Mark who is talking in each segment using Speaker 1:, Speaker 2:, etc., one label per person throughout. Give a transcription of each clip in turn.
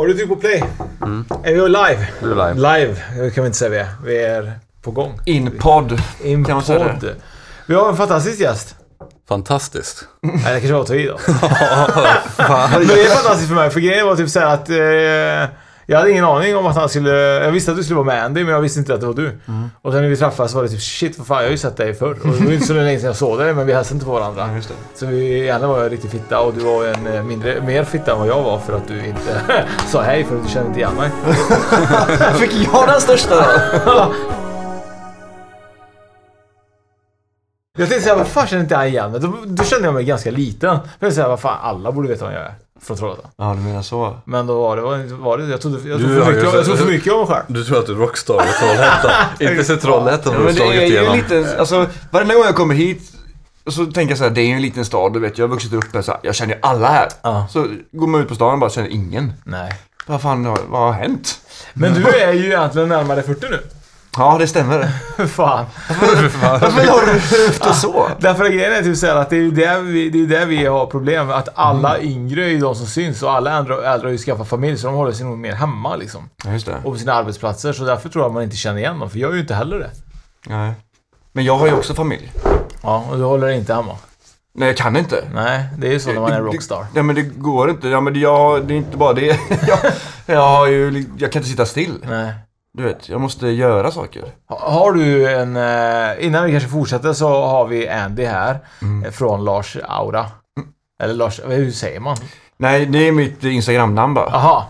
Speaker 1: Har du tryckt på play? Är vi live?
Speaker 2: Du är live.
Speaker 1: Mm. Live, det kan vi inte säga vi är. Vi är på gång.
Speaker 3: In podd.
Speaker 1: In
Speaker 3: Kan man säga
Speaker 1: podd. Vi har en fantastisk gäst.
Speaker 2: Fantastiskt.
Speaker 1: Nej, det kanske var att ta i då. Men det är fantastiskt för mig, för grejen var typ så här att... Eh, jag hade ingen aning om att han skulle... Jag visste att du skulle vara med Andy, men jag visste inte att det var du. Och sen när vi träffades så var det typ shit, vad fan, jag har ju sett dig förr. Och det var inte så länge sedan jag såg dig, men vi hälsade inte på varandra.
Speaker 3: Ja, just det.
Speaker 1: Så vi, alla var jag riktigt fitta och du var en eh, mindre, mer fitta än vad jag var för att du inte sa hej för att du kände inte igen mig.
Speaker 3: Fick jag den största då?
Speaker 1: Jag tänkte såhär, vad fan känner inte jag igen mig? Då, då kände jag mig ganska liten. För jag såhär, vad fan, alla borde veta vem jag är. Från Trollhättan.
Speaker 3: Ja, du menar så.
Speaker 1: Men då var det, var, det- var det jag trodde, jag
Speaker 2: Du
Speaker 1: trodde för
Speaker 2: har
Speaker 1: mycket,
Speaker 2: ju-
Speaker 1: om- jag trodde för mycket om mig själv.
Speaker 2: Du tror att du är rockstar i Trollhättan. Inte så Trollhättan
Speaker 3: Ja,
Speaker 2: har du
Speaker 3: men det
Speaker 2: slagit
Speaker 3: är ju
Speaker 2: igenom.
Speaker 3: lite, alltså varenda gång jag kommer hit så tänker jag så här, det är ju en liten stad, du vet. Jag har vuxit upp där så här, jag känner ju alla här.
Speaker 1: Ja.
Speaker 3: Så går man ut på stan och bara känner ingen.
Speaker 1: Nej.
Speaker 3: Vad fan, har- vad har hänt?
Speaker 1: Men du är ju egentligen närmare 40 nu.
Speaker 3: Ja, det stämmer.
Speaker 1: fan.
Speaker 3: Varför har du ut och så?
Speaker 1: Därför är grejen är typ såhär att det är ju där vi, det är ju där vi har problem. Att alla yngre är ju de som syns och alla äldre, äldre har ju skaffat familj så de håller sig nog mer hemma liksom.
Speaker 3: Ja, just det.
Speaker 1: Och på sina arbetsplatser. Så därför tror jag man inte känner igen dem. För jag är ju inte heller det.
Speaker 3: Nej. Men jag har ju också familj.
Speaker 1: Ja, och du håller dig inte hemma.
Speaker 3: Nej, jag kan inte.
Speaker 1: Nej, det är ju så när man är
Speaker 3: Det- det-
Speaker 1: rockstar.
Speaker 3: Nej, men det går inte. Ja, men det, jag, det är inte bara det. Jag, jag, har ju, jag kan inte sitta still.
Speaker 1: Nej.
Speaker 3: Du vet, jag måste göra saker.
Speaker 1: Ha- Har du en... eh, Innan vi kanske fortsätter så har vi Andy här. eh, Från Lars Aura. Eller Lars... Hur säger man?
Speaker 3: Nej, det är mitt Instagram-namn bara.
Speaker 1: Aha.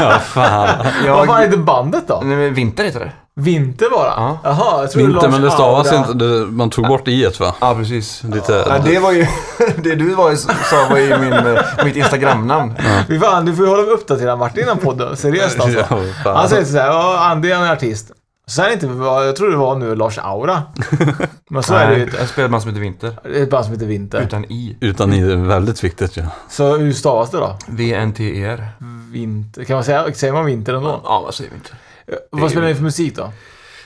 Speaker 2: Ja, fan.
Speaker 1: Vad fan
Speaker 3: Jag,
Speaker 1: heter bandet då?
Speaker 3: nej, men Vinter heter det.
Speaker 1: Vinter bara?
Speaker 3: Ja.
Speaker 1: Jaha, jag tror
Speaker 2: Inte,
Speaker 1: Lars
Speaker 2: men det stavas
Speaker 1: Aura.
Speaker 2: inte. det- Man tog bort i et, va?
Speaker 3: Ja, precis. Nej,
Speaker 2: Lite...
Speaker 3: det var ju... det du var, sa var ju min, eh, mitt Instagram-namn.
Speaker 1: Fy fan, du får ju hålla mig uppdaterad Martin innan podden. Seriöst alltså.
Speaker 2: Ja, fan.
Speaker 1: Han säger såhär, ja Andy han är artist. Så här är det inte, vad- jag tror det var nu Lars Aura. Men så är det ju
Speaker 3: Nej,
Speaker 1: inte.
Speaker 3: jag spelade man som heter Vinter.
Speaker 1: Det är ett band som heter Vinter.
Speaker 3: Utan i.
Speaker 2: Utan i det är väldigt viktigt ju.
Speaker 1: Så hur stavas det då?
Speaker 3: V-N-T-E-R.
Speaker 1: Vinter? Kan man säga, säger man vinter ändå?
Speaker 3: Ja, vad säger Vinter?
Speaker 1: Vad spelar ni för musik då?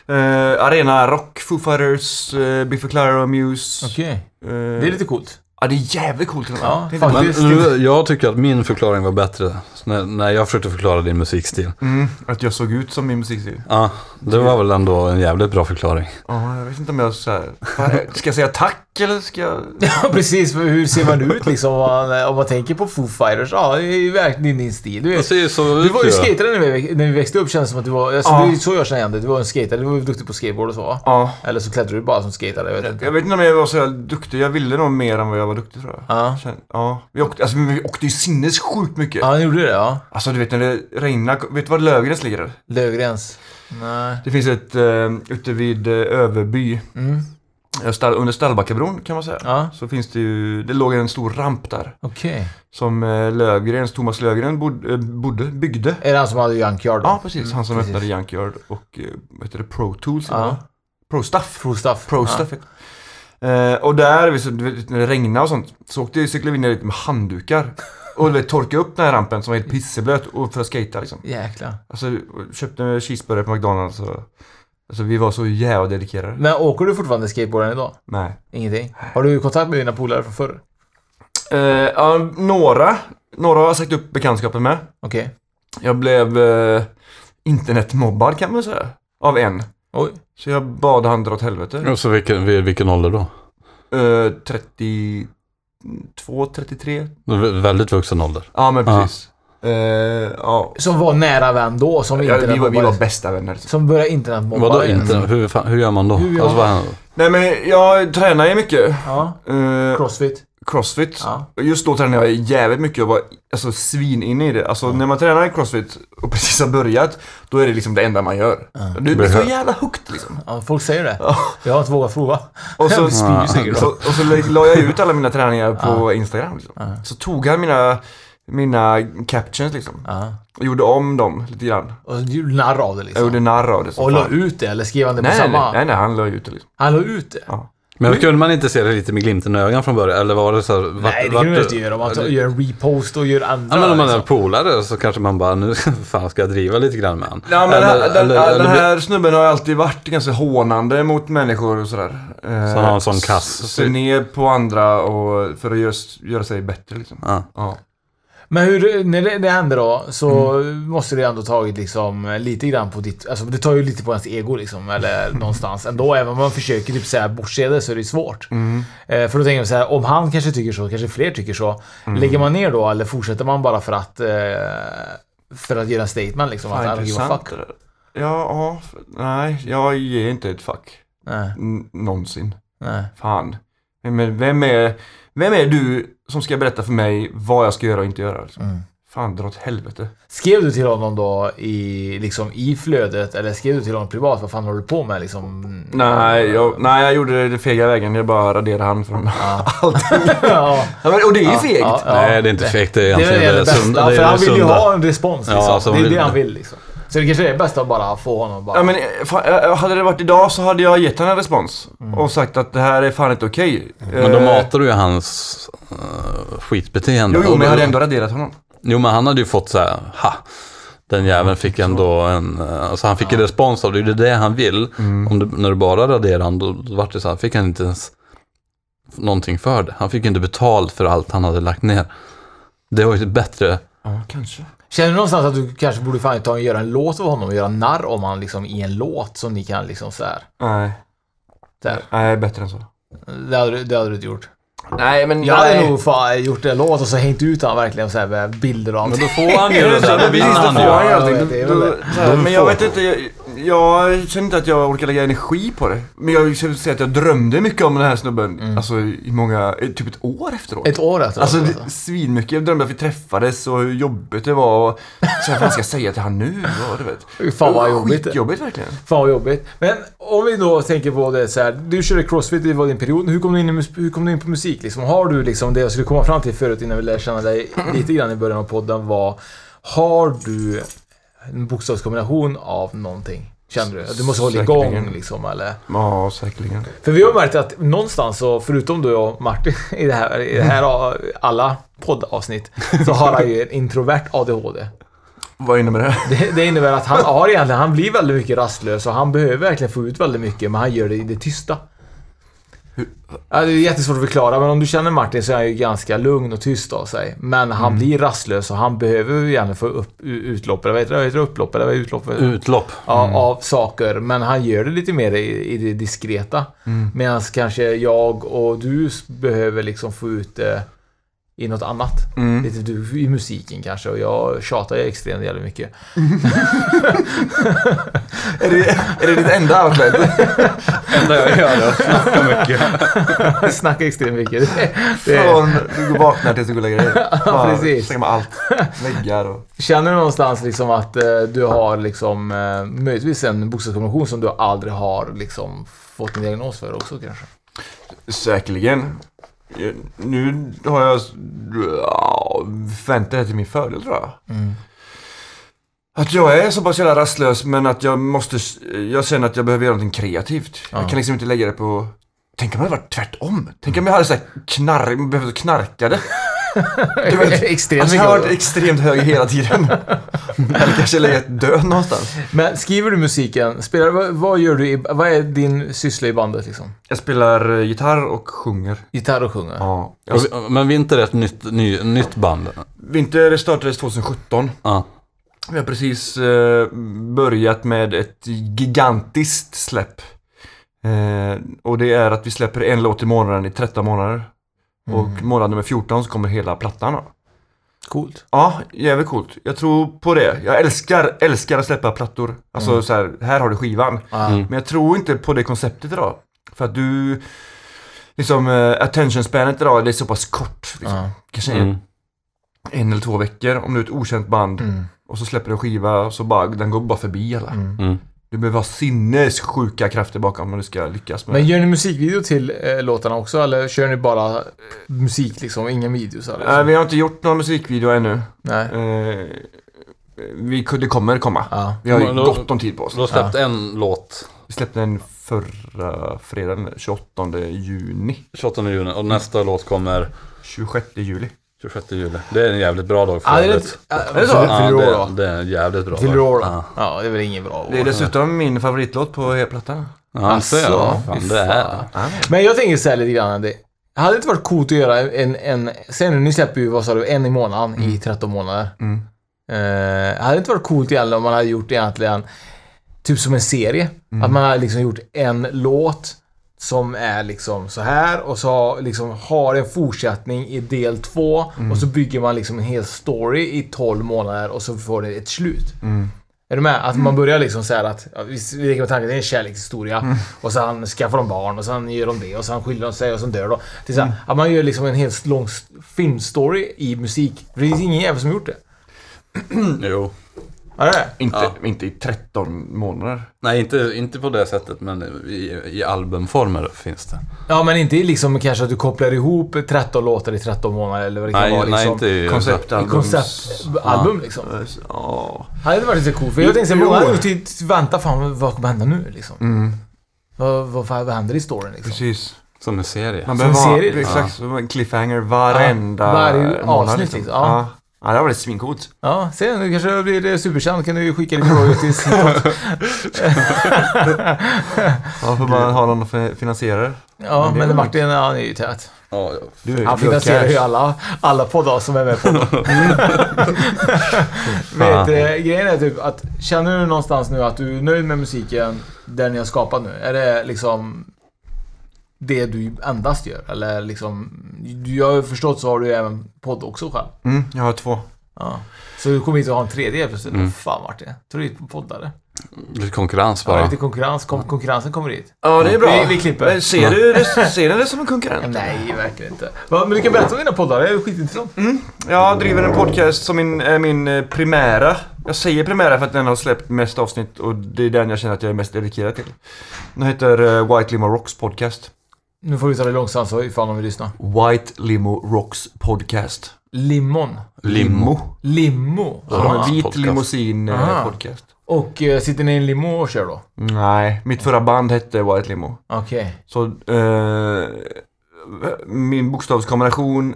Speaker 3: Eh, arena Rock, Foo Fighters, uh, Biffy Clyro, Muse.
Speaker 1: Okej.
Speaker 3: eh,
Speaker 1: Det är lite coolt.
Speaker 3: Ja, det är jävligt coolt till och med.
Speaker 1: Ja,
Speaker 3: Det är-
Speaker 1: fan.
Speaker 2: Men
Speaker 1: Just
Speaker 2: nu- jag tycker att min förklaring var bättre. Så När, när jag försökte förklara din musikstil.
Speaker 3: Mm, att jag såg ut som min musikstil.
Speaker 2: Ja, det var väl ändå en jävligt bra förklaring.
Speaker 3: Ja, jag vet inte om jag så här, Fan, Ska jag säga tack eller ska jag...
Speaker 1: Ja, precis. för Hur ser man ut liksom? Om man, om man tänker på Foo Fighters. Ja, det är ju verkligen din stil. Du,
Speaker 2: Alltså, Det
Speaker 1: är,
Speaker 2: ser ju så ut
Speaker 1: du var ju
Speaker 2: ju.
Speaker 1: skatare när vi, när vi växte upp kändes det som att du var... Alltså,
Speaker 3: Ja.
Speaker 1: det är ju så jag känner igen dig. Du var en skatare. Du var ju duktig på skateboard och så va?
Speaker 3: Ja.
Speaker 1: Eller så klättrade du bara som skatare. Jag vet inte.
Speaker 3: Jag vet inte om jag var så här duktig. Jag ville nog mer än vad jag var duktig tror jag.
Speaker 1: Ja.
Speaker 3: Sen, ja. Vi åkte, alltså, vi åkte ju sinnessjukt mycket.
Speaker 1: Ja, han gjorde det ja.
Speaker 3: Alltså du vet när det regnar. Vet du var Löfgrens ligger?
Speaker 1: Lövgrens. Nej.
Speaker 3: Det finns ett eh, ute vid eh, Överby.
Speaker 1: Mm.
Speaker 3: eh, Stall, under Stallbackabron kan man säga.
Speaker 1: Ja.
Speaker 3: Så finns det ju, det låg en stor ramp där.
Speaker 1: Okej.
Speaker 3: Som eh, Löfgrens, Thomas Löfgren bod, eh, bodde, byggde.
Speaker 1: Är det han som hade Junkyard då?
Speaker 3: Ja precis, han som
Speaker 1: precis.
Speaker 3: öppnade Junkyard och eh, vad heter det, Pro Tools.
Speaker 1: Ja.
Speaker 3: eller? Pro Stuff.
Speaker 1: Pro stuff.
Speaker 3: Pro Stuff. heter det. Eh, och där, vi så- du vet, när det regnade och sånt, så åkte vi, cyklade vi ner dit med handdukar. Och du vet, torkade upp den här rampen som var helt pisseblöt och för att skata liksom.
Speaker 1: Ja. Jäklar.
Speaker 3: Alltså, och köpte cheeseburgare på McDonalds och... Alltså vi var så jävla dedikerade.
Speaker 1: Men åker du fortfarande skateboarden idag?
Speaker 3: Nej.
Speaker 1: Ingenting? Har du kontakt med dina polare från förr?
Speaker 3: Eh, ja, några, några har jag sagt upp bekantskapen med.
Speaker 1: Okej.
Speaker 3: Jag blev eh, internetmobbad kan man säga. Av en.
Speaker 1: Oj.
Speaker 3: Så jag bad han dra åt helvete.
Speaker 2: Och så vilken, vid vilken ålder då?
Speaker 3: Eh, 32, 33.
Speaker 2: Vä- Väldigt vuxen ålder.
Speaker 3: Ja men
Speaker 2: Ja.
Speaker 3: precis. Eh, ja.
Speaker 1: Som var nära vän då, som
Speaker 3: Ja, vi, var, vi var
Speaker 1: internetmobbare.
Speaker 3: bästa vänner.
Speaker 1: Som började internetmobba.
Speaker 2: Vadå
Speaker 1: dig.
Speaker 2: inte? Hur, fan, hur gör man då?
Speaker 1: Hur gör
Speaker 2: Alltså, vad
Speaker 1: man?
Speaker 2: händer?
Speaker 3: Nej men jag tränar ju mycket.
Speaker 1: Ja.
Speaker 3: Eh,
Speaker 1: Crossfit.
Speaker 3: crossfit.
Speaker 1: Ja.
Speaker 3: Just då tränade jag jävligt mycket och var alltså, svin inne i det. Alltså när man tränar i crossfit och precis har börjat, då är det liksom det enda man gör. Du blir så
Speaker 2: Behö-
Speaker 3: jävla hooked liksom.
Speaker 1: ja. Folk säger det.
Speaker 3: Ja.
Speaker 1: Jag har inte vågat prova.
Speaker 3: Och så,
Speaker 1: Jag spyr säkert
Speaker 3: så, och så la- la jag ut alla mina träningar på Instagram. Liksom. Så tog han mina, mina captions liksom.
Speaker 1: Ja.
Speaker 3: Och gjorde om dem lite grann.
Speaker 1: Och så gjorde narr av det
Speaker 3: Jag
Speaker 1: liksom.
Speaker 3: gjorde narr av det. som
Speaker 1: Och la
Speaker 3: fan.
Speaker 1: ut det, eller skrev han det på
Speaker 3: nej, nej,
Speaker 1: samma?
Speaker 3: nej, nej, nej, han la ut det liksom.
Speaker 1: Han la ut det?
Speaker 2: Men kunde man inte se det lite med glimten i ögonen från början? Eller var det så här, vart,
Speaker 1: nej, det kan du inte göra. Om man
Speaker 2: Ja,
Speaker 1: tar-
Speaker 2: det-
Speaker 1: gör en repost och gör andra.
Speaker 2: Ja, men om man är
Speaker 1: liksom.
Speaker 2: polare så kanske man bara, nu fan ska jag driva lite grann med han.
Speaker 3: Ja, men
Speaker 2: Eller-
Speaker 3: den, den,
Speaker 2: eller- eller
Speaker 3: den
Speaker 2: blir-
Speaker 3: här snubben har ju alltid varit ganska hånande mot människor och sådär.
Speaker 2: Så
Speaker 3: Eh,
Speaker 2: han har en sån kass-
Speaker 3: Ser ner på andra och för att just göra sig bättre liksom.
Speaker 2: Ja.
Speaker 3: Ja.
Speaker 1: Men hur, när det, det hände då så måste det ändå tagit liksom lite grann på ditt... Alltså det tar ju lite på ens ego liksom, eller någonstans ändå. Även om man försöker typ så här bortse det så är det svårt.
Speaker 3: Mm.
Speaker 1: Eh, för då tänker jag så här, om han kanske tycker så, kanske fler tycker så.
Speaker 2: Mm.
Speaker 1: Lägger man ner då eller fortsätter man bara för att... Eh, för att göra en statement liksom?
Speaker 3: Fan,
Speaker 1: att I don't give a
Speaker 3: intressant
Speaker 1: fuck.
Speaker 3: det där. Ja, ja, f- nej, jag ger inte ett fuck.
Speaker 1: Nej,
Speaker 3: N- någonsin.
Speaker 1: nej.
Speaker 3: Fan. Vem är, vem, är, vem är du som ska berätta för mig vad jag ska göra och inte göra? Liksom?
Speaker 1: Mm.
Speaker 3: Fan, dra åt helvete.
Speaker 1: Skrev du till honom då i, liksom, i flödet eller skrev du till honom privat? Vad fan håller du på med liksom?
Speaker 3: Nej, jag, nej, jag gjorde det fega vägen. Jag bara raderade han från allting.
Speaker 1: ja.
Speaker 3: Ja, men- Och det är ju
Speaker 1: Ja,
Speaker 3: fegt.
Speaker 1: ja, ja.
Speaker 2: Nej, det är inte fegt. Det är
Speaker 1: Det är
Speaker 2: egentligen
Speaker 1: det, bästa,
Speaker 2: sund-
Speaker 1: för
Speaker 2: det
Speaker 1: han vill ju
Speaker 2: sunda.
Speaker 1: ha en respons liksom.
Speaker 2: Ja, alltså,
Speaker 1: det
Speaker 2: han
Speaker 1: är det
Speaker 2: vill-
Speaker 1: han vill liksom. Så det kanske är det bästa att bara få honom att bara...
Speaker 3: Ja, men, eh, fan, eh, hade det varit idag så hade jag gett han en respons. Och sagt att det här är fan inte okej.
Speaker 2: Mm. Men då
Speaker 3: Eh,
Speaker 2: matar du ju hans eh, skitbeteende.
Speaker 3: Jo, jo, men jag
Speaker 2: Och
Speaker 3: hade
Speaker 2: då-
Speaker 3: ändå raderat honom.
Speaker 2: Jo, men han hade ju fått så här, ha. Den jäveln fick ändå en, eh, alltså han fick en respons av det, det är det han vill. Om du, när du bara raderar han, då, då vart det så här, fick han inte ens någonting för det. Han fick ju inte betalt för allt han hade lagt ner. Det var ju bättre,
Speaker 3: Ja, kanske.
Speaker 1: Känner du någonstans att du kanske borde fan ta och göra en låt av honom och göra narr om han liksom i en låt som ni kan liksom så här.
Speaker 3: Nej,
Speaker 1: Där.
Speaker 3: nej, bättre än så.
Speaker 1: Det, hade, du- det hade du inte gjort.
Speaker 3: Nej, men
Speaker 1: Jag hade nog fan gjort en låt och så hängt ut han verkligen så här med bilder och
Speaker 2: men
Speaker 1: allt.
Speaker 2: då får han ju
Speaker 3: Ja,
Speaker 2: det där, då
Speaker 3: precis,
Speaker 2: vill
Speaker 3: då
Speaker 2: han
Speaker 3: får
Speaker 1: ju.
Speaker 2: ju.
Speaker 3: han ju
Speaker 1: Ja,
Speaker 3: allting.
Speaker 1: jag vet, det är
Speaker 3: Då-
Speaker 1: väl
Speaker 3: så här, Men jag vet inte, jag, jag känner inte att jag orkar lägga energi på det. Men jag skulle säga att jag drömde mycket om den här snubben. Alltså i många, eh, typ ett år efteråt.
Speaker 1: Ett år efteråt.
Speaker 3: Alltså
Speaker 1: alltså.
Speaker 3: det- svinmycket. Jag drömde att vi träffades och hur jobbigt det var. Och så här, vad ska jag säga till han nu? Och, du vet.
Speaker 1: Fan, vad
Speaker 3: Det var
Speaker 1: jobbigt.
Speaker 3: Skitjobbigt verkligen.
Speaker 1: Fan vad jobbigt. Men om vi då tänker på det så här. Du körde crossfit, det var din period. Hur kom du in, i, mus- hur kom du in på musik? Liksom? Har du liksom det jag skulle komma fram till förut innan vi lärde känna dig lite grann i början av podden var. Har du en bokstavskombination av någonting? Känner du? Att Du måste hålla igång
Speaker 3: Säkerligen.
Speaker 1: liksom eller?
Speaker 3: Ja, säkerligen.
Speaker 1: För vi har märkt att någonstans så, förutom du och Martin i det här, i det här alla poddavsnitt, så har han ju en introvert ADHD.
Speaker 3: Vad innebär det?
Speaker 1: Det, det innebär att han har egentligen, han blir väldigt mycket rastlös och han behöver verkligen få ut väldigt mycket men han gör det i det tysta. Ja, det är jättesvårt att förklara men om du känner Martin så är han ju ganska lugn och tyst av sig. Men han blir rastlös och han behöver ju gärna få upp, u- utlopp, eller vad heter det? Vad heter det? Upplopp eller vad är utlopp?
Speaker 2: Utlopp.
Speaker 1: Ja,
Speaker 3: Mm.
Speaker 1: av saker. Men han gör det lite mer i, i det diskreta.
Speaker 3: Mm.
Speaker 1: Medan kanske jag och du s- behöver liksom få ut det i något annat.
Speaker 3: Mm.
Speaker 1: Lite du, i musiken kanske och jag tjatar ju extremt jävla mycket.
Speaker 3: Är det, är det ditt enda outlet?
Speaker 2: Det enda jag gör är att snacka mycket.
Speaker 1: Snackar extremt mycket. Det, det,
Speaker 3: Från du går vaknar tills du går och lägger dig. Bara
Speaker 1: precis.
Speaker 3: Slänger med allt. Väggar och...
Speaker 1: känner du någonstans liksom att eh, du har liksom eh, möjligtvis en bokstavskombination som du aldrig har liksom fått en diagnos för också kanske?
Speaker 3: Säkerligen. Jag- Nu har jag ja, vänt det här till min fördel tror jag. Att jag är så pass jävla rastlös men att jag måste, jag känner att jag behöver göra någonting kreativt. Jag kan liksom inte lägga det på, tänk om det hade varit tvärtom. Tänk om jag hade så här knarr, behövt knarka det. Du vet,
Speaker 1: extremt
Speaker 3: Alltså jag
Speaker 1: mycket.
Speaker 3: har varit extremt hög hela tiden. Eller kanske legat död någonstans.
Speaker 1: Men skriver du musiken? Spelar, vad, vad gör du? I, vad är din syssla i bandet liksom?
Speaker 3: Jag spelar eh, gitarr och sjunger.
Speaker 1: Gitarr och sjunger?
Speaker 3: Ja. Jag,
Speaker 2: Och vi- Men Vinter är ett nytt, ny, nytt band.
Speaker 3: Vinter startades 2017.
Speaker 2: Ja.
Speaker 3: Vi har precis eh, börjat med ett gigantiskt släpp. Eh, och det är att vi släpper en låt i månaden i 13 månader.
Speaker 1: Mm.
Speaker 3: Och månad nummer 14 så kommer hela plattan. då.
Speaker 1: Coolt.
Speaker 3: Ja, jävligt coolt. Jag tror på det. Jag älskar, älskar att släppa plattor. Alltså
Speaker 1: Mm.
Speaker 3: så här, här har du skivan.
Speaker 1: Ah.
Speaker 3: Men jag tror inte på det konceptet idag. För att du, liksom eh, attention spanet idag, det är så pass kort. Liksom.
Speaker 1: Ja.
Speaker 3: Kanske en-
Speaker 2: Mm.
Speaker 3: en eller två veckor om du är ett okänt band.
Speaker 1: Mm.
Speaker 3: Och så släpper du en skiva och så bara, den går bara förbi alla.
Speaker 1: Mm.
Speaker 2: Mm.
Speaker 3: Du behöver ha sinnessjuka krafter bakom om du ska lyckas med
Speaker 1: Men
Speaker 3: det.
Speaker 1: gör ni musikvideo till eh, låtarna också eller kör ni bara eh, musik liksom, inga videos? Eller,
Speaker 3: Nej, Äh, vi har inte gjort någon musikvideo ännu.
Speaker 1: Nej.
Speaker 3: Eh, vi, det kommer komma.
Speaker 1: Ja.
Speaker 3: Vi har ju
Speaker 2: Men då-
Speaker 3: gott om tid på oss.
Speaker 2: Du har släppt en låt
Speaker 3: Vi släppte den förra fredagen, 28 juni.
Speaker 2: 28 juni och nästa låt kommer
Speaker 3: 26 juli.
Speaker 2: 26 juli. Det är en jävligt bra dag för
Speaker 1: Ja, det är
Speaker 2: övrigt.
Speaker 1: rätt- ja, är det så?
Speaker 2: Ja,
Speaker 1: Fyller år
Speaker 2: det,
Speaker 1: då?
Speaker 2: det är en jävligt bra
Speaker 1: Fyller du år då?
Speaker 2: Ja.
Speaker 1: Ja, det är väl ingen bra
Speaker 3: Det är
Speaker 1: år.
Speaker 3: dessutom min favoritlåt på hela plattan.
Speaker 2: Ja, alltså,
Speaker 1: Asså,
Speaker 2: ja, fan,
Speaker 1: fy
Speaker 2: det är...
Speaker 1: Men jag tänker så här lite grann. Det, Hade det inte varit coolt att göra en... en säg nu, ni släpper ju, vad sa du, en i månaden i 13 månader.
Speaker 3: Mm.
Speaker 1: Eh, hade det inte varit coolt egentligen om man hade gjort egentligen typ som en serie. Att man hade liksom gjort en låt som är liksom så här och så har- liksom har en fortsättning i del två och så bygger man liksom en hel story i 12 månader och så får det ett slut. Är du med? Att man börjar liksom så här att, ja, vi vi leker med tanken att det är en kärlekshistoria
Speaker 3: Mm.
Speaker 1: och sen skaffar de barn och sen gör de det och sen skiljer de sig och sen dör de. Det är så här,
Speaker 3: Mm.
Speaker 1: Att man gör liksom en helt lång s- filmstory i musik. Det finns ingen jävel som gjort det.
Speaker 2: Jo.
Speaker 1: Är det?
Speaker 3: Inte,
Speaker 2: Ja.
Speaker 3: inte i 13 månader.
Speaker 2: Nej, inte, inte på det sättet, men i, i albumformer finns det.
Speaker 1: Ja, men inte liksom kanske att du kopplar ihop 13 låtar i 13 månader eller vad det kan
Speaker 2: Nej,
Speaker 1: vara. Liksom,
Speaker 2: nej inte i...
Speaker 1: i
Speaker 3: Konceptalbums...
Speaker 1: konceptalbum liksom.
Speaker 3: Ja.
Speaker 1: Hade det varit lite coolt? För jag tänkte så här,
Speaker 3: Jo. Mm.
Speaker 1: många hade ju vänta fan vad kommer hända nu liksom? Vad, vad, fan- vad händer i storyn liksom?
Speaker 3: Precis.
Speaker 2: Som en serie.
Speaker 3: Man
Speaker 1: Som en
Speaker 3: behöver ha
Speaker 1: serie, liksom.
Speaker 3: exakt, som en cliffhanger varenda
Speaker 1: Ja, varje
Speaker 3: månad,
Speaker 1: avsnitt, liksom. Ja.
Speaker 3: Ja, det har varit svincoolt.
Speaker 1: Ja, se nu kanske blir det superkänd. Kan du ju skicka ditt råd till Simon.
Speaker 3: Ja, får man ha någon fin- finansierare.
Speaker 1: Ja,
Speaker 3: Men det är
Speaker 1: men
Speaker 3: väl
Speaker 1: Martin han är ju tät.
Speaker 2: Ja, ja.
Speaker 3: Du,
Speaker 1: Han
Speaker 3: du har
Speaker 1: finansierar
Speaker 3: cash.
Speaker 1: ju alla, alla poddar som är med på
Speaker 3: Mm.
Speaker 1: Vet, eh, Grejen är typ att, känner du någonstans nu att du är nöjd med musiken, den ni har skapat nu? Är det liksom det du endast gör? Eller liksom, du- jag har ju förstått så har du ju även podd också själv.
Speaker 3: Mm, jag har två.
Speaker 1: Ja. Så du kommer inte att ha en tredje helt plötsligt.
Speaker 2: Mm.
Speaker 1: Fan Martin, tror du är på poddare?
Speaker 2: Lite konkurrens
Speaker 1: Ja.
Speaker 2: bara.
Speaker 1: Lite konkurrens, kom, konkurrensen kommer dit.
Speaker 3: Ja, det är bra.
Speaker 1: Vi- vi klipper.
Speaker 3: Men Ser du det, ser du det som en konkurrent?
Speaker 1: Nej, verkligen inte. Va, men du kan berätta om dina poddar, det är skitintressant.
Speaker 3: Jag driver en podcast som min, är min eh, primära. Jag säger primära för att den har släppt mest avsnitt och det är den jag känner att jag är mest dedikerad till. Den heter eh, White Limo Rocks Podcast.
Speaker 1: Nu får vi ta det långsamt så ifall de vill lyssna.
Speaker 3: White Limo Rocks Podcast.
Speaker 1: Limon.
Speaker 2: Limo.
Speaker 1: Limo.
Speaker 3: De har
Speaker 2: Ah,
Speaker 3: en vit
Speaker 2: podcast.
Speaker 3: limousin eh,
Speaker 1: Ah.
Speaker 3: podcast.
Speaker 1: Och eh, sitter ni i en limo och kör då?
Speaker 3: Nej, mitt förra band hette White Limo.
Speaker 1: Okej.
Speaker 3: Så eh, min bokstavskombination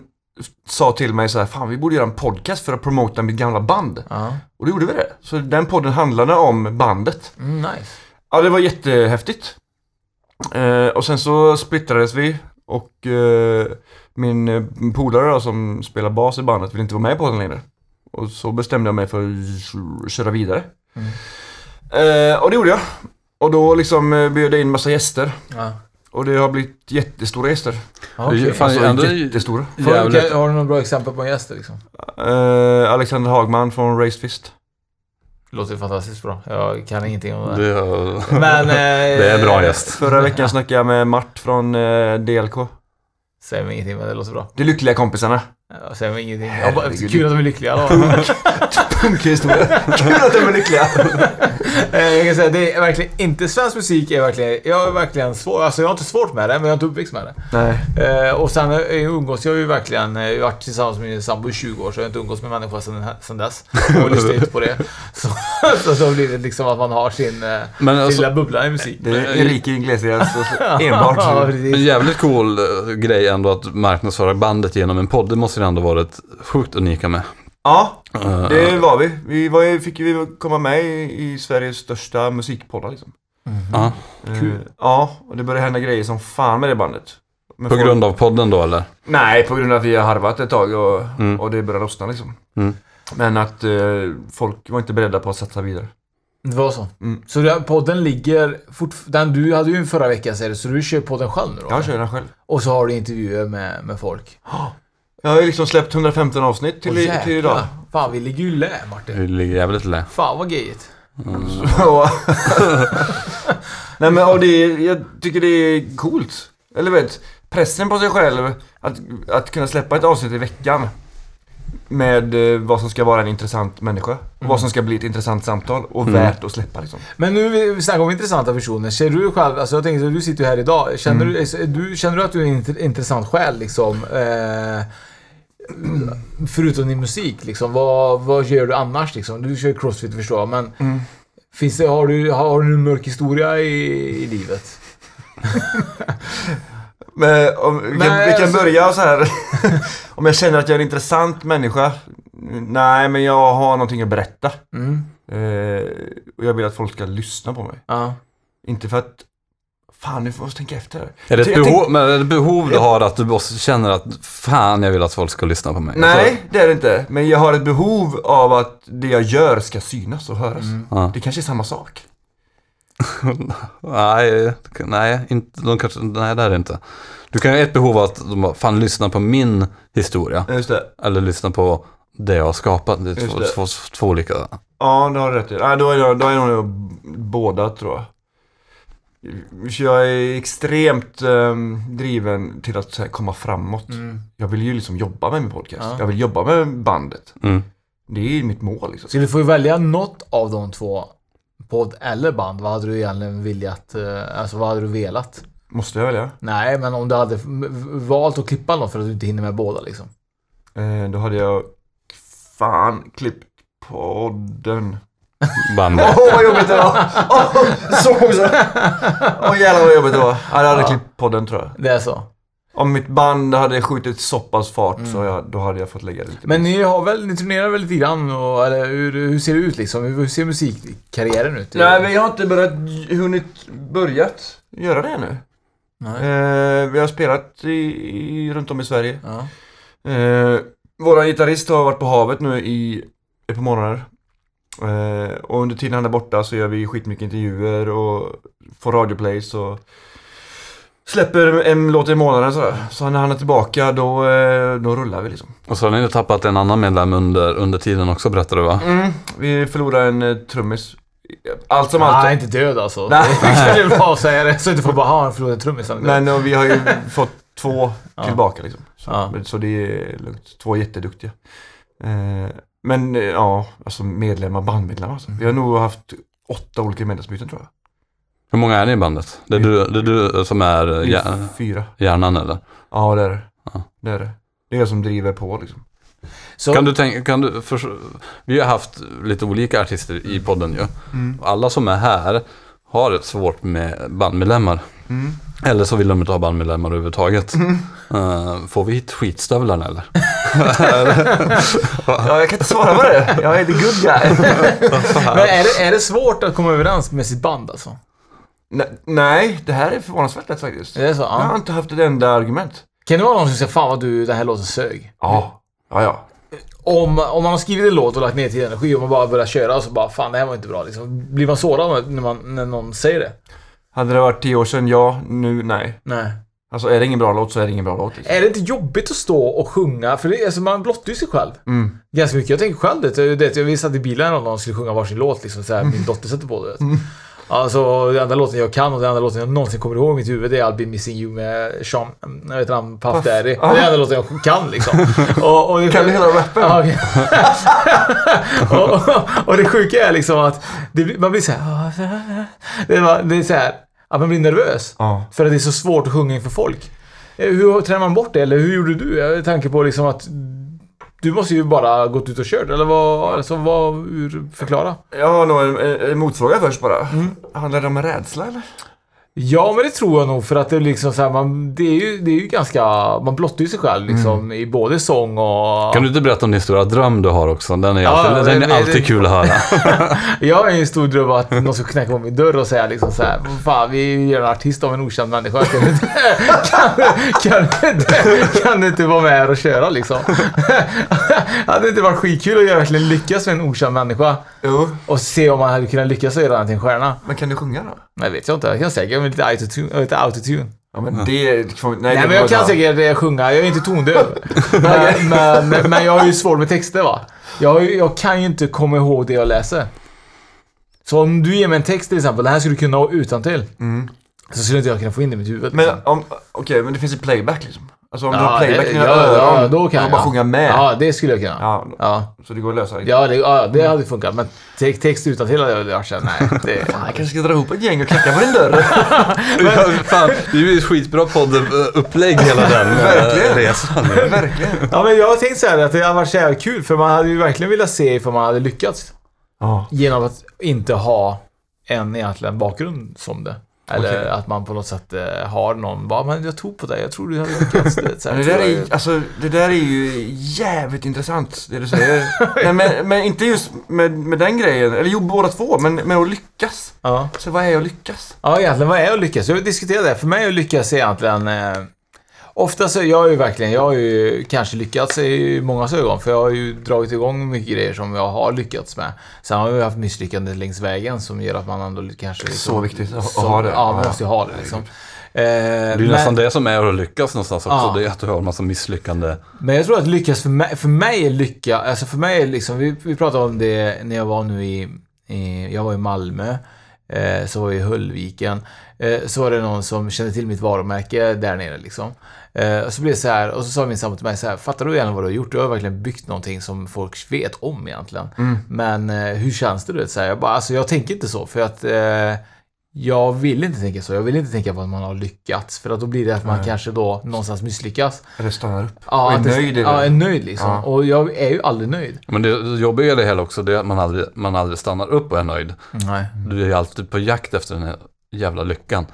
Speaker 3: sa till mig så här, fan vi borde göra en podcast för att promota mitt gamla band.
Speaker 1: Ja.
Speaker 3: Och då gjorde vi det. Så den podden handlade om bandet.
Speaker 1: Mm, nice.
Speaker 3: Ja, det var jättehäftigt. Eh, och sen så splittrades vi och eh, min eh, polare då, som spelar bas i bandet ville inte vara med på den längre. Och så bestämde jag mig för att köra vidare.
Speaker 1: Mm.
Speaker 3: Eh, och det gjorde jag. Och då liksom eh, bjöd jag in massa gäster.
Speaker 1: Ja.
Speaker 3: Och det har blivit jättestora gäster.
Speaker 1: Okej.
Speaker 2: Fan,
Speaker 3: Alltså
Speaker 2: ändå-
Speaker 3: jättestora.
Speaker 1: Får-
Speaker 2: Jävligt.
Speaker 1: kan- Har du några bra exempel på en gäst liksom?
Speaker 3: Eh, Alexander Hagman från Raised Fist.
Speaker 1: Låter fantastiskt bra. Jag kan ingenting om det.
Speaker 2: Det är,
Speaker 1: Men... Eh,
Speaker 2: det är en bra gäst.
Speaker 3: Förra veckan snackade jag med Mart från eh, DLK.
Speaker 1: Säger mig ingenting, men det låter bra.
Speaker 3: De lyckliga kompisarna.
Speaker 1: Ja, Säger mig ingenting. Jag bara,
Speaker 3: Herregud.
Speaker 1: kul att de är lyckliga då.
Speaker 3: Punkhistoria. Kul att de är lyckliga.
Speaker 1: Eh, jag kan säga, det är verkligen inte... Svensk musik är verkligen... Jag är verkligen svår... Alltså jag har inte svårt med det, men jag är inte uppväxt med det.
Speaker 3: Nej.
Speaker 1: Eh, och sen eh, umgås jag ju verkligen, eh, jag har varit tillsammans med min sambo i 20 år så jag har inte umgås med människor sedan, eh, sedan dess. Och lyssnar inte på det. Så, så, så blir det liksom att man har sin eh,
Speaker 2: Men alltså-
Speaker 1: lilla bubbla i musik.
Speaker 3: Det är Enrique Iglesias och- enbart.
Speaker 1: Ja,
Speaker 2: En
Speaker 1: precis.
Speaker 2: jävligt cool eh, grej ändå att marknadsföra bandet genom en podd. Det måste det ändå varit sjukt unika med.
Speaker 3: Ja,
Speaker 2: Eh,
Speaker 3: det var vi. Vi var, ju- fick ju komma med i- i Sveriges största musikpoddar liksom.
Speaker 2: ja.
Speaker 3: Kul. Ja, och det började hända grejer som fan med det bandet. Men
Speaker 2: På
Speaker 3: folk-
Speaker 2: grund av podden då eller?
Speaker 3: Nej, på grund av att vi har harvat ett tag och,
Speaker 2: Mm.
Speaker 3: och det började lossna liksom.
Speaker 2: Mm.
Speaker 3: Men att eh, folk var inte beredda på att satsa vidare.
Speaker 1: Det var så.
Speaker 3: Mm.
Speaker 1: Så den- podden ligger fortf- den Du hade ju en förra vecka säger du, så du kör podden själv nu då?
Speaker 3: Jag kör den själv.
Speaker 1: Och så har du intervjuer med, med folk.
Speaker 3: Jag har ju liksom släppt 115 avsnitt till,
Speaker 1: Åh,
Speaker 3: i,
Speaker 1: jäklar.
Speaker 3: till idag.
Speaker 1: Fan, vi ligger ju lä Martin.
Speaker 2: Det ligger jävligt lä. Mm.
Speaker 1: Fan vad gejigt.
Speaker 3: Så- Nej men och det är, jag tycker det är coolt. Eller vet, pressen på sig själv att, att kunna släppa ett avsnitt i veckan. Med eh, vad som ska vara en intressant människa. Och
Speaker 1: Mm.
Speaker 3: vad som ska bli ett intressant samtal och värt att släppa liksom.
Speaker 1: Men nu vi- vi snackar om intressanta personer. Känner du själv, alltså jag tänker så du sitter ju här idag. Känner, du, är du, känner du att du är en int- intressant själ liksom? Eh, förutom din musik liksom. Vad, vad gör du annars liksom? Du kör ju crossfit förstår jag, men finns det, har, du, har du en mörk historia i, i livet?
Speaker 3: Men om, vi, kan,
Speaker 1: Nej,
Speaker 3: vi kan
Speaker 1: alltså-
Speaker 3: börja så här. om jag känner att jag är en intressant människa. Nej men jag har någonting att berätta.
Speaker 1: Mm.
Speaker 3: Eh, och jag vill att folk ska lyssna på mig.
Speaker 1: Ja.
Speaker 3: Inte för att Fan, nu måste jag tänka efter.
Speaker 2: Är det ett
Speaker 3: Jag tänk-
Speaker 2: behov, men är det ett behov du har att du måste- känner att fan jag vill att folk ska lyssna på mig?
Speaker 3: Nej, det är det inte. Men jag har ett behov av att det jag gör ska synas och höras.
Speaker 1: Mm.
Speaker 2: Alltså, Ja.
Speaker 3: Det kanske är samma sak.
Speaker 2: Nej, nej, inte, de kanske, nej det är det inte. Du kan ju ha ett behov av att de bara, fan lyssna på min historia.
Speaker 3: Ja, Just det.
Speaker 2: Eller lyssna på det jag har skapat. Det är
Speaker 3: Just
Speaker 2: två,
Speaker 3: det.
Speaker 2: två, två olika.
Speaker 3: Ja, det har du rätt i. Ja, då, är jag, då är jag nog båda tror jag. För jag är extremt ehm, driven till att så här, komma framåt.
Speaker 1: Mm.
Speaker 3: Jag vill ju liksom jobba med min podcast.
Speaker 1: Ja.
Speaker 3: Jag vill jobba med bandet.
Speaker 2: Mm.
Speaker 3: Det är ju mitt mål liksom.
Speaker 1: Skulle du få välja något av de två, podd eller band, vad hade du egentligen viljat, eh, alltså vad hade du velat?
Speaker 3: Måste jag välja?
Speaker 1: Nej, men om du hade v- valt att klippa något för att du inte hinner med båda liksom.
Speaker 3: Eh, då hade jag fan klippt podden.
Speaker 2: Bandet.
Speaker 3: Åh vad jobbigt det var! Åh, så också! Åh jävlar vad jobbigt det var. Ja, jag hade
Speaker 1: Ja.
Speaker 3: klippt podden tror jag.
Speaker 1: Det är så.
Speaker 3: Om mitt band hade skjutit så pass fart så jag, då hade jag fått lägga det lite
Speaker 1: Men
Speaker 3: mer.
Speaker 1: ni, har väl, ni turnerar väl lite grann? Och, eller hur, hur ser det ut liksom? Hur ser musikkarriären ut?
Speaker 3: Nej, vi har inte börjat, hunnit börjat göra det ännu.
Speaker 1: Nej.
Speaker 3: Eh, vi har spelat i, i, runt om i Sverige.
Speaker 1: Ja.
Speaker 3: Eh, våran gitarrist har varit på havet nu i ett par månader. Eh, och under tiden han är borta så gör vi skitmycket intervjuer och får radioplays och släpper en låt i månaden sådär. Så när han är tillbaka då, eh, då rullar vi liksom.
Speaker 2: Och så har ni tappat en annan medlem under, under tiden också berättar du va?
Speaker 3: Mm, vi förlorar en eh, trummis. Allt som allt.
Speaker 1: Han är inte död alltså.
Speaker 3: Nej.
Speaker 1: Det kan du bara säga det. Så inte får bara ha en förlorad trummis. han är död."
Speaker 3: Men eh, vi har ju fått två
Speaker 1: Ja.
Speaker 3: tillbaka liksom. Så,
Speaker 1: Ja.
Speaker 3: men- så det är lugnt. Två jätteduktiga. Eh, men eh, ja, alltså medlemmar, bandmedlemmar alltså. Vi har nog haft åtta olika medlemsbyten tror jag.
Speaker 2: Hur många är ni i bandet? Det är
Speaker 3: Mm.
Speaker 2: du, det är du som är eh,
Speaker 3: Vi är
Speaker 2: hjär-
Speaker 3: Fyra.
Speaker 2: hjärnan eller?
Speaker 3: Ja, det är det.
Speaker 2: Ja.
Speaker 3: Det är det. Det är jag som driver på liksom.
Speaker 1: Så,
Speaker 2: Kan du tänka, kan du, för, vi har haft lite olika artister
Speaker 1: Mm.
Speaker 2: i podden ju. Alla som är här har ett svårt med bandmedlemmar.
Speaker 1: Mm.
Speaker 2: Eller så vill de inte ha bandmedlemmar överhuvudtaget. Eh, får vi hit skitstövlarna eller?
Speaker 3: Ja, jag kan inte svara på det. Jag är the good guy.
Speaker 1: men är, det, är det svårt att komma överens med sitt band alltså?
Speaker 3: Ne- Nej, det här är förvånansvärt lätt faktiskt.
Speaker 1: Är det så?
Speaker 3: Jag har
Speaker 1: Ja.
Speaker 3: inte haft ett enda argument.
Speaker 1: Kan det vara någon som säger fan vad du, den här låten sög?
Speaker 3: Ja, ja, ja.
Speaker 1: Om, om man har skrivit en låt och lagt ner tid och energi och man bara börjar köra och så bara fan det här var inte bra liksom. Blir man sårad när, man, när någon säger det?
Speaker 3: Hade det varit tio år sedan, ja. Nu, nej.
Speaker 1: Nej.
Speaker 3: Alltså är det ingen bra låt så är det ingen bra låt. Liksom.
Speaker 1: Är det inte jobbigt att stå och sjunga? För det, är- alltså, man blottar ju sig själv.
Speaker 3: Mm.
Speaker 1: Ganska mycket. Jag tänker själv det. det jag- vi satt i bilen och någon skulle sjunga varsin låt. Liksom, så här, min dotter sätter på det. Mm. Alltså, den enda låten jag kan och den enda låten jag någonsin kommer ihåg i mitt huvud det är I'll be missing you med Sean, jag vet inte han, Puff Daddy. Det är den enda låten jag kan liksom. Och, och det,
Speaker 3: Kan du hela rappen?
Speaker 1: Ja, okej. och, och, och det sjuka är liksom att det, blir- man blir så här. Det är, bara- det är så här att man blir nervös.
Speaker 3: Ja.
Speaker 1: För att det är så svårt att sjunga inför folk. Eh, Hur tränar man bort det? Eller hur gjorde du? Jag har tanke på liksom att du måste ju bara gått ut och kört. Eller vad, alltså vad, hur, förklara.
Speaker 3: Jag har nog en, en, en motfråga först bara. Handlar det om en rädsla eller?
Speaker 1: Ja, men det tror jag nog för att det är liksom så här, man, det är ju, det är ju ganska, man blottar ju sig själv liksom i både sång och...
Speaker 2: Kan du inte berätta om din stora dröm du har också? Den är,
Speaker 1: Ja,
Speaker 2: alltid,
Speaker 1: det-
Speaker 2: den
Speaker 1: det-
Speaker 2: är alltid kul att höra.
Speaker 1: Jag har ju en stor dröm att någon ska knacka på min dörr och säga liksom så här, "Vad fan vi gör en artist av en okänd människa. Kan du inte, kan, kan, du inte- kan du inte vara med här och köra liksom? Hade det inte varit skitkul att jag verkligen lyckas med en okänd människa
Speaker 3: Jo.
Speaker 1: och se om man hade kunnat lyckas och göra den till en stjärna?
Speaker 3: Men kan du sjunga då?
Speaker 1: Nej, vet jag inte. Jag kan säkert med lite autotune. äh, lite autotune.
Speaker 3: Ja men det... Nej,
Speaker 1: Nej, men jag kan säkert eh, sjunga. Jag är inte tondöv. men, men, men jag har ju svårt med texter va. Jag, har ju- jag kan ju inte komma ihåg det jag läser. Så om du ger mig en text till exempel, det här skulle du kunna utan till.
Speaker 3: Mm.
Speaker 1: Så skulle inte jag kunna få in det i mitt huvud.
Speaker 3: Men
Speaker 1: liksom.
Speaker 3: om... Okej, men det finns ju playback liksom. Alltså om du
Speaker 1: Ja,
Speaker 3: har playback
Speaker 1: det-
Speaker 3: i dina
Speaker 1: ja,
Speaker 3: öron.
Speaker 1: ja, då kan
Speaker 3: du bara
Speaker 1: jag.
Speaker 3: sjunga med. Ja.
Speaker 1: Ja, det skulle jag kunna. Ja,
Speaker 3: Så det går att lösa.
Speaker 1: ja, det, ja, det hade funkat. Men te- text utan till hade jag varit såhär, nej. Det,
Speaker 3: Fan, jag kanske ska dra ihop ett gäng och knacka på din dörr.
Speaker 2: Ja, Fan, det är ju ett skitbra poddupplägg hela den eh,
Speaker 3: Verkligen.
Speaker 2: resan.
Speaker 3: Verkligen.
Speaker 1: ja, men jag har tänkt såhär att det hade varit så jävla kul. För man hade ju verkligen velat se ifall man hade lyckats.
Speaker 3: Ja.
Speaker 1: Genom att inte ha en egentligen bakgrund som det. Eller
Speaker 3: Okej.
Speaker 1: att man på något sätt eh, har någon, bara men jag tror på dig, jag tror du hade lyckats. du vet, så här,
Speaker 3: Men det,
Speaker 1: tror
Speaker 3: där är,
Speaker 1: jag-
Speaker 3: ju- alltså, det där är ju jävligt intressant, det du säger. Nej, men, men inte just med, med den grejen. Eller jo, båda två, men med att lyckas.
Speaker 1: Ja.
Speaker 3: Så vad är att lyckas?
Speaker 1: ja, egentligen vad är att lyckas? Jag vill diskutera det. För mig är att lyckas egentligen... Eh, ofta så, jag är ju verkligen, jag har ju kanske lyckats i många ögon. För jag har ju dragit igång mycket grejer som jag har lyckats med. Sen har jag ju haft misslyckanden längs vägen som gör att man ändå kanske... Liksom,
Speaker 3: Så viktigt att- att
Speaker 1: som-
Speaker 3: ha det.
Speaker 1: Ja, man
Speaker 3: Ja.
Speaker 1: måste ju ha det liksom. Eh,
Speaker 2: Det är ju
Speaker 1: men-
Speaker 2: nästan det som är att lyckas någonstans också.
Speaker 1: Ja.
Speaker 2: Det är att du har en massa misslyckande.
Speaker 1: Men jag tror att lyckas för mig, för mig är lycka, alltså för mig är liksom, vi, vi pratade om det när jag var nu i, i jag var i Malmö, eh, så var jag i Höllviken, eh, så var det någon som kände till mitt varumärke där nere liksom. Eh, och så blev det så här, och så sa min sambo till mig så här, fattar du egentligen vad du har gjort? Du har verkligen byggt någonting som folk vet om egentligen. Men eh, hur känns det? Du vet, så här, jag bara, alltså jag tänker inte så för att eh, jag vill inte tänka så. Jag vill inte tänka på att man har lyckats. För att då blir det att man kanske då någonstans misslyckas.
Speaker 3: Eller stannar upp.
Speaker 1: Ja,
Speaker 3: och är
Speaker 1: att det-
Speaker 3: nöjd i det.
Speaker 1: Ja, är nöjd liksom.
Speaker 3: Ja.
Speaker 1: Och jag är ju aldrig nöjd.
Speaker 2: Men det jobbiga i det hela också det är att man aldrig, man aldrig stannar upp och är nöjd.
Speaker 1: Nej.
Speaker 2: Du är ju alltid på jakt efter den här jävla lyckan.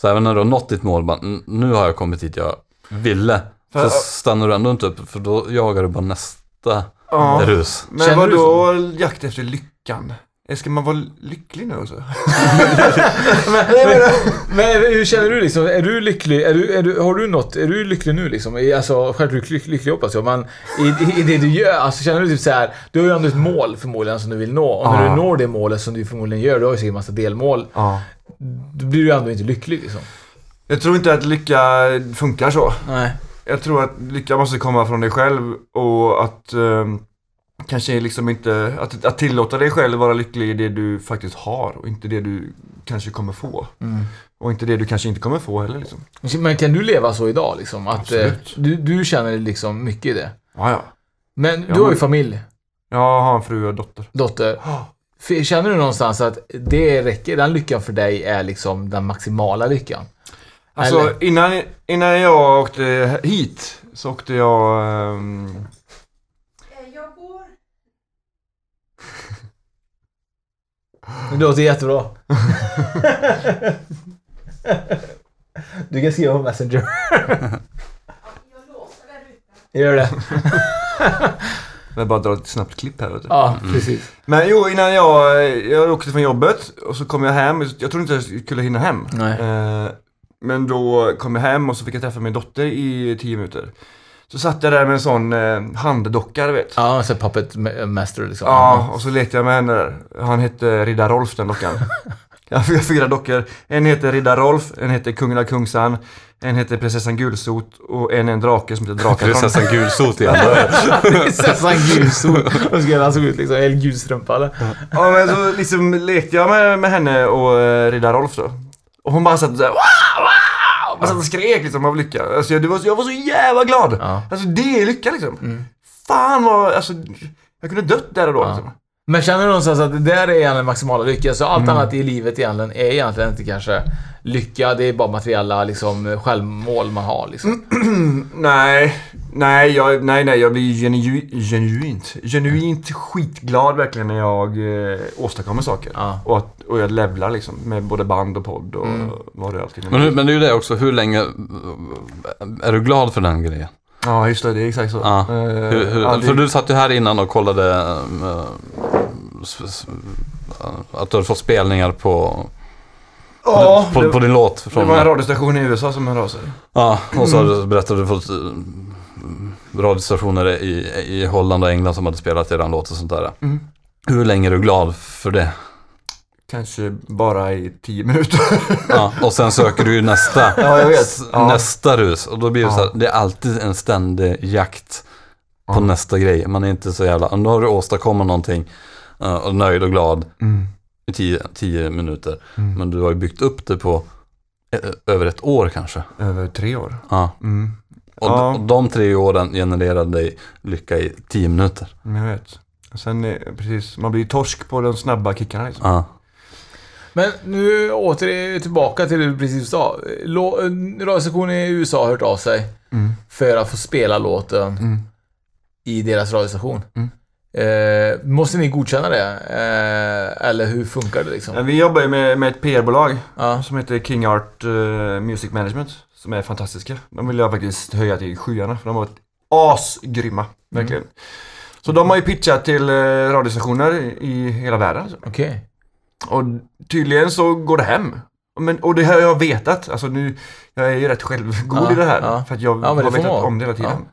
Speaker 2: Så även när du har nått ditt mål, bara, "N- nu har jag kommit dit jag ville.
Speaker 3: För-
Speaker 2: Så stannar du ändå inte upp, för då jagar du bara nästa
Speaker 3: Ja.
Speaker 2: rus.
Speaker 3: Men
Speaker 1: Känner
Speaker 3: vad
Speaker 1: du
Speaker 3: då jakt efter lyckan? Eh, Ska man vara lycklig nu också?
Speaker 1: Men hur känner du liksom? Är du lycklig? Är du, är du, har du något? Är du lycklig nu liksom? I- Alltså, självklart lyck, lycklig hoppas jag, men i, i det du gör, alltså känner du typ så här, du har ju ändå ett mål förmodligen som du vill nå. Och när
Speaker 3: Ja.
Speaker 1: du når det målet som du förmodligen gör, du har ju säkert massa delmål,
Speaker 3: Ja.
Speaker 1: då blir du ändå inte lycklig liksom.
Speaker 3: Jag tror inte att lycka funkar så.
Speaker 1: Nej.
Speaker 3: Jag tror att lycka måste komma från dig själv och att ehm, kanske liksom inte, att, att tillåta dig själv vara lycklig i det du faktiskt har och inte det du kanske kommer få. Och inte det du kanske inte kommer få heller liksom.
Speaker 1: Mm. Men kan du leva så idag liksom? Att eh,
Speaker 3: Absolut.
Speaker 1: du, du känner liksom mycket i det.
Speaker 3: Ja, ja.
Speaker 1: Men du
Speaker 3: Ja,
Speaker 1: har ju
Speaker 3: men-
Speaker 1: familj,
Speaker 3: Jag har en fru och dotter.
Speaker 1: dotter. F- Känner du någonstans att det räcker? Den lyckan för dig är liksom den maximala lyckan?
Speaker 3: Alltså
Speaker 1: Eller?
Speaker 3: innan, innan jag åkte hit så åkte jag ehm,
Speaker 4: Jag går.
Speaker 1: Det låter jättebra. du kan skriva på Messenger.
Speaker 4: Jag låser där ute.
Speaker 1: Gör det.
Speaker 3: Jag bara drar ett snabbt klipp här vet du.
Speaker 1: Ja, precis.
Speaker 3: Men jo, innan jag, jag åkte från jobbet och så kom jag hem. Jag trodde inte jag skulle hinna hem.
Speaker 1: Nej.
Speaker 3: Eh, Men då kom jag hem och så fick jag träffa min dotter i tio minuter. Så satt jag där med en sån eh, handdocka, du vet. Ja.
Speaker 1: Ja, så puppet ma- master liksom.
Speaker 3: och så lekte jag med henne där. Han hette Riddar Rolf, den dockan. jag har fyra dockor. En heter Riddar Rolf, en heter Kungla Kungsan, en heter Prinsessan Gulsot och en är en drake som heter Drakatron.
Speaker 2: Prinsessan Gulsot igen. då är det-
Speaker 1: Prinsessan Gulsot. Vad skulle han såg ut liksom? Eller gulstrumpa eller?
Speaker 3: Ja men så liksom lekte jag med, med henne och eh, Riddar Rolf då. Och hon bara satt såhär wow, wow! Bara satt och skrek liksom av lycka. Alltså jag, det var, så- jag var så jävla glad.
Speaker 1: Ja.
Speaker 3: Alltså det är lycka liksom.
Speaker 2: Mm.
Speaker 3: Fan vad, alltså jag kunde dött där och då
Speaker 1: Ja.
Speaker 3: liksom.
Speaker 1: Men känner du någonstans att det där är egentligen maximala lycka? Så allt annat i livet egentligen är egentligen inte kanske lycka. Det är bara materiella liksom, självmål man har liksom.
Speaker 3: Mm, Nej, nej, jag, nej, nej, jag blir genu, genuint, genuint skitglad verkligen när jag eh, åstadkommer saker.
Speaker 1: Ja.
Speaker 3: Och, att, och jag levlar liksom med både band och podd och vad det alltid
Speaker 2: Mm. Men, hur- men det är ju det också, hur länge är du glad för den grejen?
Speaker 3: Ja, just det, det är exakt så.
Speaker 2: Ja.
Speaker 3: Eh,
Speaker 2: Hur, hur,
Speaker 3: ja, det-
Speaker 2: För du satt ju här innan och kollade ehm, eh, s- s- uh, att du hade fått spelningar på,
Speaker 3: Ja,
Speaker 2: på,
Speaker 3: det-
Speaker 2: på din låt.
Speaker 3: Det
Speaker 2: Från,
Speaker 3: var en radiostation i USA som hörde av sig.
Speaker 2: ja, och så hade du berättade du fått eh, radiostationer i, i Holland och England som hade spelat er låt och sånt där.
Speaker 3: Mm.
Speaker 2: Hur länge är du glad för det?
Speaker 3: Kanske bara i tio minuter.
Speaker 2: Ja, och sen söker du ju nästa,
Speaker 3: Ja, jag vet.
Speaker 2: s-
Speaker 3: Ja.
Speaker 2: nästa rus. Och då blir det
Speaker 3: Ja.
Speaker 2: så här, det är alltid en ständig jakt på
Speaker 3: Ja.
Speaker 2: nästa grej. Man är inte så jävla, nu har du åstadkommit någonting eh, och nöjd och glad
Speaker 3: Mm,
Speaker 2: i tio, tio minuter. Men du har ju byggt upp det på eh, över ett år kanske.
Speaker 3: Över tre år.
Speaker 2: Ja.
Speaker 3: Mm.
Speaker 2: Och,
Speaker 3: Ja.
Speaker 2: d- och de tre åren genererade dig lycka i tio minuter.
Speaker 3: Jag vet. Och Sen, eh, precis, man blir ju torsk på de snabba kickarna liksom.
Speaker 2: Ja.
Speaker 1: Men nu åter tillbaka till det du precis sa. Lå- en Radiostationen i USA har hört av
Speaker 3: Mm,
Speaker 1: sig för att få spela låten i deras radiostation. Eh, måste ni godkänna det? Eh, eller hur funkar det liksom?
Speaker 3: Vi jobbar ju med, med ett PR-bolag
Speaker 1: Ja.
Speaker 3: som heter King Art eh, Music Management. Som är fantastiska. De vill jag faktiskt höja till skyarna för de har varit asgrymma. Verkligen.
Speaker 2: Mm.
Speaker 3: Så de har ju pitchat till eh, radiostationer i- i hela världen. Alltså.
Speaker 1: Okej.
Speaker 3: Och tydligen så går det hem. Men, och det här har jag vetat. Alltså nu, jag är ju rätt självgod
Speaker 1: Ja,
Speaker 3: i det här.
Speaker 1: ja.
Speaker 3: För att jag
Speaker 1: men det får
Speaker 3: har vetat
Speaker 1: man.
Speaker 3: om det hela tiden.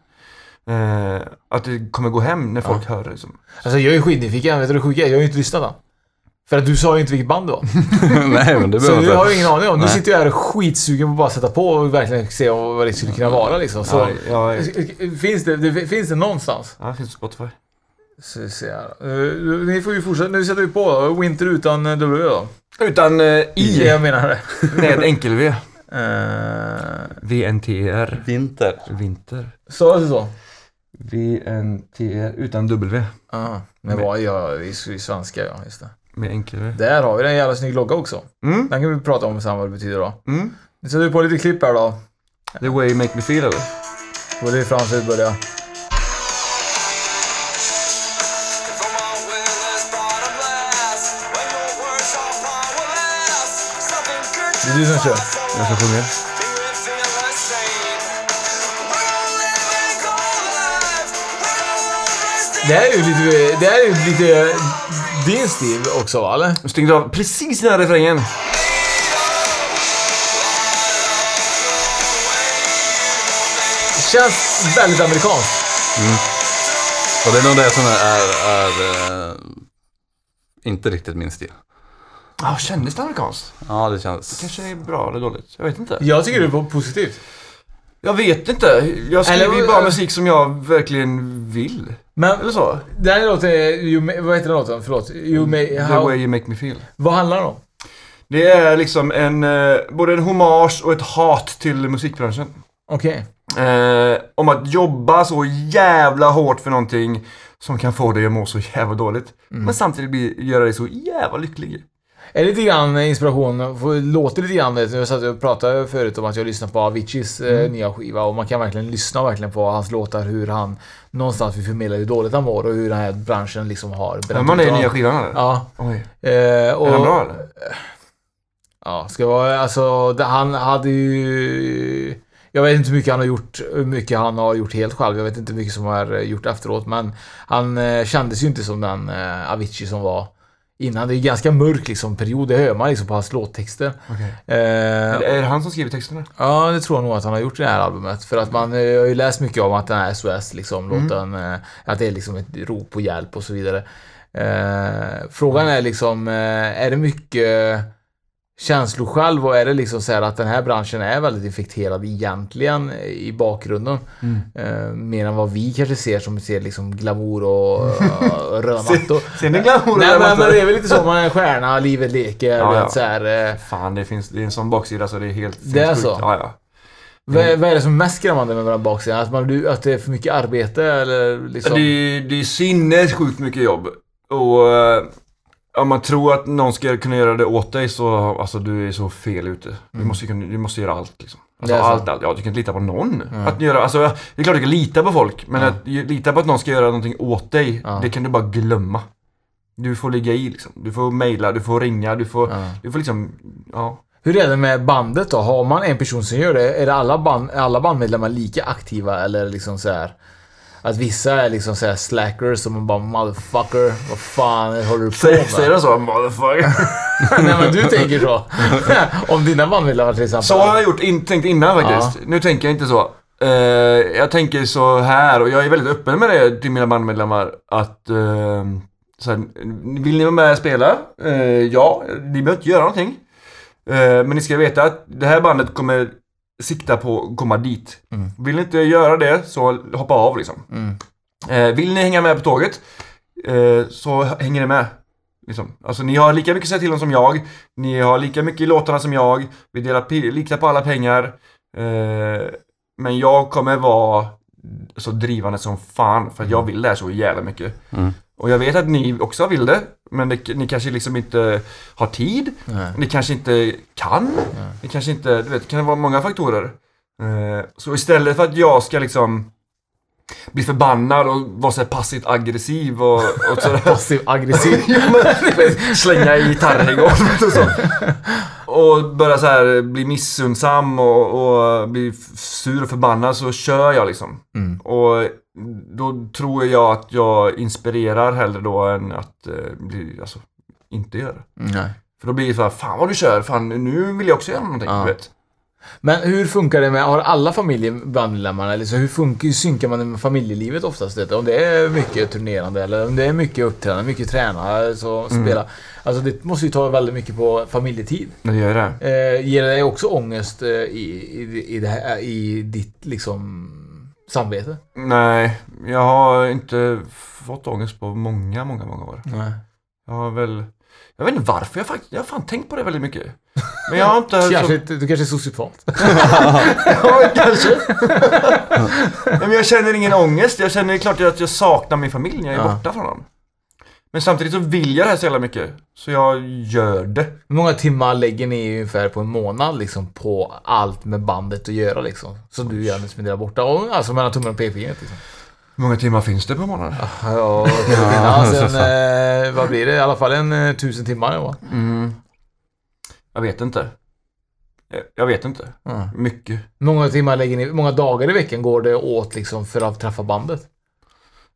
Speaker 3: Eh, att det kommer gå hem när folk hör det. Liksom.
Speaker 1: Alltså jag är skitnyfiken. Vet du det sjuka är? Jag har ju inte lyssnat då. För att du sa ju inte vilket band det var.
Speaker 2: Nej, men det
Speaker 1: Så
Speaker 2: behöver
Speaker 1: du har
Speaker 2: inte.
Speaker 1: ju ingen aning om. Nu
Speaker 2: Nej.
Speaker 1: sitter jag här och skitsugen på att bara sätta på och verkligen se vad det skulle kunna
Speaker 2: Mm.
Speaker 1: vara liksom. Så,
Speaker 3: Ja, ja,
Speaker 1: finns, det, det, finns det någonstans?
Speaker 3: ja, det finns på Spotify.
Speaker 1: Så, så här. Eh, ni får ju fortsätta. Nu sätter vi på då. Winter utan eh, W då.
Speaker 3: Utan eh, I
Speaker 1: Jag menar det.
Speaker 3: med enkel-V.
Speaker 1: Eh,
Speaker 3: VNTR.
Speaker 2: Vinter.
Speaker 3: E Vinter.
Speaker 1: Sa du så?
Speaker 3: VNTR E utan W.
Speaker 1: Ja, men vad, ja, vi är ju svenska ja, just det.
Speaker 3: Med enkel-V.
Speaker 1: Där har vi den jävla snygg logga också.
Speaker 3: Mm,
Speaker 1: Den kan vi prata om sen vad det betyder då.
Speaker 3: mm.
Speaker 1: Nu sätter vi på lite klipp här då.
Speaker 3: The way you make me feel eller?
Speaker 1: Då är det Frans som börjar.
Speaker 5: From our will is bottomless. When your words are powerless, something good
Speaker 1: Det är du som kör.
Speaker 3: Jag ska sjunga.
Speaker 5: do it feel insane. We're living our lives. We're always
Speaker 1: Det här är ju lite, det här är ju lite din stil också va, eller?
Speaker 3: Jag stängde av precis den här refrängen.
Speaker 1: Känns väldigt amerikanskt.
Speaker 2: Och det är nog det som är, är, eh, inte riktigt min stil.
Speaker 3: Ah, kändes det amerikanskt?
Speaker 2: Ja, det känns...
Speaker 3: Kanske är bra eller dåligt. Jag vet inte.
Speaker 1: Jag tycker det är positivt.
Speaker 3: Jag vet inte. Jag skriver
Speaker 1: Eller-
Speaker 3: ju bara musik som jag verkligen vill.
Speaker 1: Men
Speaker 3: Eller så.
Speaker 1: den här låten, är you may, vad heter den låten? Förlåt. You may,
Speaker 3: The
Speaker 1: how,
Speaker 3: way Mm, you make me feel.
Speaker 1: vad handlar den om?
Speaker 3: Det är liksom en, eh, både en hommage och ett hat till musikbranschen.
Speaker 1: Okej.
Speaker 3: Eh, om att jobba så jävla hårt för någonting som kan få dig att må så jävla dåligt. Men samtidigt bli, göra dig så jävla lycklig.
Speaker 1: Är det lite grann inspiration, får- låter lite grann det. Jag satt och pratade förut om att jag lyssnar på Aviciis eh,
Speaker 3: Mm.
Speaker 1: nya skiva och man kan verkligen lyssna verkligen på hans låtar, hur han någonstans vill förmedla hur dåligt han mår och hur den här branschen liksom har
Speaker 3: Men man är i
Speaker 1: honom.
Speaker 3: nya skivan eller?
Speaker 1: Ja.
Speaker 3: Oj.
Speaker 1: Eh, och,
Speaker 3: Är den bra eller?
Speaker 1: Ja, ska vara, alltså, det, han hade ju... Jag vet inte hur mycket han har gjort, hur mycket han har gjort helt själv. Jag vet inte hur mycket som är eh, gjort efteråt. Men han eh, kändes ju inte som den eh, Avicii som var innan. Det är ju ganska mörk liksom, period, det hör man liksom på hans låttexter.
Speaker 3: Okej.
Speaker 1: Eh,
Speaker 3: Är det han som skriver texterna?
Speaker 1: Ja, det tror jag nog att han har gjort i det här albumet. För att man eh, jag har ju läst mycket om att den här SOS, liksom,
Speaker 3: Mm.
Speaker 1: låten, eh, att det är liksom ett rop på hjälp och så vidare. Eh, frågan är liksom, eh, är det mycket känslor själv och är det liksom så här att den här branschen är väldigt infekterad egentligen eh, i bakgrunden?
Speaker 3: Mm.
Speaker 1: Eh, mer än vad vi kanske ser som ser liksom glamour och eh, rödmattor.
Speaker 3: Ser ni glamour?
Speaker 1: Nej men, men
Speaker 3: eller?
Speaker 1: det är väl lite så, man är en stjärna, livet leker,
Speaker 3: Ja,
Speaker 1: ja,
Speaker 3: ja.
Speaker 1: Så här, eh,
Speaker 3: Fan, det finns det är en sån baksida så det är helt
Speaker 1: Det är
Speaker 3: sinnessjukt.
Speaker 1: så?
Speaker 3: Ja, ja.
Speaker 1: Vad är, vad är det som är mest skrämmande med våra baksidan? Att, man, blir- att det är för mycket arbete eller liksom...
Speaker 3: Det, är- det är sinnessjukt mycket jobb. Och eh, om man tror att någon ska kunna göra det åt dig så, alltså du är så fel ute. Du, måste, ju kunna- du måste göra allt liksom. Alltså,
Speaker 1: Mm. Det är så.
Speaker 3: allt, allt. Ja, du kan inte lita på någon. Att göra, alltså, det är klart du kan lita på folk, men att ju- lita på att någon ska göra någonting åt dig,
Speaker 1: Ja.
Speaker 3: det kan du bara glömma. Du får ligga i liksom. Du får mejla, du får ringa, du får,
Speaker 1: Ja.
Speaker 3: du får liksom, ja.
Speaker 1: Hur är det med bandet då? Har man en person som gör det? Är det alla, band, är alla bandmedlemmar lika aktiva eller liksom så här? Att vissa är liksom så här slackers som man bara 'motherfucker, vad fan håller du på
Speaker 3: Säg, säg
Speaker 1: med?'
Speaker 3: det så, motherfucker.
Speaker 1: Nej men du tänker så. Om dina bandmedlemmar till exempel.
Speaker 3: Så har jag gjort in, tänkt innan faktiskt. Nu tänker jag inte så. Eh, jag tänker så här och jag är väldigt öppen med det till mina bandmedlemmar att eh, så här, vill ni vara med och spela? Eh, ja, ni behöver inte göra någonting. Eh, men ni ska veta att det här bandet kommer sikta på att komma dit.
Speaker 1: Mm.
Speaker 3: Vill ni inte göra det så hoppa av liksom.
Speaker 1: Mm.
Speaker 3: Eh, vill ni hänga med på tåget eh, så hänger ni med. Liksom. Alltså ni har lika mycket att säga till om som jag. Ni har lika mycket i låtarna som jag. Vi delar pi- lika på alla pengar. Eh, men jag kommer vara så drivande som fan för att jag vill det här så jävla mycket.
Speaker 2: Mm.
Speaker 3: Och jag vet att ni också vill det. Men det, ni kanske liksom inte har tid.
Speaker 1: Nej.
Speaker 3: Ni kanske inte kan. Ni kanske inte, du vet, det kan vara många faktorer. Eh, så istället för att jag ska liksom bli förbannad och vara så här passivt aggressiv och, och sådär.
Speaker 1: Passiv aggressiv.
Speaker 3: Ja, men, slänga i gitarren i golvet och så. Och börja så här bli missunnsam och, och bli f- sur och förbannad så kör jag liksom.
Speaker 1: Mm.
Speaker 3: Och då tror jag att jag inspirerar hellre då än att eh, bli, alltså, inte göra det.
Speaker 1: Nej.
Speaker 3: För då blir det så här, fan vad du kör, fan nu vill jag också göra någonting.
Speaker 1: Ja.
Speaker 3: Du vet.
Speaker 1: Men hur funkar det med, har alla familjer bandmedlemmar eller så? Hur funkar, hur synkar man med familjelivet oftast? Vet du? Om det är mycket turnerande eller om det är mycket uppträdande, mycket träna, så spela. Alltså det måste ju ta väldigt mycket på familjetid.
Speaker 3: Men det gör ju det.
Speaker 1: Eh, ger det dig också ångest eh, i, i, i, det här, i ditt liksom samvete?
Speaker 3: Nej, jag har inte fått ångest på många, många, många år.
Speaker 1: Nej.
Speaker 3: Jag har väl... Jag vet inte varför, jag har, fakt- jag har fan tänkt på det väldigt mycket. Men jag har inte...
Speaker 1: Kanske, du kanske är sociopat?
Speaker 3: Ja, kanske. Nej, men jag känner ingen ångest. Jag känner klart att jag saknar min familj när jag är
Speaker 1: Ja.
Speaker 3: borta från dem. Men samtidigt så vill jag det här så jävla mycket. Så jag gör det.
Speaker 1: Hur många timmar lägger ni ungefär på en månad liksom på allt med bandet att göra liksom? Som du gärna spenderar borta, och, alltså mellan tummen och pekfingret liksom.
Speaker 3: Hur många timmar finns det på månaden?
Speaker 1: Ja, ja sen, eh, vad blir det? I alla fall en eh, tusen timmar va?
Speaker 3: Mm. Jag vet inte. Jag- Jag vet inte.
Speaker 1: Mm.
Speaker 3: Mycket.
Speaker 1: Många timmar lägger ni, många dagar i veckan går det åt liksom för att träffa bandet?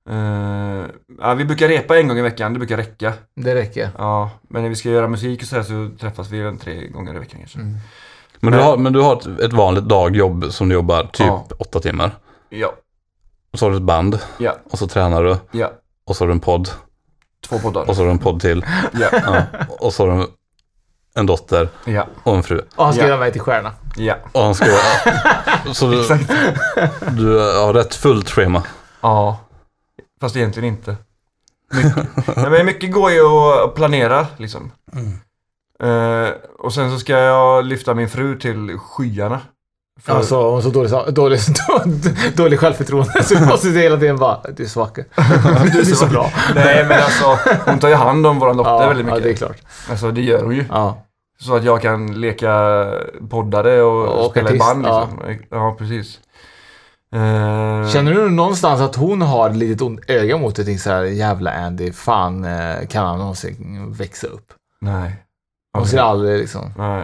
Speaker 3: Eh, ja, vi brukar repa en gång i veckan, det brukar räcka.
Speaker 1: Det räcker.
Speaker 3: Ja, men när vi ska göra musik och så här så träffas vi en tre gånger i veckan
Speaker 1: Mm.
Speaker 3: kanske.
Speaker 2: Men du har, men du har ett, ett vanligt dagjobb som du jobbar typ
Speaker 3: Ja.
Speaker 2: åtta timmar.
Speaker 3: Ja,
Speaker 2: Och så har du ett band.
Speaker 3: Ja.
Speaker 2: Och så tränar du.
Speaker 3: ja.
Speaker 2: Och så har du en podd.
Speaker 3: Två poddar.
Speaker 2: Och så har du en podd till.
Speaker 3: Ja,
Speaker 2: Ja. Och så har du en dotter
Speaker 3: ja,
Speaker 2: och en fru.
Speaker 1: Och han ska
Speaker 3: Ja.
Speaker 1: göra mig till stjärna.
Speaker 3: ja.
Speaker 2: Och han ska... Så
Speaker 1: Mm.
Speaker 2: du,
Speaker 3: Exakt.
Speaker 2: du har rätt fullt schema.
Speaker 3: Ja. Fast egentligen inte. Mycket. Nej, men mycket går ju att planera liksom.
Speaker 1: Mm.
Speaker 3: Eh, och sen så ska jag lyfta min fru till skyarna. För-
Speaker 1: Alltså hon har så dålig, sa- dålig, dålig självförtroende så vi måste hela tiden bara Du är så vacker. Du är så bra.
Speaker 3: Nej men alltså, hon tar ju hand om våran dotter
Speaker 1: Ja,
Speaker 3: väldigt
Speaker 1: ja,
Speaker 3: mycket.
Speaker 1: det är klart.
Speaker 3: Alltså det gör hon ju.
Speaker 1: Ja.
Speaker 3: Så att jag kan leka poddare och,
Speaker 1: Och
Speaker 3: spela i
Speaker 1: artist,
Speaker 3: band liksom. Ja, precis. Eh,
Speaker 1: Känner du någonstans att hon har ett litet ont öga mot dig? Tänker Så här, jävla Andy, fan eh, kan han någonsin växa upp?
Speaker 3: Nej.
Speaker 1: Hon ser aldrig liksom...
Speaker 3: Nej.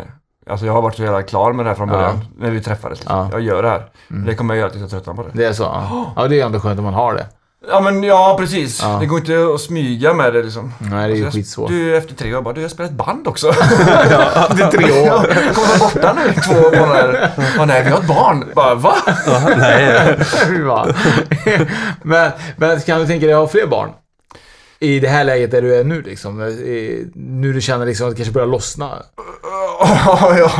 Speaker 3: Alltså jag har varit så jävla klar med det här från
Speaker 1: Ja.
Speaker 3: början. När vi träffades. Liksom.
Speaker 1: Ja. Mm.
Speaker 3: Jag gör det här. Det kommer jag göra tills jag tröttnar på det.
Speaker 1: Det är så? Ja, ja det är ändå skönt om man har det.
Speaker 3: Ja men ja, precis.
Speaker 1: Ja.
Speaker 3: Det går inte att smyga med det liksom.
Speaker 1: Nej, det är ju
Speaker 3: Alltså, jag-
Speaker 1: skitsvårt.
Speaker 3: Du, efter tre år bara, du jag spelar ett band också.
Speaker 1: Det är tre
Speaker 3: Ja, Kommer vara borta nu i två månader. Ja, nej, vi har ett barn. Bara, va?
Speaker 2: Nej,
Speaker 1: Fy fan. men, men kan du tänka dig att ha fler barn? I det här läget där du är nu liksom. I- Nu du känner liksom att det kanske börjar lossna.
Speaker 3: Ja, jag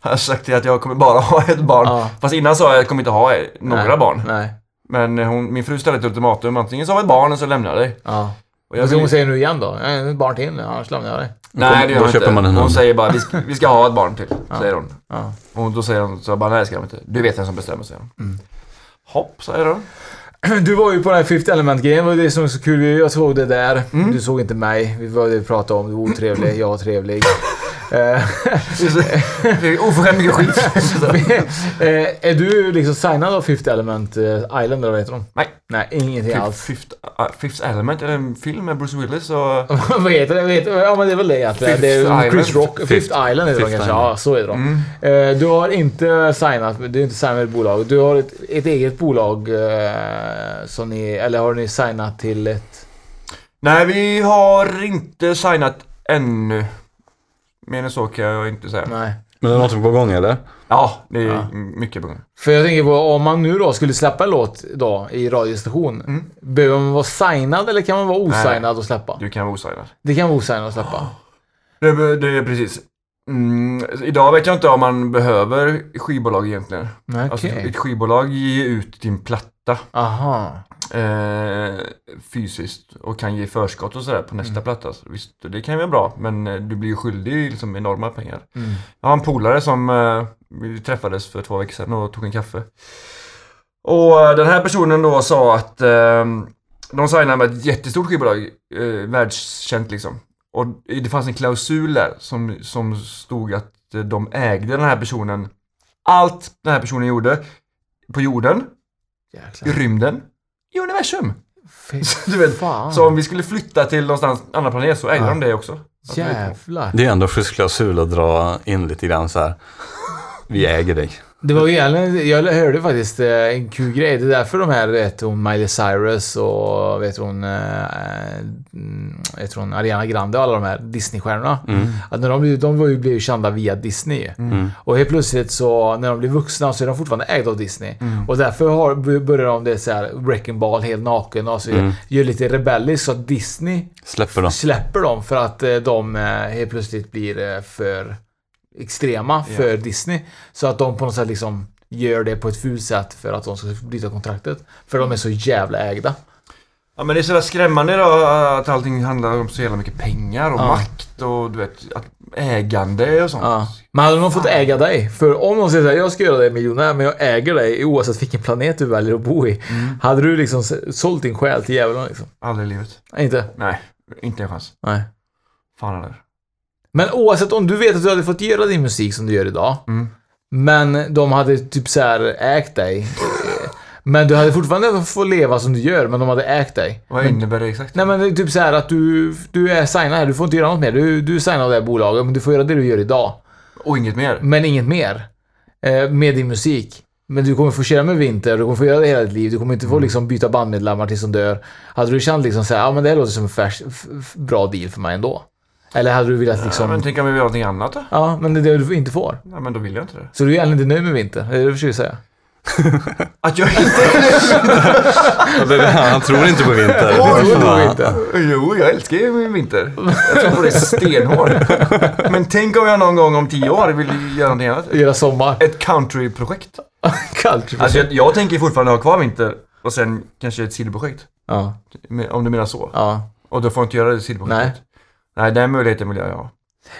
Speaker 3: har sagt till att jag kommer bara ha ett barn.
Speaker 1: Ja.
Speaker 3: Fast innan sa jag att jag kommer inte ha några
Speaker 1: Nej.
Speaker 3: barn.
Speaker 1: Nej.
Speaker 3: Men hon, min fru ställde ett ultimatum. Antingen så har vi ett barn eller så lämnar jag dig.
Speaker 1: Ja.
Speaker 3: Och jag
Speaker 1: Vad ska
Speaker 3: vill-
Speaker 1: hon säga nu igen då? Jag har ett barn till, annars lämnar jag dig.
Speaker 3: Nej, det gör
Speaker 2: Då
Speaker 3: hon inte.
Speaker 2: köper man en
Speaker 3: hon
Speaker 2: hund.
Speaker 3: säger bara, vi ska, vi ska ha ett barn till. Säger hon.
Speaker 1: Ja.
Speaker 3: Och då säger hon, så jag bara, nej det ska de inte. Du vet vem som bestämmer, säger hon.
Speaker 1: Mm.
Speaker 3: Hopp, säger hon.
Speaker 1: Du var ju på den här Fifth Element-grejen. Det var ju det som var så kul. Jag såg det där.
Speaker 3: Mm.
Speaker 1: Du såg inte mig. Vi var det vi pratade om. Du var otrevlig. Jag var trevlig. Eh,
Speaker 3: Det är Oförskämt mycket skit.
Speaker 1: eh, är du liksom signad av Fifth Element eh, Island eller vad heter de?
Speaker 3: Nej.
Speaker 1: Nej, ingenting
Speaker 3: Typ
Speaker 1: alls.
Speaker 3: Fifth, uh, Fifth Element, är det en film med Bruce Willis och...
Speaker 1: Vad heter det? Vad heter det? Ja men det är väl det egentligen.
Speaker 3: Fifth
Speaker 1: det är ju Chris
Speaker 3: Island.
Speaker 1: Rock. Fifth, Island heter de
Speaker 2: Fifth
Speaker 1: kanske.
Speaker 2: Island.
Speaker 1: Ja, så är
Speaker 3: Mm.
Speaker 1: de. Eh, du har inte signat, du är inte signat med ett bolag. Du har ett, ett eget bolag eh, som ni, eller har ni signat till ett...
Speaker 3: Nej, vi har inte signat ännu. Mer än så kan jag inte säga.
Speaker 1: Nej.
Speaker 2: men är det något på gång eller?
Speaker 3: Ja, det är
Speaker 1: Ja.
Speaker 3: mycket på gång.
Speaker 1: För jag tänker på om man nu då skulle släppa en låt då i radiostation. Behöver man vara signad eller kan man vara osignad och släppa?
Speaker 3: Du kan vara osignad.
Speaker 1: Det kan vara osignad och släppa.
Speaker 3: Det, det är precis. Mm, idag vet jag inte om man behöver skivbolag egentligen.
Speaker 1: Okej.
Speaker 3: Alltså, ett skivbolag ger ut din platta
Speaker 1: Aha.
Speaker 3: eh, fysiskt och kan ge förskott och sådär på nästa
Speaker 1: Mm.
Speaker 3: platta. Så visst, det kan ju vara bra, men eh, du blir ju skyldig liksom, enorma pengar.
Speaker 1: Mm.
Speaker 3: Jag har en polare som eh, vi träffades för två veckor sedan och tog en kaffe. Och eh, den här personen då sa att eh, de signade med ett jättestort skivbolag, eh, världskänt liksom. Och det fanns en klausul där som, som stod att eh, de ägde den här personen. Allt den här personen gjorde på jorden, i
Speaker 1: Jäklar.
Speaker 3: rymden, universum.
Speaker 1: Fy
Speaker 3: Du vet,
Speaker 1: fan.
Speaker 3: så om vi skulle flytta till någonstans, annan planet, så ägde de det också.
Speaker 1: Jävlar.
Speaker 2: Det är ändå schysst klausul att dra in lite grann så här. Vi äger dig.
Speaker 1: Det var ju egentligen, jag hörde faktiskt eh, en kul grej. Det är därför de här, vet hon, Miley Cyrus och vet hon, eh, mm, vet hon Ariana Grande och alla de här Disney-stjärnorna. Att när de, blev- de var ju, blev ju kända via Disney. Och helt plötsligt så, när de blir vuxna så är de fortfarande ägda av Disney. Och därför har, b- börjar de det så här, wrecking ball helt naken och så vidare. Gör lite rebelliskt så att Disney
Speaker 2: Släpper dem.
Speaker 1: släpper dem för att eh, de eh, helt plötsligt blir eh, för extrema för Disney. Så att de på något sätt liksom gör det på ett fult sätt för att de ska bryta kontraktet. För de är så jävla ägda.
Speaker 3: Ja men det är sådär skrämmande då att allting handlar om så jävla mycket pengar och
Speaker 1: Ja.
Speaker 3: makt och du vet, att ägande och sånt.
Speaker 1: Ja. Men hade de fått äga dig? För om de säger såhär, jag ska göra dig miljonär men jag äger dig oavsett vilken planet du väljer att bo i. Hade du liksom s- sålt din själ till djävulen liksom?
Speaker 3: Aldrig i livet.
Speaker 1: Nej, Inte?
Speaker 3: Nej, inte en chans.
Speaker 1: Nej.
Speaker 3: Fan heller.
Speaker 1: Men oavsett om du vet att du hade fått göra din musik som du gör idag.
Speaker 3: Mm.
Speaker 1: Men de hade typ så här ägt dig. eh, men du hade fortfarande fått leva som du gör, men de hade ägt dig.
Speaker 3: Vad innebär det exakt?
Speaker 1: Nej men det är typ så här att du, du är signad här, du får inte göra något mer. Du, du är signad av det här bolaget, men du får göra det du gör idag.
Speaker 3: Och inget mer?
Speaker 1: Men inget mer. Eh, med din musik. Men du kommer få köra med Vinter, du kommer få göra det hela ditt liv. Du kommer inte få
Speaker 3: Mm.
Speaker 1: liksom byta bandmedlemmar tills de dör. Hade du känt liksom så här, ja men det här låter som en färs, f- f- bra deal för mig ändå. Eller hade du velat
Speaker 3: Ja, men typ
Speaker 1: liksom...
Speaker 3: tänk om vi vill ha någonting annat då?
Speaker 1: Ja, men det är det du inte får.
Speaker 3: Nej men då vill jag inte det.
Speaker 1: Så du är egentligen inte nöjd med Vinter, det är det du försöker säga.
Speaker 3: Att jag inte...
Speaker 2: Det är det här, Han tror inte på vinter.
Speaker 1: Det
Speaker 2: Det är
Speaker 1: tror
Speaker 2: fan.
Speaker 1: du inte.
Speaker 3: jo, jag älskar ju min vinter. Jag tror på det stenhårt. Men tänk om jag någon gång om tio år vill göra någonting annat.
Speaker 1: Göra sommar.
Speaker 3: Ett countryprojekt.
Speaker 1: Kallt.
Speaker 3: Alltså jag, jag tänker fortfarande ha kvar vinter och sen kanske ett sidoprojekt.
Speaker 1: Ja.
Speaker 3: Men- Om du menar så.
Speaker 1: ja.
Speaker 3: Och då får jag inte göra det sidoprojektet. Nej. Nej, den möjligheten vill jag ha.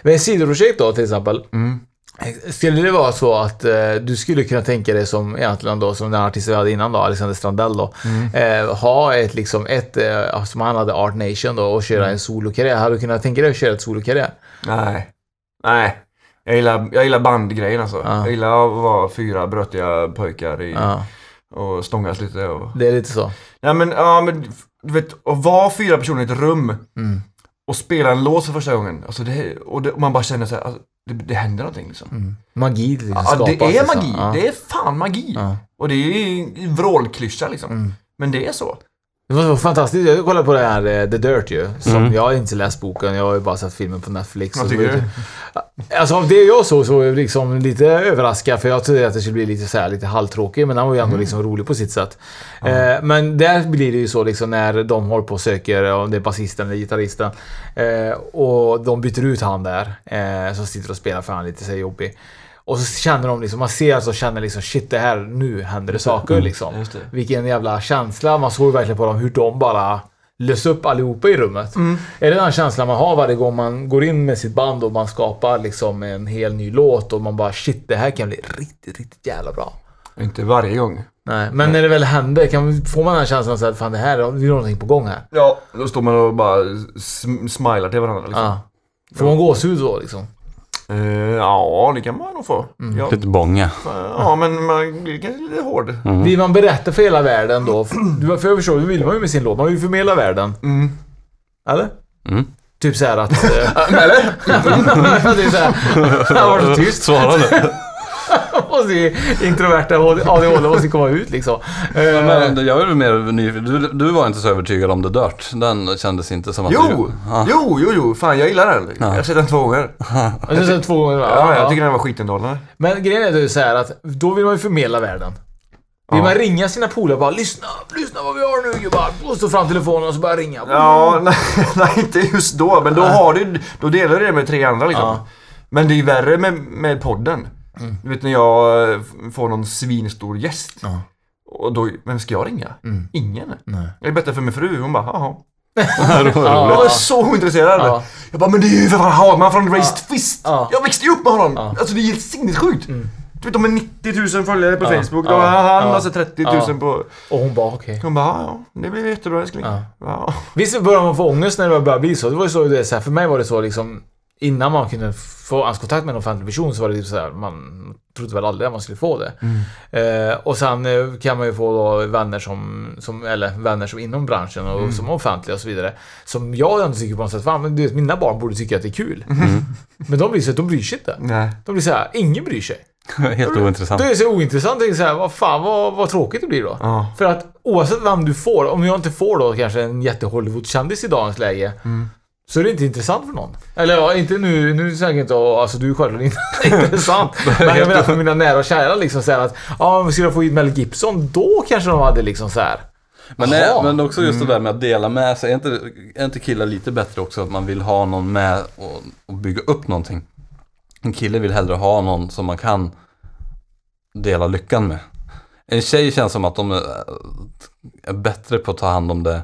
Speaker 1: Men sidoprojekt då till exempel.
Speaker 3: Mm.
Speaker 1: Skulle det vara så att eh, du skulle kunna tänka dig som egentligen då, som den artisten vi hade innan då, Alexander Strandell då.
Speaker 3: Mm.
Speaker 1: Eh, ha ett liksom, ett, eh, som han hade Art Nation då och köra
Speaker 3: Mm.
Speaker 1: en solokarriär. Hade du kunnat tänka dig att köra ett solokarriär?
Speaker 3: Nej. Nej. Jag gillar, jag gillar bandgrejen alltså.
Speaker 1: Ja.
Speaker 3: Jag gillar att vara fyra brötiga pojkar i,
Speaker 1: Ja,
Speaker 3: och stångas lite och...
Speaker 1: det är lite så.
Speaker 3: Nej men, ja men du vet, att vara fyra personer i ett rum
Speaker 1: Mm.
Speaker 3: och spela en låt för första gången. Alltså det, och, det, och man bara känner så här, alltså, det, det händer någonting liksom.
Speaker 1: Magi liksom
Speaker 3: Ja, det
Speaker 1: Mm. skapas,
Speaker 3: är
Speaker 1: liksom.
Speaker 3: magi.
Speaker 1: Ja.
Speaker 3: Det är fan magi.
Speaker 1: Ja. Mm.
Speaker 3: Och det är ju en vrålklyscha liksom. Men det är så.
Speaker 1: Det var så fantastiskt. Jag kollade på det här eh, The Dirt ju. Som Jag har inte läst boken, jag har ju bara sett filmen på Netflix.
Speaker 3: Mm. Vad
Speaker 1: Så det
Speaker 3: tycker
Speaker 1: var ju- Alltså av det jag såg så var jag liksom lite överraskad för jag trodde att det skulle bli lite så här, lite halvtråkig men den var ju
Speaker 3: Mm.
Speaker 1: ändå liksom rolig på sitt sätt. Eh, men där blir det ju så liksom när de håller på och söker, om det är basisten eller gitarristen. Eh, och de byter ut han där eh, som sitter och spelar för han är lite så här jobbig. Och så känner de liksom, man ser alltså och känner liksom shit det här, nu händer det saker liksom.
Speaker 3: Just det.
Speaker 1: Vilken jävla känsla. Man såg verkligen på dem hur de bara lös upp allihopa i rummet. Är det den känslan man har varje gång man går in med sitt band och man skapar liksom en hel ny låt och man bara shit det här kan bli riktigt, riktigt jävla bra.
Speaker 3: Inte varje gång.
Speaker 1: Nej, men när det väl händer kan, får man den här känslan så att fan det här, vi har någonting på gång här.
Speaker 3: Ja, då står man och bara sm- smilar till varandra liksom.
Speaker 1: Ja. Får man gåshud då liksom?
Speaker 3: Eh, ja, det kan man nog få. Ja,
Speaker 2: Lite bånga.
Speaker 3: ja, men man blir kanske lite hård.
Speaker 1: Vill man berätta för hela världen då? Du- För jag förstår, det vill man ju med sin låt. Man vill ju förmedla världen. Eller?
Speaker 2: Mm.
Speaker 1: Typ såhär att... Eller? typ såhär... Han var så tyst.
Speaker 2: Svara nu.
Speaker 1: Och se introverta ADHD måste komma ut liksom. Eh,
Speaker 2: Men jag är väl mer nyfiken. Du, du var inte så övertygad om The Dirt. Den kändes inte som att
Speaker 3: Jo!
Speaker 2: du... Ja.
Speaker 3: Jo, jo, jo. Fan, jag gillar den. Jag har sett den två gånger.
Speaker 1: Jag har sett två gånger va?
Speaker 3: Ja, jag tycker den var skitunderhållande.
Speaker 1: Men grejen är ju så här att då vill man ju förmedla världen. Vill man ringa sina polare och bara lyssna, lyssna vad vi har nu gubbar. Och så fram telefonen och så bara ringa.
Speaker 3: Ja,
Speaker 1: Mm.
Speaker 3: nej, nej, inte just då. Men då, har du, då delar du det med tre andra liksom.
Speaker 1: Ja. Mm.
Speaker 3: Men det är ju värre med, med podden. Du vet när jag eh, får någon svinstor gäst.
Speaker 1: Ja. Mm.
Speaker 3: Och då, vem ska jag ringa? Ingen.
Speaker 1: Nej.
Speaker 3: Jag berättade för min fru, hon bara jaha.
Speaker 2: Det var roligt.
Speaker 3: Jag
Speaker 1: Ja.
Speaker 3: var så ointresserad.
Speaker 1: Ja.
Speaker 3: Jag bara, men det är ju för fan Hagman från Raised Fist.
Speaker 1: Ja.
Speaker 3: Jag växte ju upp med honom.
Speaker 1: Ja. Mm.
Speaker 3: Alltså det är helt sinnessjukt. Du vet de har 90 000 följare på
Speaker 1: Ja.
Speaker 3: Facebook.
Speaker 1: Ja.
Speaker 3: Ja. Han
Speaker 1: Ja.
Speaker 3: har alltså 30 000
Speaker 1: Ja.
Speaker 3: på...
Speaker 1: Och hon bara okej.
Speaker 3: Hon bara, ja, ja, det blir jättebra älskling.
Speaker 1: Ja.
Speaker 3: Ja.
Speaker 1: Visst börjar man få ångest när det börjar bli så. Det var ju så det är så här, för mig var det så liksom innan man kunde få ens kontakt med en offentlig person så var det typ så här, man trodde väl aldrig att man skulle få det. Eh, och sen eh, kan man ju få då vänner som, som eller vänner som inom branschen och som är offentliga och så vidare. Som jag ändå tycker på något sätt, fan, men du vet, mina barn borde tycka att det är kul. Men de blir så de bryr sig inte.
Speaker 3: Nej.
Speaker 1: De blir så här, ingen bryr sig.
Speaker 2: Helt ointressant.
Speaker 1: Det är så ointressant. Det är så här, vad fan vad, vad tråkigt det blir då.
Speaker 3: Ja.
Speaker 1: För att oavsett vem du får, om jag inte får då kanske en jätte-Hollywood-kändis i dagens läge.
Speaker 2: Mm.
Speaker 1: Så är det inte intressant för någon. Eller ja, inte nu, nu säger jag inte att alltså, du är självklart inte intressant. men jag menar för mina nära och kära liksom så här att, ja om vi skulle få hit Mel Gibson, då kanske de hade liksom så här.
Speaker 2: Men, nej,
Speaker 1: Jaha.
Speaker 2: men också just det där med att dela med sig. Är inte, är inte killar lite bättre också att man vill ha någon med och, och bygga upp någonting? En kille vill hellre ha någon som man kan dela lyckan med. En tjej känns som att de är, är bättre på att ta hand om det.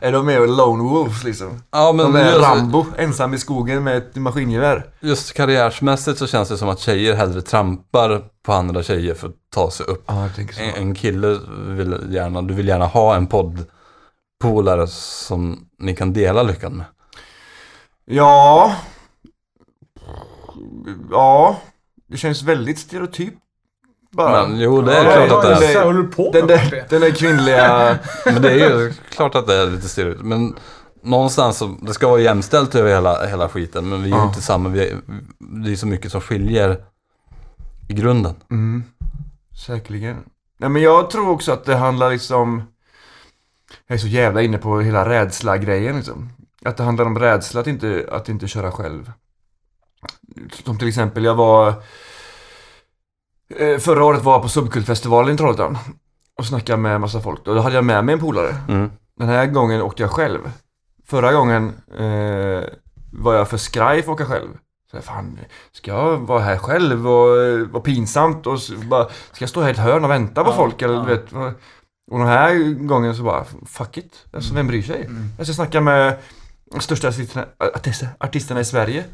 Speaker 3: Är de mer lone wolves liksom?
Speaker 2: Ja, men
Speaker 3: De är
Speaker 2: just,
Speaker 3: Rambo, ensam i skogen med ett maskingevär.
Speaker 2: just karriärsmässigt så känns det som att tjejer hellre trampar på andra tjejer för att ta sig upp.
Speaker 3: Ja, jag tänker så.
Speaker 2: En, en kille vill gärna, du vill gärna ha en poddpolare som ni kan dela lyckan med.
Speaker 3: Ja... Ja... Det känns väldigt stereotyp. Bara.
Speaker 2: Men jo, det är
Speaker 3: Ja,
Speaker 2: klart att det är.
Speaker 1: Så här, håller du på med
Speaker 3: Den
Speaker 1: det?
Speaker 3: där, den där kvinnliga...
Speaker 2: Men det är ju klart att det är lite stereotypt. Men någonstans så, det ska vara jämställt över hela, hela skiten. Men vi är ju
Speaker 3: Ja.
Speaker 2: inte samma. Vi är, det är så mycket som skiljer i grunden.
Speaker 3: Mm. Säkerligen. Nej men jag tror också att det handlar liksom... Jag är så jävla inne på hela rädsla-grejen liksom. Att det handlar om rädsla att inte, att inte köra själv. Som till exempel, jag var... eh, Förra året var jag på Subkultfestivalen i Trollhättan. Och snackade med massa folk. Och då hade jag med mig en polare. Den här gången åkte jag själv. Förra gången eh, var jag för skraj för att åka själv. Så jag, fan, ska jag vara här själv och eh, vad pinsamt och så bara, ska jag stå här i ett hörn och vänta på
Speaker 1: Ja,
Speaker 3: folk eller
Speaker 1: ja.
Speaker 3: du vet. vad- Och den här gången så bara, fuck it. Alltså vem bryr sig? Jag ska snacka med de största artisterna, artister, artisterna i Sverige.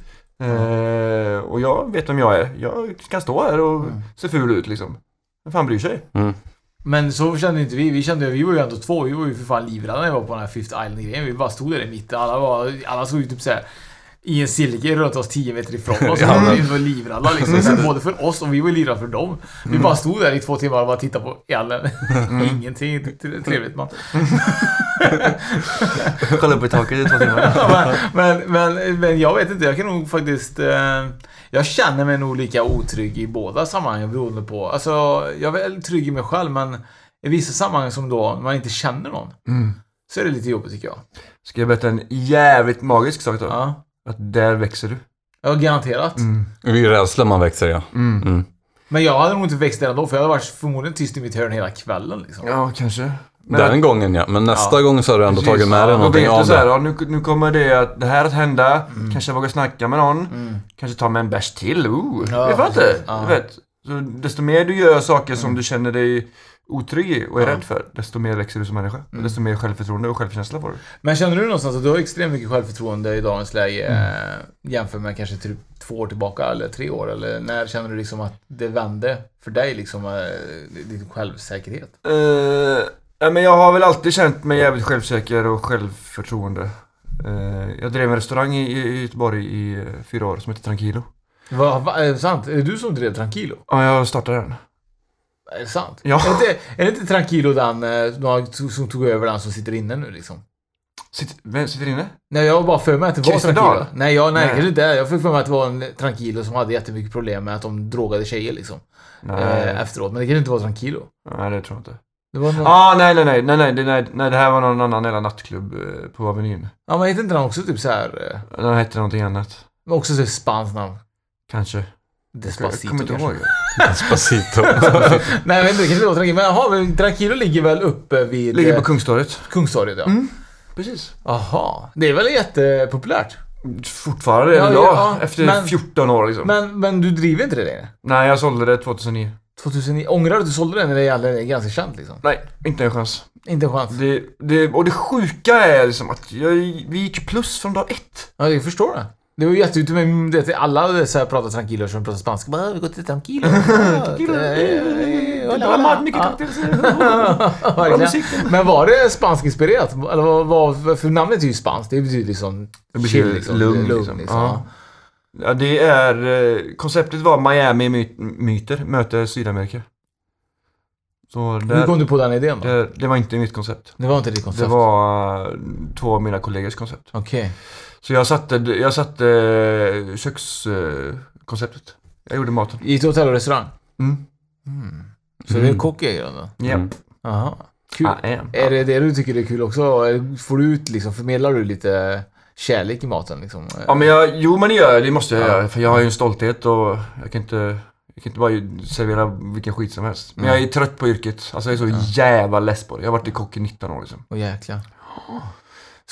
Speaker 3: Eh, och jag vet vem jag är. Jag kan stå här och se ful ut liksom. Vem fan bryr sig?
Speaker 1: Men så kände inte vi. Vi kände vi var ju ändå två. Vi var ju för fan livrädda när vi var på den här Fifth Island-grejen. Vi bara stod där i mitten. Alla, var, alla stod ju typ såhär i en cirkel runt oss 10 meter ifrån oss.
Speaker 2: Ja, men-
Speaker 1: vi var livrädda liksom. Så både för oss och vi var livrädda för dem. Vi bara stod där i två timmar och bara tittade på elden.
Speaker 2: Mm.
Speaker 1: Ingenting tre- trevligt man.
Speaker 3: Kolla upp i taket i två timmar.
Speaker 1: men, men, men, men jag vet inte, jag kan nog faktiskt... Eh, jag känner mig nog lika otrygg i båda sammanhang beroende på... Alltså, jag är väl trygg i mig själv men i vissa sammanhang som då man inte känner någon.
Speaker 3: Mm.
Speaker 1: Så är det lite jobbigt tycker jag.
Speaker 3: Ska jag berätta en jävligt magisk sak då?
Speaker 1: Ja,
Speaker 3: Att där växer du.
Speaker 1: ja garanterat.
Speaker 2: Det är ju rädsla man växer ja.
Speaker 3: Mm.
Speaker 2: Mm.
Speaker 1: Men jag hade nog inte växt där ändå för jag hade varit förmodligen tyst i mitt hörn hela kvällen liksom.
Speaker 3: Ja, kanske. Men
Speaker 2: Den gången ja. Men nästa gång så har du ändå
Speaker 3: Precis.
Speaker 2: tagit med dig
Speaker 3: Ja, då
Speaker 2: någonting
Speaker 3: vet du
Speaker 2: av
Speaker 3: så här,
Speaker 2: det.
Speaker 3: ja, nu, nu kommer det, att, det här att hända. Kanske jag vågar snacka med någon. Kanske ta med en bärs till. Ooh.
Speaker 1: Mm. Ja,
Speaker 3: det vet inte.
Speaker 1: ja.
Speaker 3: Du vet. Så desto mer du gör saker som du känner dig otrygg i och är rädd för, desto mer växer du som människa. Och desto mer självförtroende och självkänsla får du.
Speaker 1: Men känner du någonstans att du har extremt mycket självförtroende i dagens läge eh, jämfört med kanske typ två år tillbaka eller tre år? Eller när känner du liksom att det vände för dig liksom, eh, din självsäkerhet?
Speaker 3: Eh, ja, men jag har väl alltid känt mig jävligt självsäker och självförtroende. Eh, jag drev en restaurang i, i Göteborg i eh, fyra år som heter Tranquilo.
Speaker 1: Va, va, är det sant? Är det du som drev Tranquilo?
Speaker 3: Ja, jag startade den.
Speaker 1: Är det Eh, sant?
Speaker 3: Ja.
Speaker 1: Är, det inte, är det inte Tranquilo den eh, någon to- som tog över den som sitter inne nu liksom?
Speaker 3: Sitt, vem sitter inne?
Speaker 1: Nej, jag har bara för mig att det var
Speaker 3: Christer
Speaker 1: Tranquilo.
Speaker 3: Dahl?
Speaker 1: Nej, jag, nej,
Speaker 3: Nej.
Speaker 1: kanske inte. är. Jag fick för mig att det var en Tranquilo som hade jättemycket problem med att de drogade tjejer liksom.
Speaker 3: Nej,
Speaker 1: Eh, efteråt. Men det kanske inte var Tranquilo.
Speaker 3: nej det tror jag inte.
Speaker 1: Det var någon...
Speaker 3: Ah, nej, nej, nej, nej, nej, det- nej, nej, det här var någon annan jävla nattklubb eh, på Avenyn.
Speaker 1: Ja, men hette inte den också typ så här... Eh,
Speaker 3: Den hette någonting annat.
Speaker 1: men också så här spanskt namn.
Speaker 3: Kanske.
Speaker 1: Despacito
Speaker 3: jag kommer inte
Speaker 1: kanske.
Speaker 3: ihåg.
Speaker 2: Despacito.
Speaker 1: Nej, jag vet inte. Det kanske var Tranquilo. Men jaha, men Tranquilo ligger väl uppe vid
Speaker 3: Ligger på Mm.
Speaker 1: eh,
Speaker 3: Kungstorget.
Speaker 1: Kungstorget ja.
Speaker 3: Precis.
Speaker 1: Jaha. Det är väl jättepopulärt?
Speaker 3: Fortfarande
Speaker 1: Ja,
Speaker 3: än
Speaker 1: ja,
Speaker 3: idag.
Speaker 1: ja,
Speaker 3: efter
Speaker 1: men-
Speaker 3: 14 år liksom.
Speaker 1: Men, men du driver inte det längre?
Speaker 3: Nej, jag sålde det 2009.
Speaker 1: 2009. Ångrar du att du sålde den när det gäller det är ganska känt liksom?
Speaker 3: Nej, inte en chans.
Speaker 1: Inte en chans.
Speaker 3: Det, det, och det sjuka är liksom att jag, vi gick plus från dag ett.
Speaker 1: Ja, jag förstår det. Det var ju jätteute med det, alla så här pratar tranquilo som pratar spanska. Bara, vi går till tranquilo. Verkligen. Men var det spanskinspirerat? Eller vad, vad, för namnet är ju spanskt. Det betyder liksom
Speaker 3: betyder
Speaker 1: chill, liksom.
Speaker 3: lugn, liksom. Ja. Ja, det är... eh, Konceptet var Miami my myter möter Sydamerika. Så
Speaker 1: Hur kom
Speaker 3: där,
Speaker 1: du på den idén då?
Speaker 3: det, det var inte mitt koncept.
Speaker 1: Det var inte ditt koncept?
Speaker 3: Det var eh, två av mina kollegors koncept.
Speaker 1: Okej.
Speaker 3: Så jag satte, jag satte kökskonceptet. Jag gjorde maten.
Speaker 1: Gick du till hotell och restaurang?
Speaker 3: Mm. Ah,
Speaker 1: Så det är kock i grunden?
Speaker 3: Japp.
Speaker 1: Jaha. Kul.
Speaker 3: I am.
Speaker 1: Är det det du tycker är kul också? Eller Får du ut liksom, förmedlar du lite kärlek i maten liksom?
Speaker 3: Ja men jag, jo men det gör jag, det måste jag göra. För jag har ju en stolthet och jag kan inte, jag kan inte bara servera vilken skit som helst. Men jag är trött på yrket. Alltså jag är så jävla less på det. Jag har varit i kock i 19 år liksom.
Speaker 1: Åh jäklar.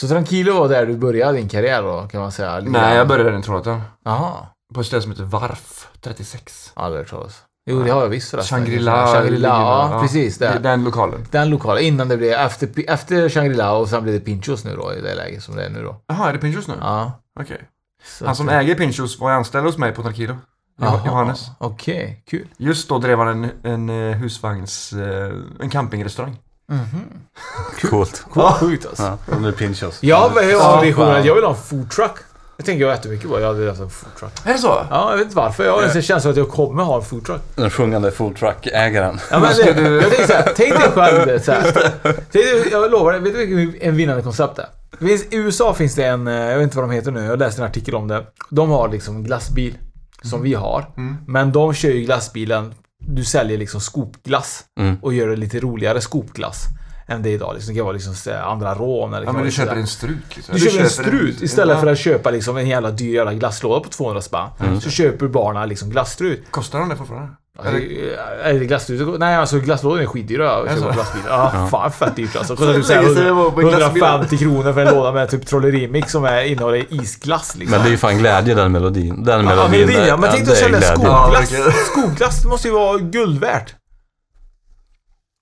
Speaker 1: Så Tranquilo var där du började din karriär då, kan man säga? Lite
Speaker 3: Nej,
Speaker 1: grann.
Speaker 3: jag började i Trollhättan.
Speaker 1: Jaha.
Speaker 3: På ett ställe som heter Varf 36.
Speaker 1: Aldrig hört talas. Jo, det har jag visst förresten.
Speaker 3: Shangri-La.
Speaker 1: Shangri-La,
Speaker 3: ligger
Speaker 1: ja,
Speaker 3: där.
Speaker 1: precis.
Speaker 3: Det är
Speaker 1: Där.
Speaker 3: Den lokalen.
Speaker 1: Den lokala, innan det blev, efter, efter Shangri-La och sen blev det Pinchos nu då i det läget som det är nu då.
Speaker 3: Jaha, är det Pinchos nu?
Speaker 1: Ja.
Speaker 3: Okej.
Speaker 1: Så
Speaker 3: Mm. Han
Speaker 1: att-
Speaker 3: som äger Pinchos var anställd hos mig på Tranquilo.
Speaker 1: Jaha,
Speaker 3: Johannes.
Speaker 1: Okej, kul.
Speaker 3: Just då drev han en, en eh, husvagns... eh, En campingrestaurang.
Speaker 2: Coolt.
Speaker 1: Coolt, sjukt alltså.
Speaker 2: Ja, och nu pinchos.
Speaker 1: Ja, men jag har
Speaker 2: Ja.
Speaker 1: visionen att jag vill ha en food truck. Det tänker jag jättemycket på. Jag hade velat ha en food truck.
Speaker 3: Är det så?
Speaker 1: Ja, jag vet inte varför. Jag har en känsla att jag kommer ha en food truck.
Speaker 2: Den sjungande foodtruck-ägaren.
Speaker 1: Ja, men
Speaker 3: ska
Speaker 1: det,
Speaker 3: du-
Speaker 1: jag tänker så här, tänk dig själv det. Så här. Tänk dig, jag lovar dig, vet du vilken en vinnande koncept är? Det finns, I USA finns det en, eh, jag vet inte vad de heter nu, jag läste en artikel om det. De har liksom glassbil, som
Speaker 3: Mm.
Speaker 1: vi har. Men de kör ju glassbilen, du säljer liksom skopglass
Speaker 3: Mm.
Speaker 1: och gör det lite roligare skopglass än det är idag. Liksom, det kan vara liksom så här, andra rån eller det
Speaker 3: Ja
Speaker 1: kan
Speaker 3: men
Speaker 1: vara
Speaker 3: du
Speaker 1: liksom så
Speaker 3: köper
Speaker 1: här-
Speaker 3: en strut liksom.
Speaker 1: du, köper en strut istället
Speaker 3: Ja. Mm.
Speaker 1: för att köpa liksom en jävla dyr jävla glasslåda på 200 spänn. Så köper barnen liksom glasstrut.
Speaker 3: Kostar de det fortfarande?
Speaker 1: Ja, det- Är det glasstrut? Nej, alltså glasslådan är skitdyra att köpa
Speaker 3: så?
Speaker 1: på glassbil. Ja, fan fett dyrt alltså. Kostar
Speaker 3: Så
Speaker 1: typ så här
Speaker 3: lägger sig det på en
Speaker 1: 100,
Speaker 3: glassbil.
Speaker 1: 150 kronor för en låda med typ trollerimix som är, innehåller isglass liksom.
Speaker 2: Men det är ju fan glädje den melodin. Den
Speaker 1: ja,
Speaker 2: melodin
Speaker 1: men,
Speaker 2: där.
Speaker 1: ja, men tänk dig att
Speaker 2: det är
Speaker 1: sälja
Speaker 2: glädje.
Speaker 3: Ja,
Speaker 1: skoglass.
Speaker 3: verkligen.
Speaker 1: Skoglass måste ju vara guld värt.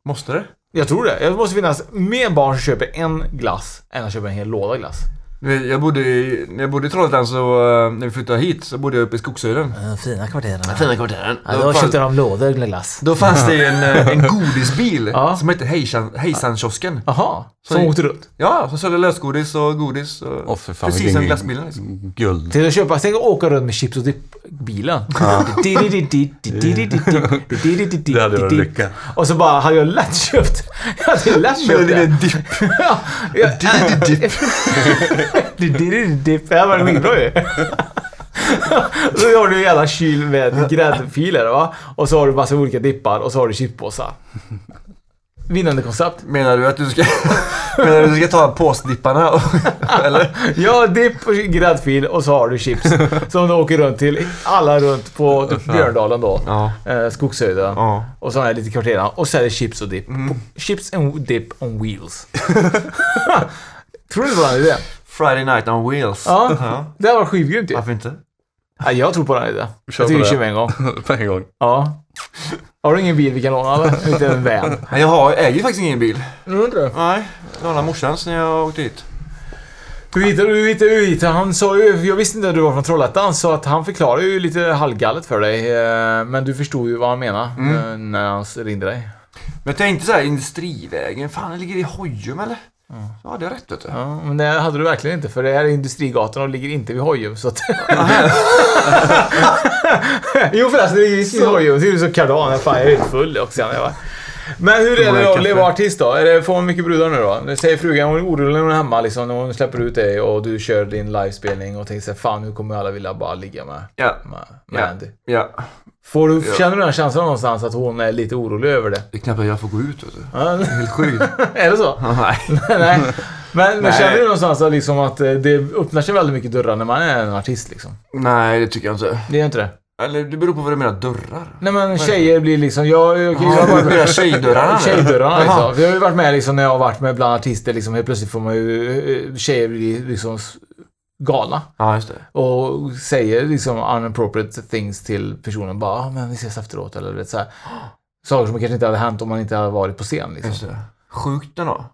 Speaker 3: Måste det?
Speaker 1: Jag tror det. Det måste finnas mer barn som köper en glass än att köpa en hel låda glass.
Speaker 3: Du vet, Jag bodde i, när jag bodde i Trollhättan så, eh, när vi flyttade hit så bodde jag uppe i Skogsöden.
Speaker 1: Fina kvarteren.
Speaker 3: Fina kvarteren.
Speaker 1: då köpte de lådor med glass.
Speaker 3: då fanns det ju en, eh, en godisbil
Speaker 1: Ja.
Speaker 3: som hette Hejsan- Hejsan-kiosken.
Speaker 1: Jaha,
Speaker 3: Så
Speaker 1: som
Speaker 3: det-
Speaker 1: åkte runt.
Speaker 3: Ja, som sålde lösgodis och godis. Och
Speaker 2: Åh, för fan,
Speaker 3: precis
Speaker 2: vilken
Speaker 3: som glassbilen liksom.
Speaker 2: Guld.
Speaker 1: Till att köpa, tänk att åka runt med chips och typ dipp-bilen.
Speaker 2: Det hade varit lycka.
Speaker 1: Och så bara, hade jag lätt köpt? Jag hade lätt köpt
Speaker 3: det är
Speaker 1: det.
Speaker 3: en dipp.
Speaker 1: Ja, jag- Dipp-dipp-dipp. Det hade varit skitbra ju. Så har du en jävla kyl med gräddfiler va? Och så har du massa olika dippar och så har du chipspåsar. Vinnande koncept.
Speaker 3: Menar du att du ska, menar du att du ska ta påsdipparna? Och, eller?
Speaker 1: Ja, dipp och gräddfil och så har du chips. Som du åker runt till. Alla runt på typ Björndalen då.
Speaker 3: Ja.
Speaker 1: Eh, Skogshöjden.
Speaker 3: Ja.
Speaker 1: Och så här lite kvarteren. Och säljer chips och dipp. På- Chips and dip on wheels. Tror du det var en idé?
Speaker 3: Friday night on wheels.
Speaker 1: Ja.
Speaker 3: Ja.
Speaker 1: Det här var skitgrymt ju.
Speaker 3: Varför inte?
Speaker 1: Ja, jag tror på den här idén. Jag
Speaker 2: Kör på
Speaker 1: tycker vi
Speaker 2: det.
Speaker 1: kör med en gång.
Speaker 2: På en gång.
Speaker 1: Ja. Har du ingen bil vi kan låna eller? Inte en van?
Speaker 3: Men jag har, äger ju faktiskt ingen bil.
Speaker 1: Undrar.
Speaker 3: Nej, jag lånade morsans när jag åkte hit.
Speaker 1: Du hittade, du hittade, du hittade. Han sa ju, jag visste inte att du var från Trollhättan, så att han förklarade ju lite halvgallet för dig. eh, Men du förstod ju vad han menade eh, när han ringde dig.
Speaker 3: Men jag tänkte så här, Industrivägen, fan den ligger i Hojum eller? Ja, det är rätt vet du.
Speaker 1: Ja, men det hade du verkligen inte, för det här är Industrigatan och ligger inte vid Hojum. Så att... jo förresten, det ligger visst vid Hojum. Det är ju så kardan. Jag fan, jag är helt full också. Jag bara. Men hur är det då att leva artist då? Är det, får man mycket brudar nu då? Nu Säger frugan, hon är orolig när hon är hemma liksom, när hon släpper ut dig och du kör din livespelning och tänker såhär, fan nu kommer alla vilja bara ligga med,
Speaker 3: Ja.
Speaker 1: med, med
Speaker 3: Ja.
Speaker 1: Andy.
Speaker 3: ja.
Speaker 1: Får du, Känner du den känslan någonstans att hon är lite orolig över det?
Speaker 3: Det är knappt att jag får gå ut vet du.
Speaker 1: Ja,
Speaker 3: Helt sjukt.
Speaker 1: är det så?
Speaker 3: Nej.
Speaker 1: Nej. Men, men
Speaker 3: Nej.
Speaker 1: känner du någonstans att, liksom att eh, det öppnar sig väldigt mycket dörrar när man är en artist liksom?
Speaker 3: Nej, det tycker jag inte.
Speaker 1: Det är inte det?
Speaker 3: Eller det beror på vad du menar, dörrar.
Speaker 1: Nej men tjejer blir liksom... Jag, jag, jag,
Speaker 3: Ja,
Speaker 1: jag
Speaker 3: du menar tjejdörrarna nu?
Speaker 1: Tjejdörrarna
Speaker 3: Jaha.
Speaker 1: liksom. Vi har ju varit med liksom, när jag har varit med bland artister liksom helt plötsligt får man ju... eh, Tjejer blir liksom s- galna.
Speaker 3: Ja, just det.
Speaker 1: Och säger liksom unappropriate things till personen. Bara ah, men vi ses efteråt eller du vet så här. Saker som kanske inte hade hänt om man inte hade varit på scen liksom.
Speaker 3: Just det. Sjukt ändå.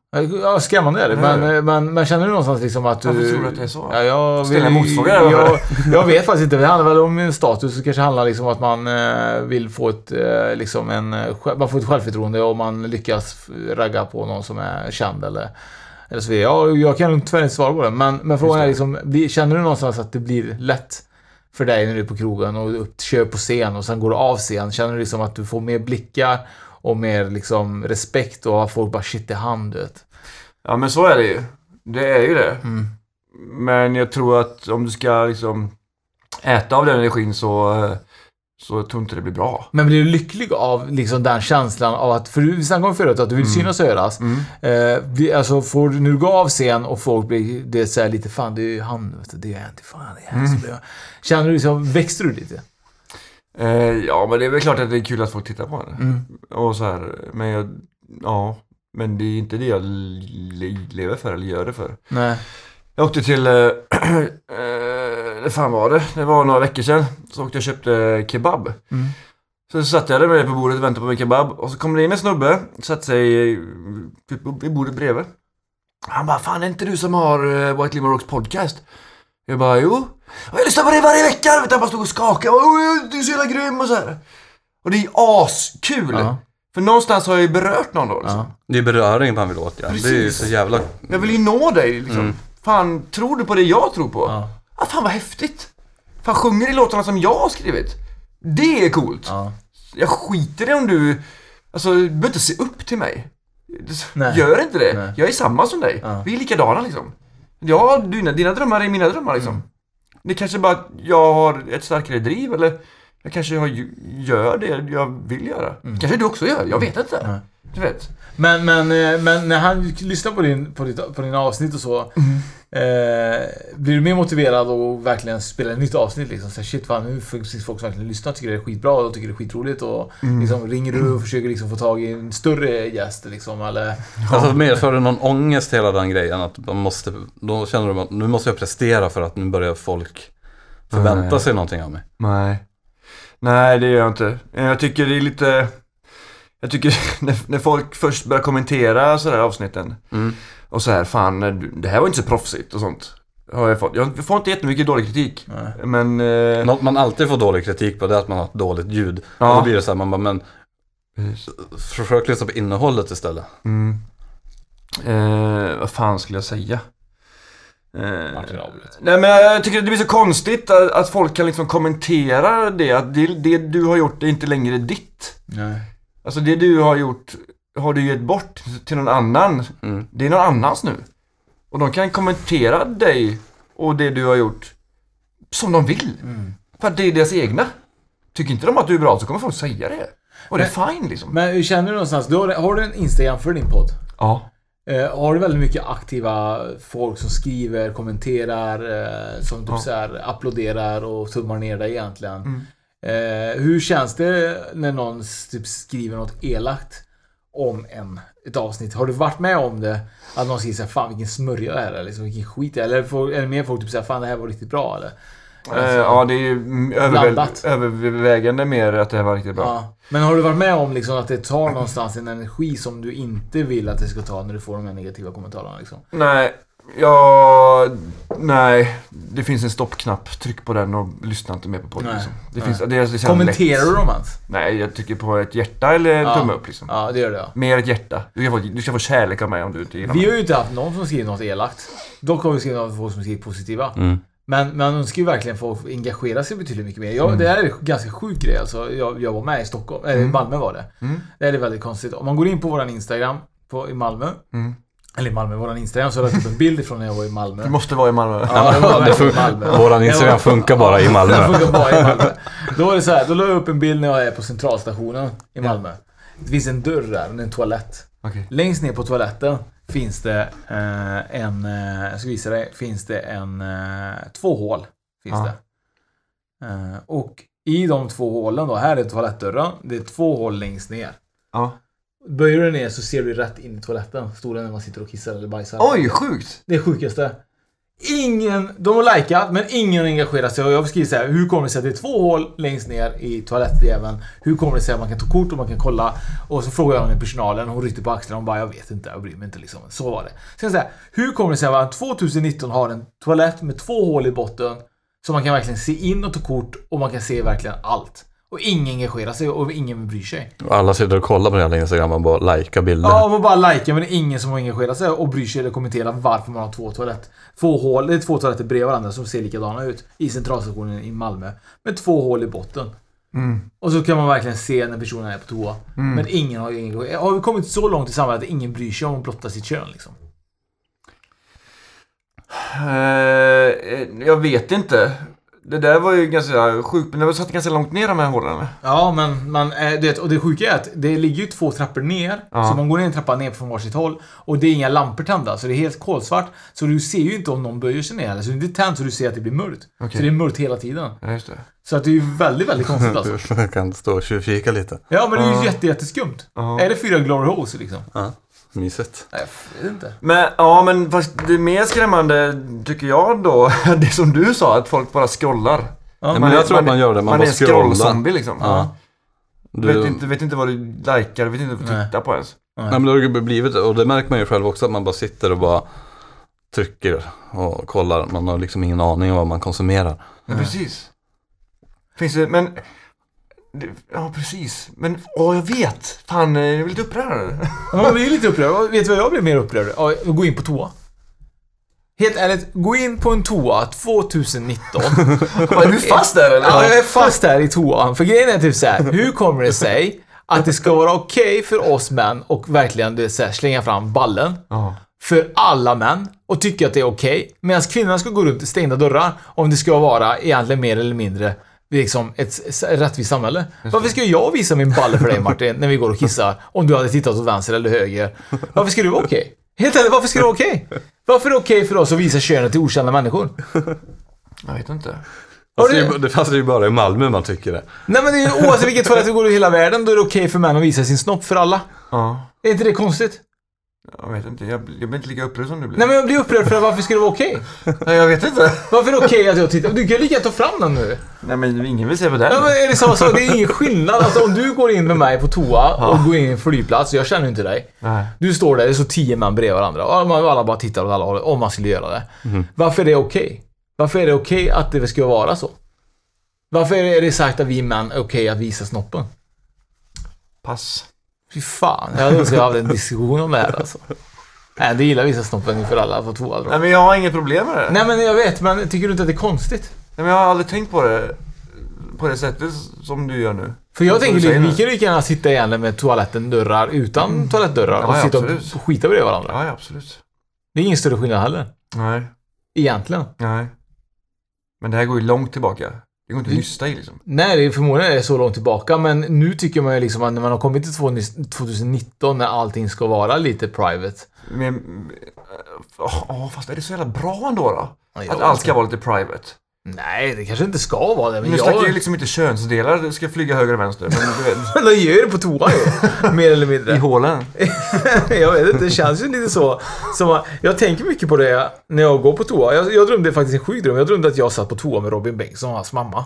Speaker 1: Ja, skrämmande är det.
Speaker 3: Mm.
Speaker 1: Men, eh, men, men känner du någonstans liksom att du...
Speaker 3: Varför tror du att det är så?
Speaker 1: Ja, jag,
Speaker 3: Ställ en
Speaker 1: vill-
Speaker 3: motfråga
Speaker 1: jag,
Speaker 3: där, varför?
Speaker 1: jag vet faktiskt inte. Det handlar väl om en status. Det kanske handlar liksom att man eh, vill få ett, eh, liksom en, eh, sj- man får ett självförtroende och man lyckas f- ragga på någon som är känd eller, eller så vidare. Ja, jag kan tyvärr inte svara på det. Men, men frågan är liksom, blir, känner du någonstans att det blir lätt för dig när du är på krogen och upp, kör på scen och sen går du av scen? Känner du liksom att du får mer blickar och mer liksom respekt och att folk bara shit, det är han du vet.
Speaker 3: Ja men så är det ju. Det är ju det. Men jag tror att om du ska liksom äta av den energin så, eh, så tror jag inte det blir bra.
Speaker 1: Men blir du lycklig av liksom den känslan av att, för du snackade om förut att du vill synas och höras.
Speaker 3: Mm.
Speaker 1: Eh, bli- alltså får du, när du går av scen och folk blir, det är så här lite fan det är ju han, vet du, det är inte fan det är han som gör." Känner du liksom, växte du lite?
Speaker 3: Eh, ja men det är väl klart att det är kul att folk tittar på det.
Speaker 1: Mm.
Speaker 3: Och så här, men jag, ja. Men det är inte det jag le- lever för eller gör det för.
Speaker 1: Nej.
Speaker 3: Jag åkte till, eh, eh, det fan var det? Det var några veckor sedan. Så åkte jag och köpte kebab.
Speaker 1: Mm.
Speaker 3: Så satt jag där med på bordet och väntade på min kebab. Och så kom det in en snubbe, satte sig eh, typ upp vid bordet bredvid. Han bara, fan är inte du som har eh, White Limo Rocks podcast? Jag bara, jo. "Ja, Jag lyssnar på dig varje vecka! Vet du, Han bara stod och skakade. Och, "Åh, du är så jävla grym och så här. Och det är askul!
Speaker 1: Ja.
Speaker 3: För någonstans har jag ju berört någon då. Liksom.
Speaker 1: Ja.
Speaker 2: Det är beröring man vill åt ja. Det är ju
Speaker 3: Precis.
Speaker 2: så jävla...
Speaker 3: Jag vill ju nå dig liksom. Fan, tror du på det jag tror på?
Speaker 1: Mm. Ja.
Speaker 3: Ah, fan vad häftigt! Fan sjunger i låtarna som jag har skrivit. Det är coolt.
Speaker 1: Ja.
Speaker 3: Jag skiter i om du... Alltså, du behöver inte se upp till mig.
Speaker 1: Nej.
Speaker 3: Gör inte det.
Speaker 1: Nej.
Speaker 3: Jag är samma som dig.
Speaker 1: Ja.
Speaker 3: Vi är likadana liksom. Ja, dina, dina drömmar är mina drömmar liksom.
Speaker 1: Mm.
Speaker 3: Det kanske bara att jag har ett starkare driv eller jag kanske har, gör det jag vill göra. kanske du också gör, jag vet inte.
Speaker 1: Mm. Nej.
Speaker 3: Du vet.
Speaker 1: Men, men, eh, men när han lyssnar på, din, på, ditt, på dina avsnitt och så. Eh, blir du mer motiverad och verkligen spela ett nytt avsnitt liksom? Så här, shit fan, nu finns folk som verkligen lyssnar tycker det är skitbra och tycker det är skitroligt. Och liksom, ringer du och försöker liksom få tag i en större gäst liksom eller?
Speaker 2: Alltså medför det någon ångest hela den grejen? Att man måste... Då känner de att nu måste jag prestera för att nu börjar folk förvänta
Speaker 3: Nej.
Speaker 2: sig någonting av mig.
Speaker 3: Nej. Nej, det gör jag inte. Eh, Jag tycker det är lite... Jag tycker när, när folk först börjar kommentera sådär avsnitten.
Speaker 2: Mm.
Speaker 3: Och så här, fan eh, du- det här var inte så proffsigt och sånt. Har jag fått. Jag får inte jättemycket dålig kritik. Men... Eh,
Speaker 2: Något man alltid får dålig kritik på det är att man har ett dåligt ljud.
Speaker 3: Ja.
Speaker 2: Och då blir det så här, man bara men
Speaker 3: precis.
Speaker 2: försök lyssna på innehållet istället.
Speaker 3: Mm. Eh, vad fan skulle jag säga? Eh, Nej men jag tycker att det blir så konstigt att, att folk kan liksom kommentera det. Att det, det du har gjort är inte längre ditt.
Speaker 1: Nej.
Speaker 3: Alltså det du har gjort har du gett bort till någon annan.
Speaker 2: Mm.
Speaker 3: Det är någon annans nu. Och de kan kommentera dig och det du har gjort som de vill.
Speaker 1: Mm.
Speaker 3: För att det är deras egna. Tycker inte de att du är bra så kommer folk säga det. Och det är fine liksom.
Speaker 1: Men hur känner du någonstans? Du har, har du en Instagram för din podd?
Speaker 3: Ja.
Speaker 1: Eh, har du väldigt mycket aktiva folk som skriver, kommenterar, eh, som typ
Speaker 3: Ja. Mm.
Speaker 1: så här, applåderar och tummar ner dig egentligen? Eh, hur känns det när någon s- typ skriver något elakt om en, ett avsnitt? Har du varit med om det? Att någon skriver såhär, fan vilken smörja det här är, liksom, vilken skit det är. Eller får, är det mer folk typ såhär, fan det här var riktigt bra eller?
Speaker 3: Eh, ja, det är ju mm, överväl-
Speaker 1: Blandat.
Speaker 3: övervägande mer att det här var riktigt bra.
Speaker 1: Ja. Men har du varit med om liksom att det tar någonstans en energi som du inte vill att det ska ta när du får de här negativa kommentarerna liksom?
Speaker 3: Nej, ja, nej. Det finns en stoppknapp. Tryck på den och lyssna inte mer på
Speaker 1: Nej,
Speaker 3: podden. Liksom. Det
Speaker 1: nej.
Speaker 3: finns, det, det känns lätt.
Speaker 1: Kommenterar du dem ens?
Speaker 3: Nej, jag trycker på ett hjärta eller en
Speaker 1: Ja.
Speaker 3: tumme upp liksom.
Speaker 1: Ja, det gör du ja.
Speaker 3: Mer ett hjärta. Du ska, få, du ska få kärlek av mig om du inte gillar
Speaker 1: Vi
Speaker 3: mig.
Speaker 1: har ju inte haft någon som skrivit något elakt. Dock har vi skrivit några folk som skrivit positiva.
Speaker 2: Mm.
Speaker 1: Men man önskar ju verkligen folk engagera sig betydligt mycket mer. Jag,
Speaker 2: Mm.
Speaker 1: Det här är en ganska sjuk grej alltså. Jag, jag var med i Stockholm, eller i Malmö var det.
Speaker 3: Mm.
Speaker 1: Det här är väldigt konstigt. Om man går in på våran Instagram på, i Malmö. Eller i Malmö, våran Instagram, så har jag lagt upp en bild från när jag var i Malmö.
Speaker 3: Mm. Du måste vara i Malmö.
Speaker 1: Ja, det var
Speaker 2: Det
Speaker 1: verkligen
Speaker 2: fun-
Speaker 1: Malmö.
Speaker 2: Våran Instagram funkar bara i
Speaker 1: Det
Speaker 2: Malmö.
Speaker 1: funkar bara i Malmö. Då var det så här, då la jag upp en bild när jag är på centralstationen i Malmö. Det finns en dörr där, och en toalett.
Speaker 3: Okej.
Speaker 1: Längst ner på toaletten finns det eh, en, eh, jag ska visa dig, finns det en, eh, två hål. Finns
Speaker 3: Ja.
Speaker 1: det. Eh, och i de två hålen då, här är toalettdörren. Det är två hål längst ner.
Speaker 3: Ja.
Speaker 1: Böjer du ner så ser du rätt in i toaletten. Stolen när man sitter och kissar eller bajsar.
Speaker 3: Oj, sjukt!
Speaker 1: Det är sjukaste. Ingen, de har likat men ingen engagerar sig. Och jag skriver så här, hur kommer det sig att det är två hål längst ner i toalettjäveln? Hur kommer det sig att man kan ta kort och man kan kolla? Och så frågar jag henne personalen, hon ryckte på axlarna och bara, jag vet inte, jag bryr mig inte liksom. Så var det. Sen så här, hur kommer det sig att man 2019 har en toalett med två hål i botten? Så man kan verkligen se in och ta kort och man kan se verkligen allt. Och ingen engagerar sig och ingen bryr sig.
Speaker 2: Och alla sitter och kollar på den jävla Instagram och bara likar bilder.
Speaker 1: Ja, man bara likar men det är ingen som har engagerat sig och bryr sig eller kommenterar varför man har två toalett. Två hål, det är två toaletter bredvid varandra som ser likadana ut i centralstationen i Malmö. Med två hål i botten. Och så kan man verkligen se när personen är på toa. Men ingen har ju engagerat Har vi kommit så långt i samhället att ingen bryr sig om att blotta sitt kön liksom?
Speaker 3: Eh, jag vet inte. Det där var ju ganska sjukt, men det var satt ganska långt ner de här hålen.
Speaker 1: Ja, men man, eh, du vet, och det sjuka är att det ligger ju två trappor ner.
Speaker 3: Ja.
Speaker 1: Så man går ner en trappa ner från varsitt håll. Och det är inga lampor tända, så det är helt kolsvart. Så du ser ju inte om någon böjer sig ner. Eller så det är inte tänt så du ser att det blir mörkt. Så det är mörkt hela tiden.
Speaker 3: Ja, just det.
Speaker 1: Så att det är ju väldigt, väldigt konstigt alltså.
Speaker 2: Jag kan stå och tjuvkika lite.
Speaker 1: Ja, men det är ju jätte, jätteskumt.
Speaker 3: Ja.
Speaker 1: Är det fyra glory holes liksom?
Speaker 2: Ja, mysigt.
Speaker 1: Nej, jag vet inte.
Speaker 3: Men, ja, men fast det är mer skrämmande, tycker jag då, det som du sa, att folk bara scrollar.
Speaker 1: Ja,
Speaker 2: men jag tror att man gör det, man bara
Speaker 3: är en
Speaker 2: scrollar.
Speaker 3: scrollzombie liksom.
Speaker 2: Ja.
Speaker 3: Du...
Speaker 2: Du,
Speaker 3: Vet, inte, vet inte vad du likar, vet inte vad du
Speaker 1: Nej.
Speaker 3: tittar på ens.
Speaker 2: nej, men det har ju blivit, och det märker man ju själv också, att man bara sitter och bara trycker och kollar. Man har liksom ingen aning om vad man konsumerar.
Speaker 3: Ja, precis. Finns det, men... det- Ja, precis. Men, åh, jag vet! Fan, eh, jag blir lite upprörd.
Speaker 1: Ja, man blir ju lite upprörd. Och Vet du vad jag blir mer upprörd av? Att Gå in på toa. Helt ärligt, gå in på en toa 2019.
Speaker 3: Är du fast där eller?
Speaker 1: Ja, jag är fast här i toan. För grejen är typ så här. hur kommer det sig att det ska vara okej för oss män och verkligen det är så här, slänga fram ballen?
Speaker 3: Ja.
Speaker 1: för alla män och tycka att det är okej. Medan kvinnorna ska gå runt i stängda dörrar om det ska vara egentligen mer eller mindre liksom ett s- rättvist samhälle. Varför ska jag visa min balle för dig Martin när vi går och kissar om du hade tittat åt vänster eller höger? Varför ska du vara okej? Helt ärligt, varför ska det vara okej? Varför är det okej för oss att visa könet till okända människor?
Speaker 3: Jag vet inte.
Speaker 1: Har
Speaker 2: Fast det, är
Speaker 1: du-
Speaker 2: ju- det, fast det är ju bara i Malmö man tycker det.
Speaker 1: Nej men det är ju oavsett vilket toalett du går i hela världen, då är det okej för män att visa sin snopp för alla.
Speaker 3: Ja,
Speaker 1: Är inte det konstigt?
Speaker 3: jag vet inte. Jag, blir- jag blir inte lika upprörd som du blir.
Speaker 1: Nej men jag blir upprörd för att varför ska det vara okej?
Speaker 3: Nej, jag vet inte.
Speaker 1: Varför är det okej att jag tittar? Du kan ju lika gärna ta fram den nu.
Speaker 3: Nej, men ingen vill se på det.
Speaker 1: Ja, men är det samma sak? Det är ingen skillnad. Alltså, om du går in med mig på toa och går in i en flygplats, jag känner ju inte dig.
Speaker 3: Nej.
Speaker 1: Du står där, det är så tio man bredvid varandra och alla- alla bara tittar åt alla håll om man skulle göra det. Varför är det okej? Varför är det okej att det ska vara så? Varför är det- är det sagt att vi män är okej att visa snoppen?
Speaker 3: Pass.
Speaker 1: Fy fan, jag önskar jag hade en diskussion om det här alltså. Nej, det gillar att visa snoppen inför alla på toa. tror
Speaker 3: Nej,
Speaker 1: jag.
Speaker 3: men jag har inget problem med det.
Speaker 1: Nej
Speaker 3: Nej.
Speaker 1: men jag vet, men tycker du inte att det är konstigt?
Speaker 3: men jag har aldrig tänkt på det på det sättet som du gör nu.
Speaker 1: För jag
Speaker 3: Som
Speaker 1: tänker
Speaker 3: du säger
Speaker 1: liksom, vi
Speaker 3: nu.
Speaker 1: kan ju lika gärna sitta igen med toaletten dörrar utan toalettdörrar
Speaker 3: Ja,
Speaker 1: och
Speaker 3: ja,
Speaker 1: sitta
Speaker 3: absolut.
Speaker 1: och skita bredvid varandra.
Speaker 3: Ja, ja, absolut.
Speaker 1: Det är ingen större skillnad heller.
Speaker 3: Nej,
Speaker 1: Egentligen.
Speaker 3: nej. Men det här går ju långt tillbaka. Det går inte att
Speaker 1: Vi-
Speaker 3: nysta i liksom.
Speaker 1: Nej, det är förmodligen är det så långt tillbaka, men nu tycker man ju liksom att när man har kommit till 2019 när allting ska vara lite private.
Speaker 3: Men, ja, eh, fast är det så jävla bra ändå då?
Speaker 1: Ja, jag
Speaker 3: Att
Speaker 1: vet
Speaker 3: allt ska vara lite private.
Speaker 1: Nej, det kanske inte ska vara det, men
Speaker 3: Nu snackar
Speaker 1: jag...
Speaker 3: jag liksom inte könsdelar, det ska flyga höger och vänster. Men du vet,
Speaker 1: De gör det på toa ju. Mer eller
Speaker 3: i
Speaker 1: mindre.
Speaker 3: hålen.
Speaker 1: jag vet inte, det känns ju lite så. Som att, jag tänker mycket på det när jag går på toa. Jag, jag drömde faktiskt en sjuk dröm. Jag drömde att jag satt på toa med Robin Bengtsson och hans mamma.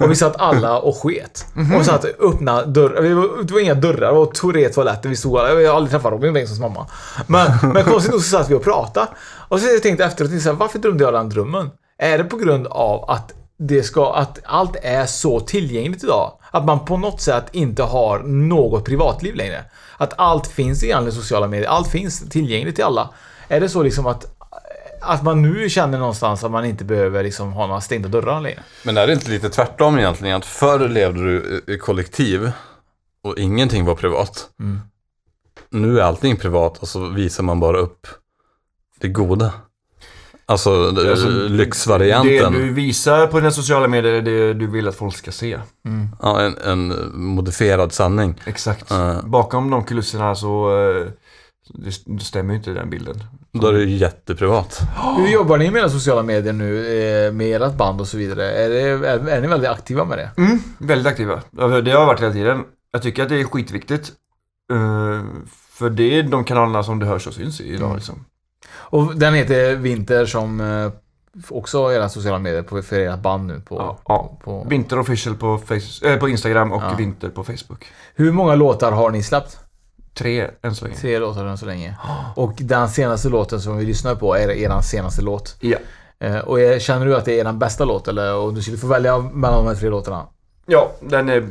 Speaker 1: Och vi satt alla och sket. Och satt och öppna dörrar. Vi var- Det var inga dörrar, det var tre toaletter. Vi stod alla. Jag har aldrig träffat Robin Bengtssons mamma. Men, men konstigt nog så satt vi och pratade. Och så tänkte jag efteråt, så här, varför drömde jag den drömmen? Är det på grund av att det ska, att allt är så tillgängligt idag. Att man på något sätt inte har något privatliv längre. Att allt finns egentligen i sociala medier. Allt finns tillgängligt till alla. Är det så liksom att, att man nu känner någonstans att man inte behöver liksom ha några stängda dörrar längre?
Speaker 2: Men är det inte lite tvärtom egentligen? Att förr levde du i- i kollektiv och ingenting var privat.
Speaker 3: Mm.
Speaker 2: Nu är allting privat och så visar man bara upp det goda. Alltså, det-
Speaker 3: Alltså, Det
Speaker 2: lyxvarianten.
Speaker 3: du visar på dina sociala medier är det du vill att folk ska se.
Speaker 2: Ja, en, en modifierad sanning.
Speaker 3: Exakt.
Speaker 2: Ja.
Speaker 3: Bakom de kulisserna så eh, det, det stämmer ju inte den bilden.
Speaker 2: Då är det ju jätteprivat.
Speaker 1: Hur jobbar ni med era sociala medier nu? eh, Med ert band och så vidare? Är, det, är, är ni väldigt aktiva med det?
Speaker 3: Mm, väldigt aktiva. Ja, Det har jag varit hela tiden. Jag tycker att det är skitviktigt. Eh, för det är de kanalerna som det hörs och syns i idag liksom.
Speaker 1: Och den heter Vinter som eh, också har era sociala medier på, för ert band nu. På,
Speaker 3: Ja, ja.
Speaker 1: På,
Speaker 3: Vinter official på, face, eh, på Instagram och
Speaker 1: Ja.
Speaker 3: Vinter på Facebook.
Speaker 1: hur många låtar har ni släppt?
Speaker 3: Tre än så länge.
Speaker 1: Tre låtar än så länge. Och den senaste låten som vi lyssnar på är er senaste låt.
Speaker 3: Ja.
Speaker 1: Eh, och är, känner du att det är den bästa låt eller om du skulle få välja mellan de här tre låtarna?
Speaker 3: ja, den är...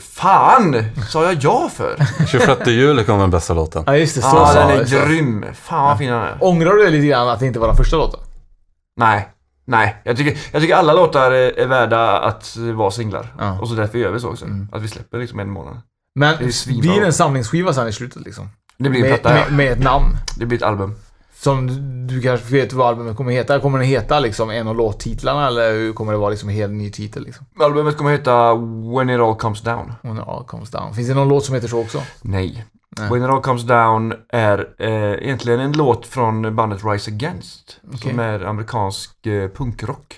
Speaker 3: Fan! Sa jag ja för?
Speaker 2: 26 juli kommer den bästa låten.
Speaker 1: Ja just det, så
Speaker 3: Ja,
Speaker 1: sa
Speaker 3: den
Speaker 1: jag,
Speaker 3: är
Speaker 1: just det.
Speaker 3: grym. Fan vad fin den är.
Speaker 1: Ångrar du dig lite grann att det inte var den första låten?
Speaker 3: Nej. Nej, jag tycker, jag tycker alla låtar är är värda att vara singlar.
Speaker 1: Ja.
Speaker 3: Och så därför gör vi så också. Att vi släpper liksom en månad.
Speaker 1: Men
Speaker 3: Det är svinbra.
Speaker 1: blir det en samlingsskiva sen i slutet liksom?
Speaker 3: Det blir en
Speaker 1: Med,
Speaker 3: platta,
Speaker 1: med,
Speaker 3: ja.
Speaker 1: med ett namn.
Speaker 3: Det blir ett album.
Speaker 1: Som du- du kanske vet vad albumet kommer heta. Kommer den heta liksom en av låttitlarna eller hur kommer det vara liksom en helt ny titel liksom?
Speaker 3: Albumet kommer heta When It All Comes Down.
Speaker 1: When it all comes down. Finns det någon låt som heter så också?
Speaker 3: Nej.
Speaker 1: Nej.
Speaker 3: When It All Comes Down är eh, egentligen en låt från bandet Rise Against. Som
Speaker 1: Okej.
Speaker 3: är amerikansk eh, punkrock.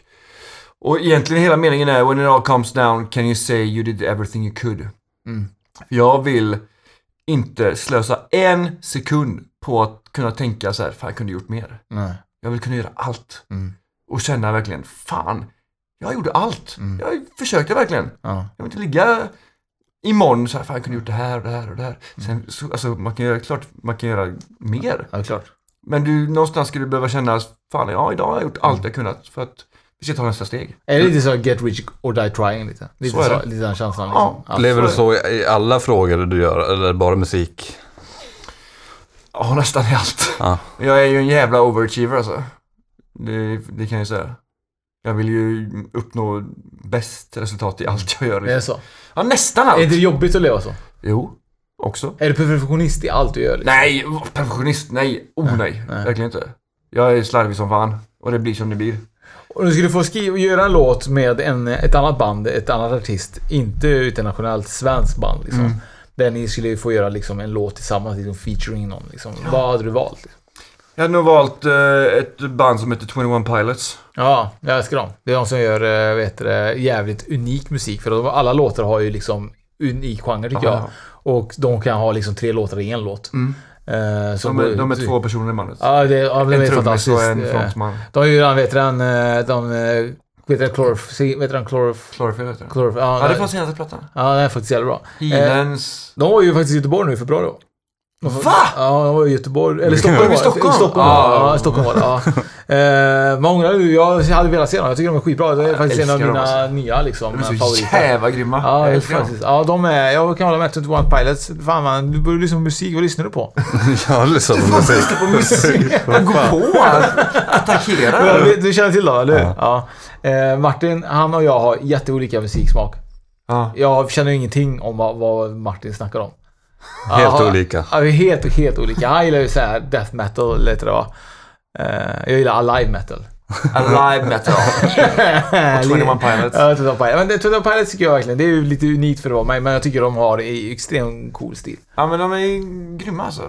Speaker 3: Och egentligen hela meningen är When It All Comes Down Can You Say You Did Everything You Could.
Speaker 1: Mm.
Speaker 3: Jag vill inte slösa en sekund på att kunna tänka så här, fan jag kunde gjort mer.
Speaker 1: Nej.
Speaker 3: Jag vill kunna göra allt.
Speaker 1: Mm.
Speaker 3: Och känna verkligen, fan, jag gjorde allt.
Speaker 1: Mm.
Speaker 3: Jag försökte verkligen.
Speaker 1: Ja.
Speaker 3: Jag vill inte ligga imorgon så här, fan jag kunde gjort det här och det här och det här.
Speaker 1: Mm.
Speaker 3: Sen, så, alltså man kan göra, klart man kan göra mer.
Speaker 1: Ja, det är klart.
Speaker 3: Men du, någonstans skulle du behöva känna, fan ja idag har jag gjort
Speaker 1: Mm.
Speaker 3: allt jag kunnat för att vi ska ta nästa steg.
Speaker 1: Är det lite så get rich or die trying lite? Lite,
Speaker 3: Så
Speaker 1: så
Speaker 3: är
Speaker 1: så,
Speaker 3: det.
Speaker 1: lite den känslan liksom.
Speaker 3: Alltså-
Speaker 1: Ja.
Speaker 2: Lever du så i i alla frågor du gör, eller bara musik?
Speaker 3: Ja, nästan i allt.
Speaker 2: Ja.
Speaker 3: Jag är ju en jävla overachiever alltså. Det, det kan jag ju säga. Jag vill ju uppnå bäst resultat i allt jag gör.
Speaker 1: Det är
Speaker 3: Liksom.
Speaker 1: så.
Speaker 3: Ja, nästan
Speaker 1: Är det
Speaker 3: allt.
Speaker 1: jobbigt att leva så?
Speaker 3: Jo, också.
Speaker 1: Är du perfektionist i allt du gör? Liksom?
Speaker 3: Nej, perfektionist, nej. Oh nej,
Speaker 1: nej.
Speaker 3: verkligen inte. Jag är slarvig som fan. Och det blir som det blir.
Speaker 1: Om du skulle få skriva, göra en låt med en, ett annat band, ett annat artist, inte internationellt svenskt band liksom.
Speaker 3: Mm.
Speaker 1: Där ni skulle få göra liksom, en låt tillsammans, liksom, featuring någon. Liksom. Vad hade du valt? Liksom?
Speaker 3: Jag hade nog valt eh, ett band som heter 21 Pilots.
Speaker 1: Ja, jag älskar dem. Det är de som gör eh, vet du, det, jävligt unik musik. För de- alla låtar har ju liksom unik genre tycker
Speaker 3: Ja. Mm.
Speaker 1: jag. Och de kan ha liksom tre låtar i en låt. Eh, som
Speaker 3: De är,
Speaker 1: går
Speaker 3: de är
Speaker 1: ut-
Speaker 3: två personer i bandet.
Speaker 1: Ja, det, ja, men det
Speaker 3: en
Speaker 1: är
Speaker 3: trummis
Speaker 1: fantastiskt.
Speaker 3: och en
Speaker 1: Eh,
Speaker 3: frontman.
Speaker 1: De har ju redan, vet du den, eh, de... eh, Vet du den, Chlorof... Vet du den, Chlorof...
Speaker 3: Chlorophyll heter den.
Speaker 1: Chlorof ja,
Speaker 3: Ja, det är
Speaker 1: den-
Speaker 3: från senaste plattan.
Speaker 1: ja, den är faktiskt jävligt bra. Eh,
Speaker 3: Healens...
Speaker 1: de var ju faktiskt i Göteborg nu i februari. då. De var-
Speaker 3: Va?
Speaker 1: Ja, de var i Göteborg. Eller
Speaker 2: Det kan
Speaker 1: Stockholm
Speaker 2: vi-
Speaker 1: var det.
Speaker 3: i Stockholm?
Speaker 1: Stockholm var det.
Speaker 3: Ah.
Speaker 1: Ja, Stockholm var det. Ja. Eh, Man ångrar ju. Jag hade velat se dem. Jag tycker de är skitbra. Det är faktiskt en av
Speaker 3: älskar dem,
Speaker 1: mina
Speaker 3: alltså.
Speaker 1: nya liksom,
Speaker 3: De är så
Speaker 1: favoriter.
Speaker 3: jävla grymma.
Speaker 1: Ja,
Speaker 3: jag
Speaker 1: det är
Speaker 3: älskar dem.
Speaker 1: faktiskt. Ja, de är... Jag kan hålla med. 21 Pilots. Fan man, du börjar lyssna på musik. Vad lyssnar du på?
Speaker 2: Ja, liksom musik.
Speaker 3: på musik. Han går på. Han attackerar.
Speaker 1: Du, du känner till dem, eller hur? Ja. Eh, Martin, han och jag har jätteolika musiksmak.
Speaker 3: Ja.
Speaker 1: Jag känner ju ingenting om vad, vad Martin snackar om.
Speaker 2: Helt
Speaker 1: Ja,
Speaker 2: olika.
Speaker 1: Ja, vi är helt, helt olika. Han gillar ju så här death metal, eller vad det var. Eh, Jag gillar alive metal.
Speaker 3: Alive metal. Och 21 Pilots.
Speaker 1: Ja, Total Pilot. Men det- Total Pilots tycker jag verkligen, det är ju lite unikt för att vara mig, men jag tycker de har i- extremt cool stil.
Speaker 3: Ja men de är grymma alltså.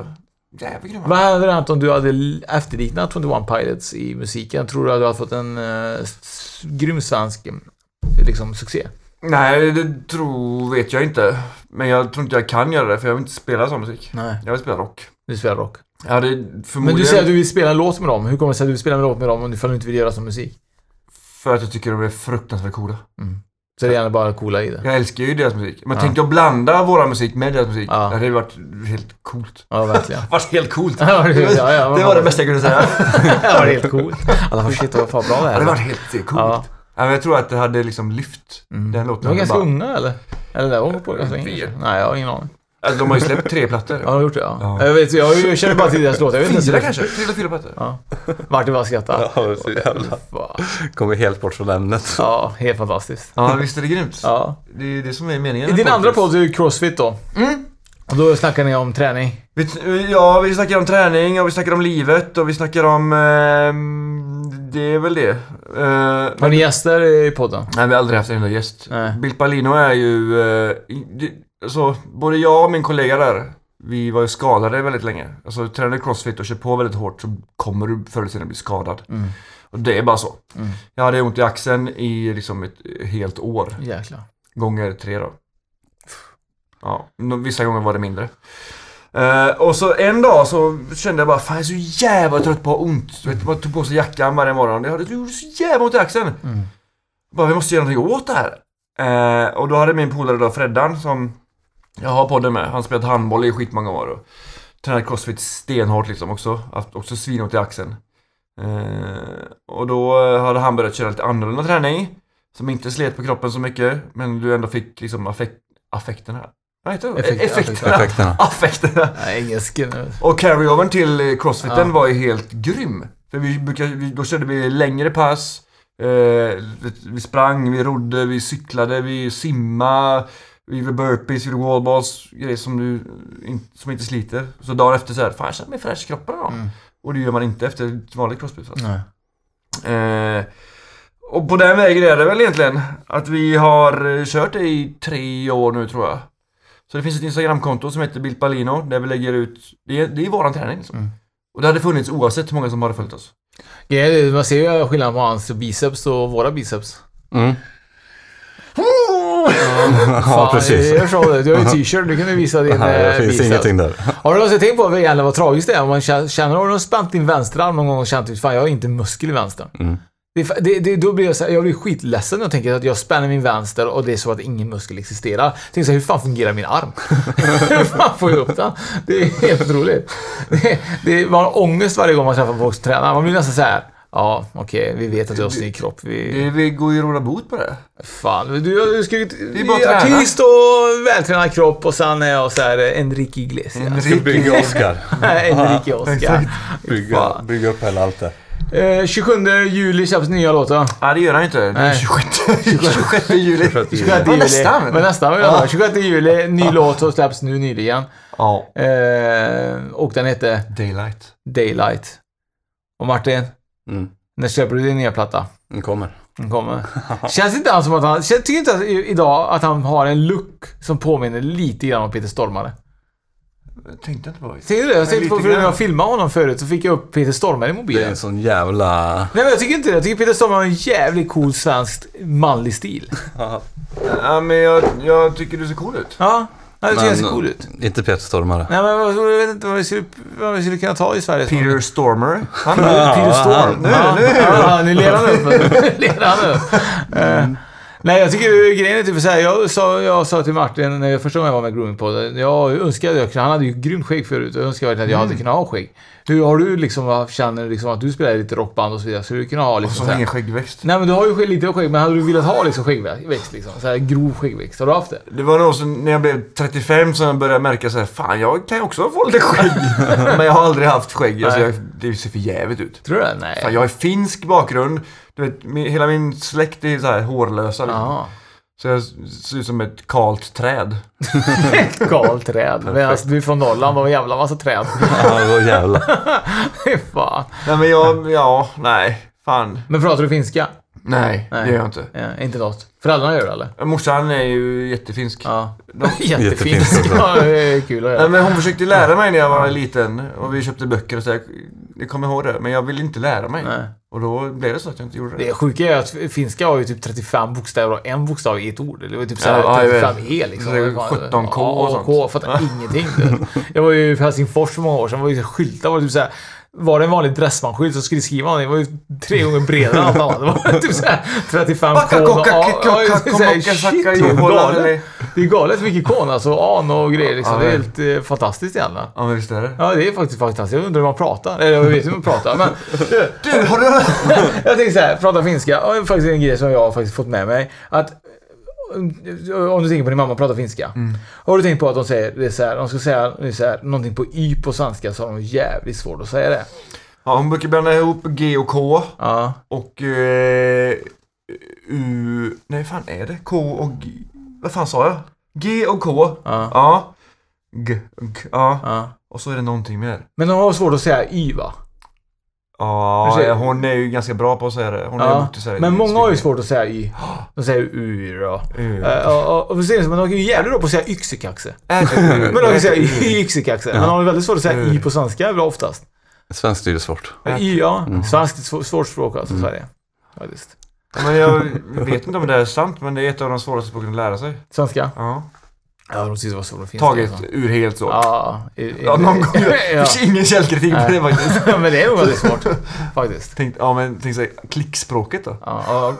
Speaker 3: Jävligt grymma.
Speaker 1: Vad hade hänt om du hade l- efterliknat 21 Pilots i musiken? Tror du att du hade fått en eh, s- grym svensk eh, liksom, succé?
Speaker 3: Nej det tror, vet jag inte. Men jag tror inte jag kan göra det för jag vill inte spela sån musik.
Speaker 1: Nej.
Speaker 3: Jag vill spela rock.
Speaker 1: Du spelar rock.
Speaker 3: Ja det är
Speaker 1: Men
Speaker 3: förmodligen
Speaker 1: du säger att du vill spela en låt med dem. Hur kommer det sig att du vill spela en låt med dem om du- ifall du inte vill göra som musik?
Speaker 3: för att jag tycker de är fruktansvärt coola.
Speaker 1: Så det är gärna bara coola i det.
Speaker 3: Jag älskar ju deras musik. Men tänk dig att blanda våra musik med deras musik.
Speaker 1: Ja.
Speaker 3: Det hade ju varit helt coolt.
Speaker 1: Ja, verkligen.
Speaker 3: Varit helt coolt.
Speaker 1: Ja, det- ja, ja,
Speaker 3: det var det bästa jag kunde säga.
Speaker 1: Det var helt coolt. Alla bara shit vad fan bra det
Speaker 3: Ja,
Speaker 1: här
Speaker 3: det
Speaker 1: var.
Speaker 3: var helt coolt.
Speaker 1: Ja. Mm.
Speaker 3: Ja. men jag tror att det hade liksom lyft den
Speaker 1: De
Speaker 3: låten.
Speaker 1: var
Speaker 3: Det
Speaker 1: ganska
Speaker 3: bara-
Speaker 1: unga eller? Eller det var de på ganska
Speaker 3: Jag
Speaker 1: länge.
Speaker 3: vet.
Speaker 1: Nej, jag har ingen aning.
Speaker 3: Alltså, de har ju släppt tre plattor.
Speaker 1: Ja, de har gjort det ja.
Speaker 3: Ja.
Speaker 1: Jag, vet, jag, jag känner bara till deras låtar. Jag vet inte
Speaker 3: Fyra
Speaker 1: ens
Speaker 3: kanske? Tre eller fyra plattor.
Speaker 1: Martin bara skrattar.
Speaker 2: Ja, så jävla.
Speaker 1: Va-
Speaker 2: Kommer helt bort från ämnet.
Speaker 1: Ja, helt fantastiskt.
Speaker 3: Ja, visst är det grymt?
Speaker 1: Ja.
Speaker 3: Det är ju det som är meningen.
Speaker 1: I din
Speaker 3: Podcast.
Speaker 1: andra podd är ju Crossfit då. Och då snackar ni om träning.
Speaker 3: Vi, ja, vi snackar om träning och vi snackar om livet och vi snackar om... ehm, det är väl det. Eh,
Speaker 1: Har ni gäster i podden?
Speaker 3: Nej, vi har aldrig haft en enda gäst.
Speaker 1: Nej.
Speaker 3: Bill Palino är ju... eh, i- det- alltså, både jag och min kollega där, vi var ju skadade väldigt länge. Alltså, tränar du crossfit och kör på väldigt hårt så kommer du förr eller senare bli skadad. Och det är bara så. Jag hade ont i axeln i liksom ett helt år.
Speaker 1: Jäklar.
Speaker 3: Gånger tre då. Ja, nå- vissa gånger var det mindre. Eh, och så en dag så kände jag bara fan jag är så jävla trött på att ha ont. Du vet, man tog på sig jackan varje morgon. Det hade- det gjorde så jävla ont i axeln.
Speaker 1: Mm.
Speaker 3: Bara vi måste göra någonting åt det här. Eh, och då hade min polare då Freddan som jag har podden med. Han spelat handboll i skitmånga år. Och tränat crossfit stenhårt liksom också. Haft också svinont i axeln. Eh, och då hade han börjat köra lite annorlunda träning. Som inte slet på kroppen så mycket. Men du ändå fick liksom affek- affekterna. Vad heter det?
Speaker 1: Effekt-
Speaker 3: effekterna.
Speaker 2: Effekterna.
Speaker 3: affekterna.
Speaker 1: Nej, engelsken.
Speaker 3: Och carry-overn till eh, crossfiten
Speaker 1: Ja.
Speaker 3: var ju helt grym. För vi brukar, vi, då körde vi längre pass, eh, vi, vi sprang, vi rodde, vi cyklade, vi simma vi gjorde burpees, vi gjorde wallballs, grejer som, du, eh, in, som inte sliter. Så dagen efter så här, fan jag känner mig fräsch i kroppen idag.
Speaker 1: Mm.
Speaker 3: Och det gör man inte efter ett vanligt crossfit. alltså. Så. att-
Speaker 1: Nej.
Speaker 3: Eh, och på den vägen är det väl egentligen. Att vi har eh, kört det i tre år nu tror jag. Så det finns ett Instagramkonto som heter Bilt Balino där vi lägger ut, det är, det är våran träning liksom.
Speaker 1: Mm.
Speaker 3: Och det hade funnits oavsett hur många som hade följt oss.
Speaker 1: Ja, det- man ser ju skillnaden på hans biceps och våra biceps.
Speaker 2: Mm.
Speaker 1: Fan,
Speaker 2: Ja, precis.
Speaker 1: Jag förstår det. Du har ju t-shirt, du kan ju visa din
Speaker 2: Nej,
Speaker 1: eh,
Speaker 2: det finns
Speaker 1: biceps.
Speaker 2: ingenting där.
Speaker 1: Har du någonsin tänkt på vad jävlar vad tragiskt det är? Om man känner, känner- har du någon spänt din vänsterarm någon gång och känt att fan jag har inte muskel i vänstern?
Speaker 2: Mm.
Speaker 1: Det, är fa- det, det, då blir jag, så här, jag blir skitledsen när jag tänker att jag spänner min vänster och det är så att ingen muskel existerar. Tänk så här, hur fan fungerar min arm? hur fan får jag upp den? Det är helt otroligt. Det, det, man har ångest varje gång man träffar folk som tränar. Man blir nästan så här. Ja, okej, vi vet att du har snygg kropp. Vi,
Speaker 3: Det, Eh, vi går ju att råda bot på det.
Speaker 1: fan, du, du ska ju...
Speaker 3: är bara
Speaker 1: du är
Speaker 3: att träna.
Speaker 1: artist och vältränad kropp och sen är jag så här eh, Enrique Iglesias.
Speaker 2: Ska bygga Oscar.
Speaker 1: Enrique Oscar.
Speaker 2: Bygga, bygga upp hela allt det.
Speaker 1: Eh, 27 juli släpps nya låtar.
Speaker 3: Nej det gör han inte. Det är
Speaker 1: Nej.
Speaker 3: 26, 26 juli.
Speaker 2: 26
Speaker 3: Det var
Speaker 1: juli.
Speaker 3: nästan.
Speaker 1: Men nästan vill jag ha. 26 juli, ny låt som släpps nu nyligen.
Speaker 3: Ja.
Speaker 1: Eh, och den heter
Speaker 3: Daylight.
Speaker 1: Daylight. Och Martin,
Speaker 2: Mm.
Speaker 1: när släpper du din nya platta?
Speaker 2: Den kommer.
Speaker 1: Den kommer. Känns inte han som att han... Känns, tycker inte att, i- idag att han har en look som påminner lite grann om Peter Stormare?
Speaker 3: Jag tänkte inte på det.
Speaker 1: Ser du det? Jag tänkte
Speaker 3: lite
Speaker 1: på för när
Speaker 3: grann.
Speaker 1: jag filmade honom förut så fick jag upp Peter Stormare i
Speaker 2: Det är
Speaker 1: mobilen.
Speaker 2: en sån jävla...
Speaker 1: Nej men jag tycker inte det. Jag tycker Peter Stormare har en jävligt cool svensk manlig stil.
Speaker 3: Ja men jag, jag tycker du ser cool ut.
Speaker 1: Ja, jag tycker han ser
Speaker 2: Men,
Speaker 1: cool ut.
Speaker 2: Inte Peter Stormare.
Speaker 1: Nej men vad- jag vet inte vad vi skulle, vad vi skulle kunna ta i Sverige.
Speaker 3: Peter Stormer. Han, Peter Storm. Nu,
Speaker 1: Ja,
Speaker 3: nu.
Speaker 1: ja, nu ler han upp. Nu ler han upp. Eh, Nej, jag tycker grejen är typ så här, jag sa, jag sa till Martin när jag första gången jag var med i Groomingpodden, jag önskade jag kunde- han hade ju grymt skägg förut, jag önskar verkligen att jag hade kunnat ha skägg. Hur har du liksom, känner liksom att du spelar i lite rockband och så vidare, skulle du kunna ha liksom
Speaker 3: Så
Speaker 1: så
Speaker 3: har
Speaker 1: här-
Speaker 3: ingen skäggväxt.
Speaker 1: Nej men du har ju skägg- lite skägg, men hade du velat ha liksom skäggväxt liksom? Så här grov skäggväxt, har du haft det?
Speaker 3: Det var nog så när jag blev 35 som jag började märka så här, fan jag kan ju också få lite skägg. Men jag har aldrig haft skägg. Alltså,
Speaker 1: Nej.
Speaker 3: jag, det ser för jävligt ut.
Speaker 1: Tror du det?
Speaker 3: Fan,
Speaker 1: Nej.
Speaker 3: jag har finsk bakgrund. Du vet, min, hela min släkt är så här hårlösa. Liksom.
Speaker 1: Jaha.
Speaker 3: Så jag ser ut som ett kalt träd.
Speaker 1: Galt träd. Medan du är från Norrland, det var en jävla massa träd.
Speaker 2: Ja, vad jävla.
Speaker 1: Fy fan.
Speaker 3: Nej men jag, ja, nej. Fan.
Speaker 1: Men pratar du finska?
Speaker 3: Nej,
Speaker 1: Nej.
Speaker 3: det gör jag inte.
Speaker 1: Ja, inte något. Föräldrarna gör det eller?
Speaker 3: Morsan är ju jättefinsk.
Speaker 1: Ja. Jättefinsk.
Speaker 2: Jättefinsk.
Speaker 1: ja, det är kul att
Speaker 3: Nej,
Speaker 1: höra.
Speaker 3: men hon försökte lära mig när jag var liten och vi köpte böcker och så. Jag, jag kommer ihåg det, men jag ville inte lära mig.
Speaker 1: Nej.
Speaker 3: Och då blev det så att jag inte gjorde det.
Speaker 1: Det sjuka är att finska har ju typ 35 bokstäver och en bokstav i ett ord. Det var typ
Speaker 3: Ja, ja,
Speaker 1: såhär
Speaker 3: jag vet.
Speaker 1: 35 E liksom.
Speaker 3: Så det är 17K och sånt.
Speaker 1: K, fattar ingenting. Du. Jag var ju i Helsingfors för många år sedan. Var ju skyltar var typ såhär. Var det en vanlig dressmansskylt så skulle det skriva någonting. Det var ju tre gånger bredare än allt annat. Det var typ såhär 35 K.
Speaker 3: Backa, kocka,
Speaker 1: Ja,
Speaker 3: kicka,
Speaker 1: ja, just det,
Speaker 3: kacka,
Speaker 1: såhär,
Speaker 3: macka,
Speaker 1: shit,
Speaker 3: sacka,
Speaker 1: det är
Speaker 3: joho,
Speaker 1: galet.
Speaker 3: lalele.
Speaker 1: Det är galet mycket K alltså. An och grejer liksom.
Speaker 3: Ja,
Speaker 1: Det är
Speaker 3: ja.
Speaker 1: helt eh, fantastiskt jävla.
Speaker 3: Ja, men visst är det.
Speaker 1: Ja, det är faktiskt fantastiskt. Jag undrar hur man pratar. Eller jag vet hur man pratar. Men
Speaker 3: Du, har du...
Speaker 1: jag tänker så här, prata finska. Och det är faktiskt en grej som jag har faktiskt fått med mig. Att eh, om du tänker på din mamma prata finska.
Speaker 3: Mm.
Speaker 1: Har du tänkt på att de säger det så här, de ska säga det så här, någonting på y på svenska så har de jävligt svårt att säga det.
Speaker 3: Ja, hon brukar blanda ihop G och K
Speaker 1: Ja.
Speaker 3: och... Eh, U... Nej, fan är det? K och G... Vad fan sa jag? G och K.
Speaker 1: Ja.
Speaker 3: Ja. G, g, ja.
Speaker 1: ja.
Speaker 3: Och så är det någonting mer.
Speaker 1: Men de har svårt att säga y va? Hur
Speaker 3: Ja,
Speaker 1: säger du?
Speaker 3: hon är ju ganska bra på att säga det. Hon är
Speaker 1: Ja.
Speaker 3: duktig på att säga det.
Speaker 1: Men många har ju svårt att säga y. De säger u då.
Speaker 3: U.
Speaker 1: Eh, och- och- Och för sen så- men de är ju jävligt bra på att säga yxekaxe.
Speaker 3: Är det U?
Speaker 1: Men de kan säga
Speaker 3: Är det U?
Speaker 1: y- yxekaxe. Men de har ju väldigt svårt att säga y på svenska bra oftast.
Speaker 2: Svenskt är ju svårt.
Speaker 1: I, ja.
Speaker 3: Mm.
Speaker 1: Svenskt är svå- svårt språk alltså, Sverige. Faktiskt.
Speaker 3: Ja, Men jag vet inte om det är sant, men det är ett av de svåraste språken att lära sig.
Speaker 1: Svenska?
Speaker 3: Ja.
Speaker 1: Ja, de tyckte det var solen finns.
Speaker 3: Tagit
Speaker 1: alltså.
Speaker 3: ur helt så. Ja,
Speaker 1: Ja, i, i,
Speaker 3: någon gång.
Speaker 1: ja.
Speaker 3: Ingen källkritik på
Speaker 1: Nej.
Speaker 3: det faktiskt.
Speaker 1: men det är nog väldigt svårt faktiskt.
Speaker 3: Tänk, ja men tänk såhär, klickspråket då.
Speaker 1: Ja, ja,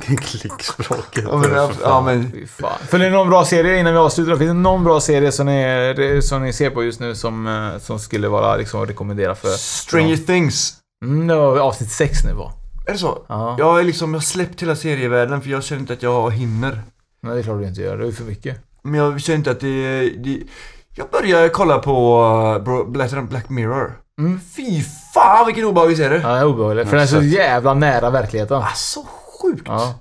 Speaker 2: Klickspråket.
Speaker 3: Ja men, ja, ja, men
Speaker 1: fy fan. Följer ni någon bra serie innan vi avslutar? Finns det någon bra serie som ni, som ni ser på just nu som, eh, som skulle vara liksom att rekommendera för...
Speaker 3: Stranger Things.
Speaker 1: Mm, det var avsnitt sex nu va?
Speaker 3: Är det så?
Speaker 1: Ja.
Speaker 3: Jag är liksom, jag har släppt hela serievärlden för jag känner inte att jag hinner.
Speaker 1: Nej, det är klart du inte gör. Det är ju för mycket.
Speaker 3: Men jag känner inte att det... det jag börjar kolla på uh, Bro- Black- Black Mirror. Fy fan vilken obehaglig serie!
Speaker 1: Mm. Ja, det är obehagligt. För den är så jävla nära verkligheten.
Speaker 3: Alltså sjukt!
Speaker 1: Ja.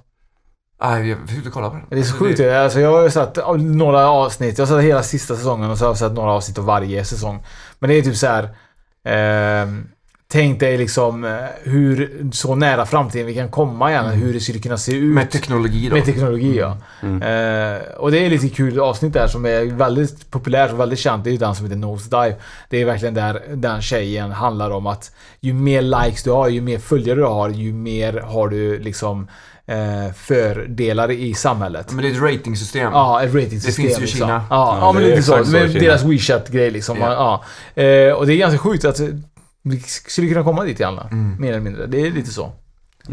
Speaker 3: Nej, jag försökte kolla på den.
Speaker 1: Det är så
Speaker 3: Alltså,
Speaker 1: sjukt. det. Alltså, jag har ju sett av- några avsnitt. Jag har sett hela sista säsongen och så har jag sett några avsnitt av varje säsong. Men det är typ så här. ehm, tänk dig liksom eh, hur så nära framtiden vi kan komma igen. Hur det skulle kunna se ut.
Speaker 3: Med teknologi då.
Speaker 1: Med teknologi ja. Eh, och det är lite kul avsnitt där som är väldigt populärt och väldigt känt. Det är ju den som heter Nosedive. Det är verkligen där den tjejen handlar om att ju mer likes du har, ju mer följare du har, ju mer har du liksom eh, fördelar i samhället.
Speaker 3: Men det är ett ratingsystem.
Speaker 1: Ja, ett ratingsystem.
Speaker 3: Det finns ju i
Speaker 1: liksom.
Speaker 3: Kina.
Speaker 1: Ja, ja,
Speaker 2: Ja,
Speaker 1: men
Speaker 2: det är
Speaker 1: lite så.
Speaker 2: exakt så i
Speaker 1: Med
Speaker 2: Kina.
Speaker 1: deras WeChat-grej liksom. Ja. Eh, och det är ganska sjukt att vi skulle kunna komma dit i alla.
Speaker 3: Mm.
Speaker 1: Mer eller mindre. Det är lite så.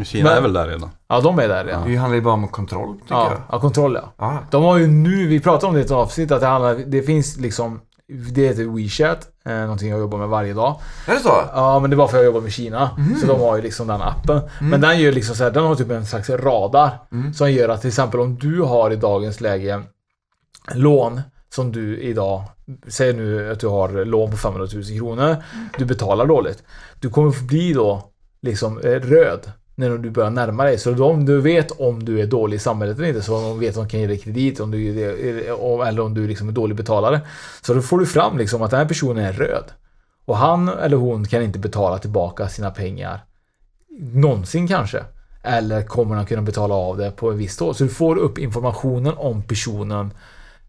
Speaker 2: Kina är väl där redan?
Speaker 1: Ja, de är där redan.
Speaker 3: Det handlar ju bara om kontroll, tycker
Speaker 1: Ja,
Speaker 3: jag. Ah.
Speaker 1: ja kontroll ja.
Speaker 3: Ja.
Speaker 1: De har ju nu, vi pratade om det i ett avsnitt, att det handlar, det finns liksom, det heter WeChat, eh, någonting jag jobbar med varje dag.
Speaker 3: Är det så?
Speaker 1: Ja, men det var för att jag jobbar med Kina. Så de har ju liksom den appen. Men den gör liksom så här, den har typ en slags radar som gör att till exempel om du har i dagens läge lån som du idag, säg nu att du har lån på 500 000 kronor, du betalar dåligt. Du kommer få bli då liksom eh, röd när du börjar närma dig. Så om du vet om du är dålig i samhället eller inte, så de vet om de kan ge dig kredit om du, eller om du liksom är dålig betalare. Så då får du fram liksom att den här personen är röd. Och han eller hon kan inte betala tillbaka sina pengar. Någonsin kanske. Eller kommer de kunna betala av det på en viss år. Så du får upp informationen om personen.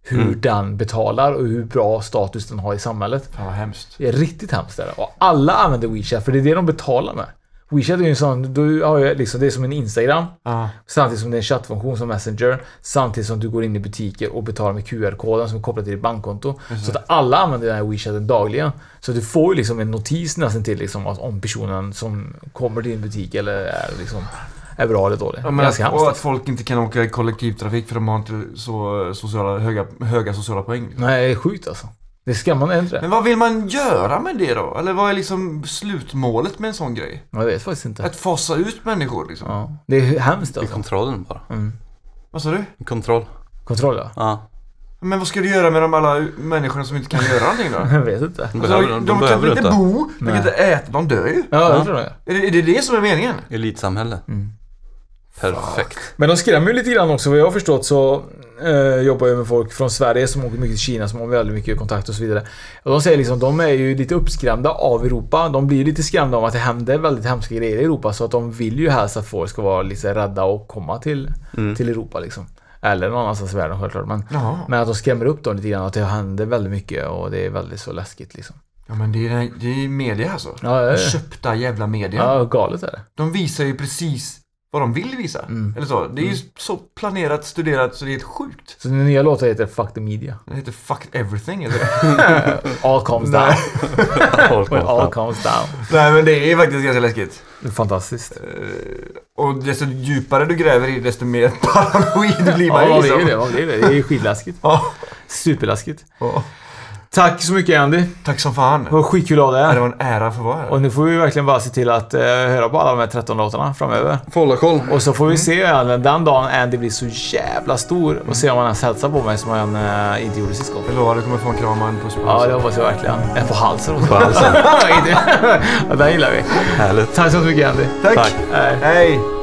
Speaker 1: Hur den betalar och hur bra status den har i samhället.
Speaker 3: Fan vad hemskt.
Speaker 1: Det är riktigt hemskt där. Och alla använder WeChat för det är det de betalar med. WeChat är ju en sån, du har ju liksom, det är som en Instagram.
Speaker 3: Ja.
Speaker 1: Samtidigt som det är en chattfunktion som Messenger. Samtidigt som du går in i butiker och betalar med QR-koden som är kopplad till ditt bankkonto. Så att alla använder den här WeChaten dagligen. Så du får ju liksom en notis nästan till liksom att om personen som kommer till din butik eller är liksom är bra eller dålig.
Speaker 3: Ja, men att,
Speaker 1: Ganska hemskt.
Speaker 3: och att folk inte kan åka i kollektivtrafik för de har inte så sociala, höga, höga sociala poäng.
Speaker 1: Nej, det är sjukt alltså. Det är skrämmande, är det inte det?
Speaker 3: Men vad vill man göra med det då? Eller vad är liksom slutmålet med en sån grej?
Speaker 1: Jag vet faktiskt inte.
Speaker 3: Att fasa ut människor liksom?
Speaker 1: Ja, det är hemskt
Speaker 2: Det är
Speaker 1: alltså.
Speaker 2: kontrollen bara.
Speaker 3: Vad sa du?
Speaker 2: Kontroll.
Speaker 1: Kontroll ja.
Speaker 2: Ja.
Speaker 3: Men vad ska du göra med de alla u- människorna som inte kan göra någonting då?
Speaker 1: Jag vet inte.
Speaker 2: De
Speaker 3: Alltså,
Speaker 2: behöver, de
Speaker 3: de, de kan
Speaker 2: behöver
Speaker 3: väl inte
Speaker 2: inte.
Speaker 3: bo, de kan inte äta, de dör ju.
Speaker 1: Ja, det
Speaker 2: Ja.
Speaker 1: tror jag.
Speaker 3: Är det, är det det som är meningen?
Speaker 2: Elitsamhälle.
Speaker 3: Mm.
Speaker 2: Perfekt.
Speaker 1: Men de skrämmer ju lite grann också. Vad jag har förstått så eh, jobbar jag med folk från Sverige som åker mycket till Kina som har väldigt mycket kontakt och så vidare. Och de säger liksom de är ju lite uppskrämda av Europa. De blir ju lite skrämda av att det händer väldigt hemska grejer i Europa så att de vill ju helst att folk ska vara lite rädda och komma till, till Europa liksom. Eller någon annanstans i världen självklart. Men,
Speaker 3: Jaha.
Speaker 1: men att de skrämmer upp dem lite grann. Att det händer väldigt mycket och det är väldigt så läskigt liksom.
Speaker 3: Ja men det är, den här- det är media alltså.
Speaker 1: Ja, det är det.
Speaker 3: Köpta jävla media.
Speaker 1: Ja, galet är det.
Speaker 3: De visar ju precis vad de vill visa.
Speaker 1: Mm.
Speaker 3: Eller så. Det är ju så planerat, studerat så det är helt sjukt.
Speaker 1: Så den nya låten heter Fuck the Media.
Speaker 3: Det heter Fuck Everything eller?
Speaker 1: All comes down.
Speaker 3: Nej.
Speaker 1: When all comes down.
Speaker 3: Nej men det är faktiskt ganska läskigt.
Speaker 1: Det är fantastiskt.
Speaker 3: Och desto djupare du gräver i desto mer paranoid blir man
Speaker 1: Ja,
Speaker 3: ju
Speaker 1: vad blir
Speaker 3: liksom.
Speaker 1: det? Vad blir det? Det är ju skitläskigt.
Speaker 3: Ja.
Speaker 1: Superläskigt.
Speaker 3: Ja.
Speaker 1: Tack så mycket Andy.
Speaker 3: Tack som fan.
Speaker 1: Det var skitkul av
Speaker 3: Ja, Det
Speaker 1: dig.
Speaker 3: var en ära för att vara här.
Speaker 1: Och nu får vi verkligen bara se till att eh, höra på alla de här 13 låtarna framöver.
Speaker 2: Får hålla koll.
Speaker 1: Och så får
Speaker 3: Mm.
Speaker 1: vi se eh, den dagen Andy blir så jävla stor och se om han ens hälsar på mig som han eh, inte gjorde sist gång.
Speaker 3: Jag lovar, du kommer få en kram och en puss på
Speaker 1: Ja,
Speaker 3: halsen.
Speaker 1: det hoppas jag verkligen. En på halsen också.
Speaker 2: halsen.
Speaker 1: Ja, det här gillar vi.
Speaker 2: Härligt.
Speaker 1: Tack så mycket Andy.
Speaker 3: Tack.
Speaker 2: Tack.
Speaker 1: Hej.
Speaker 3: Hej.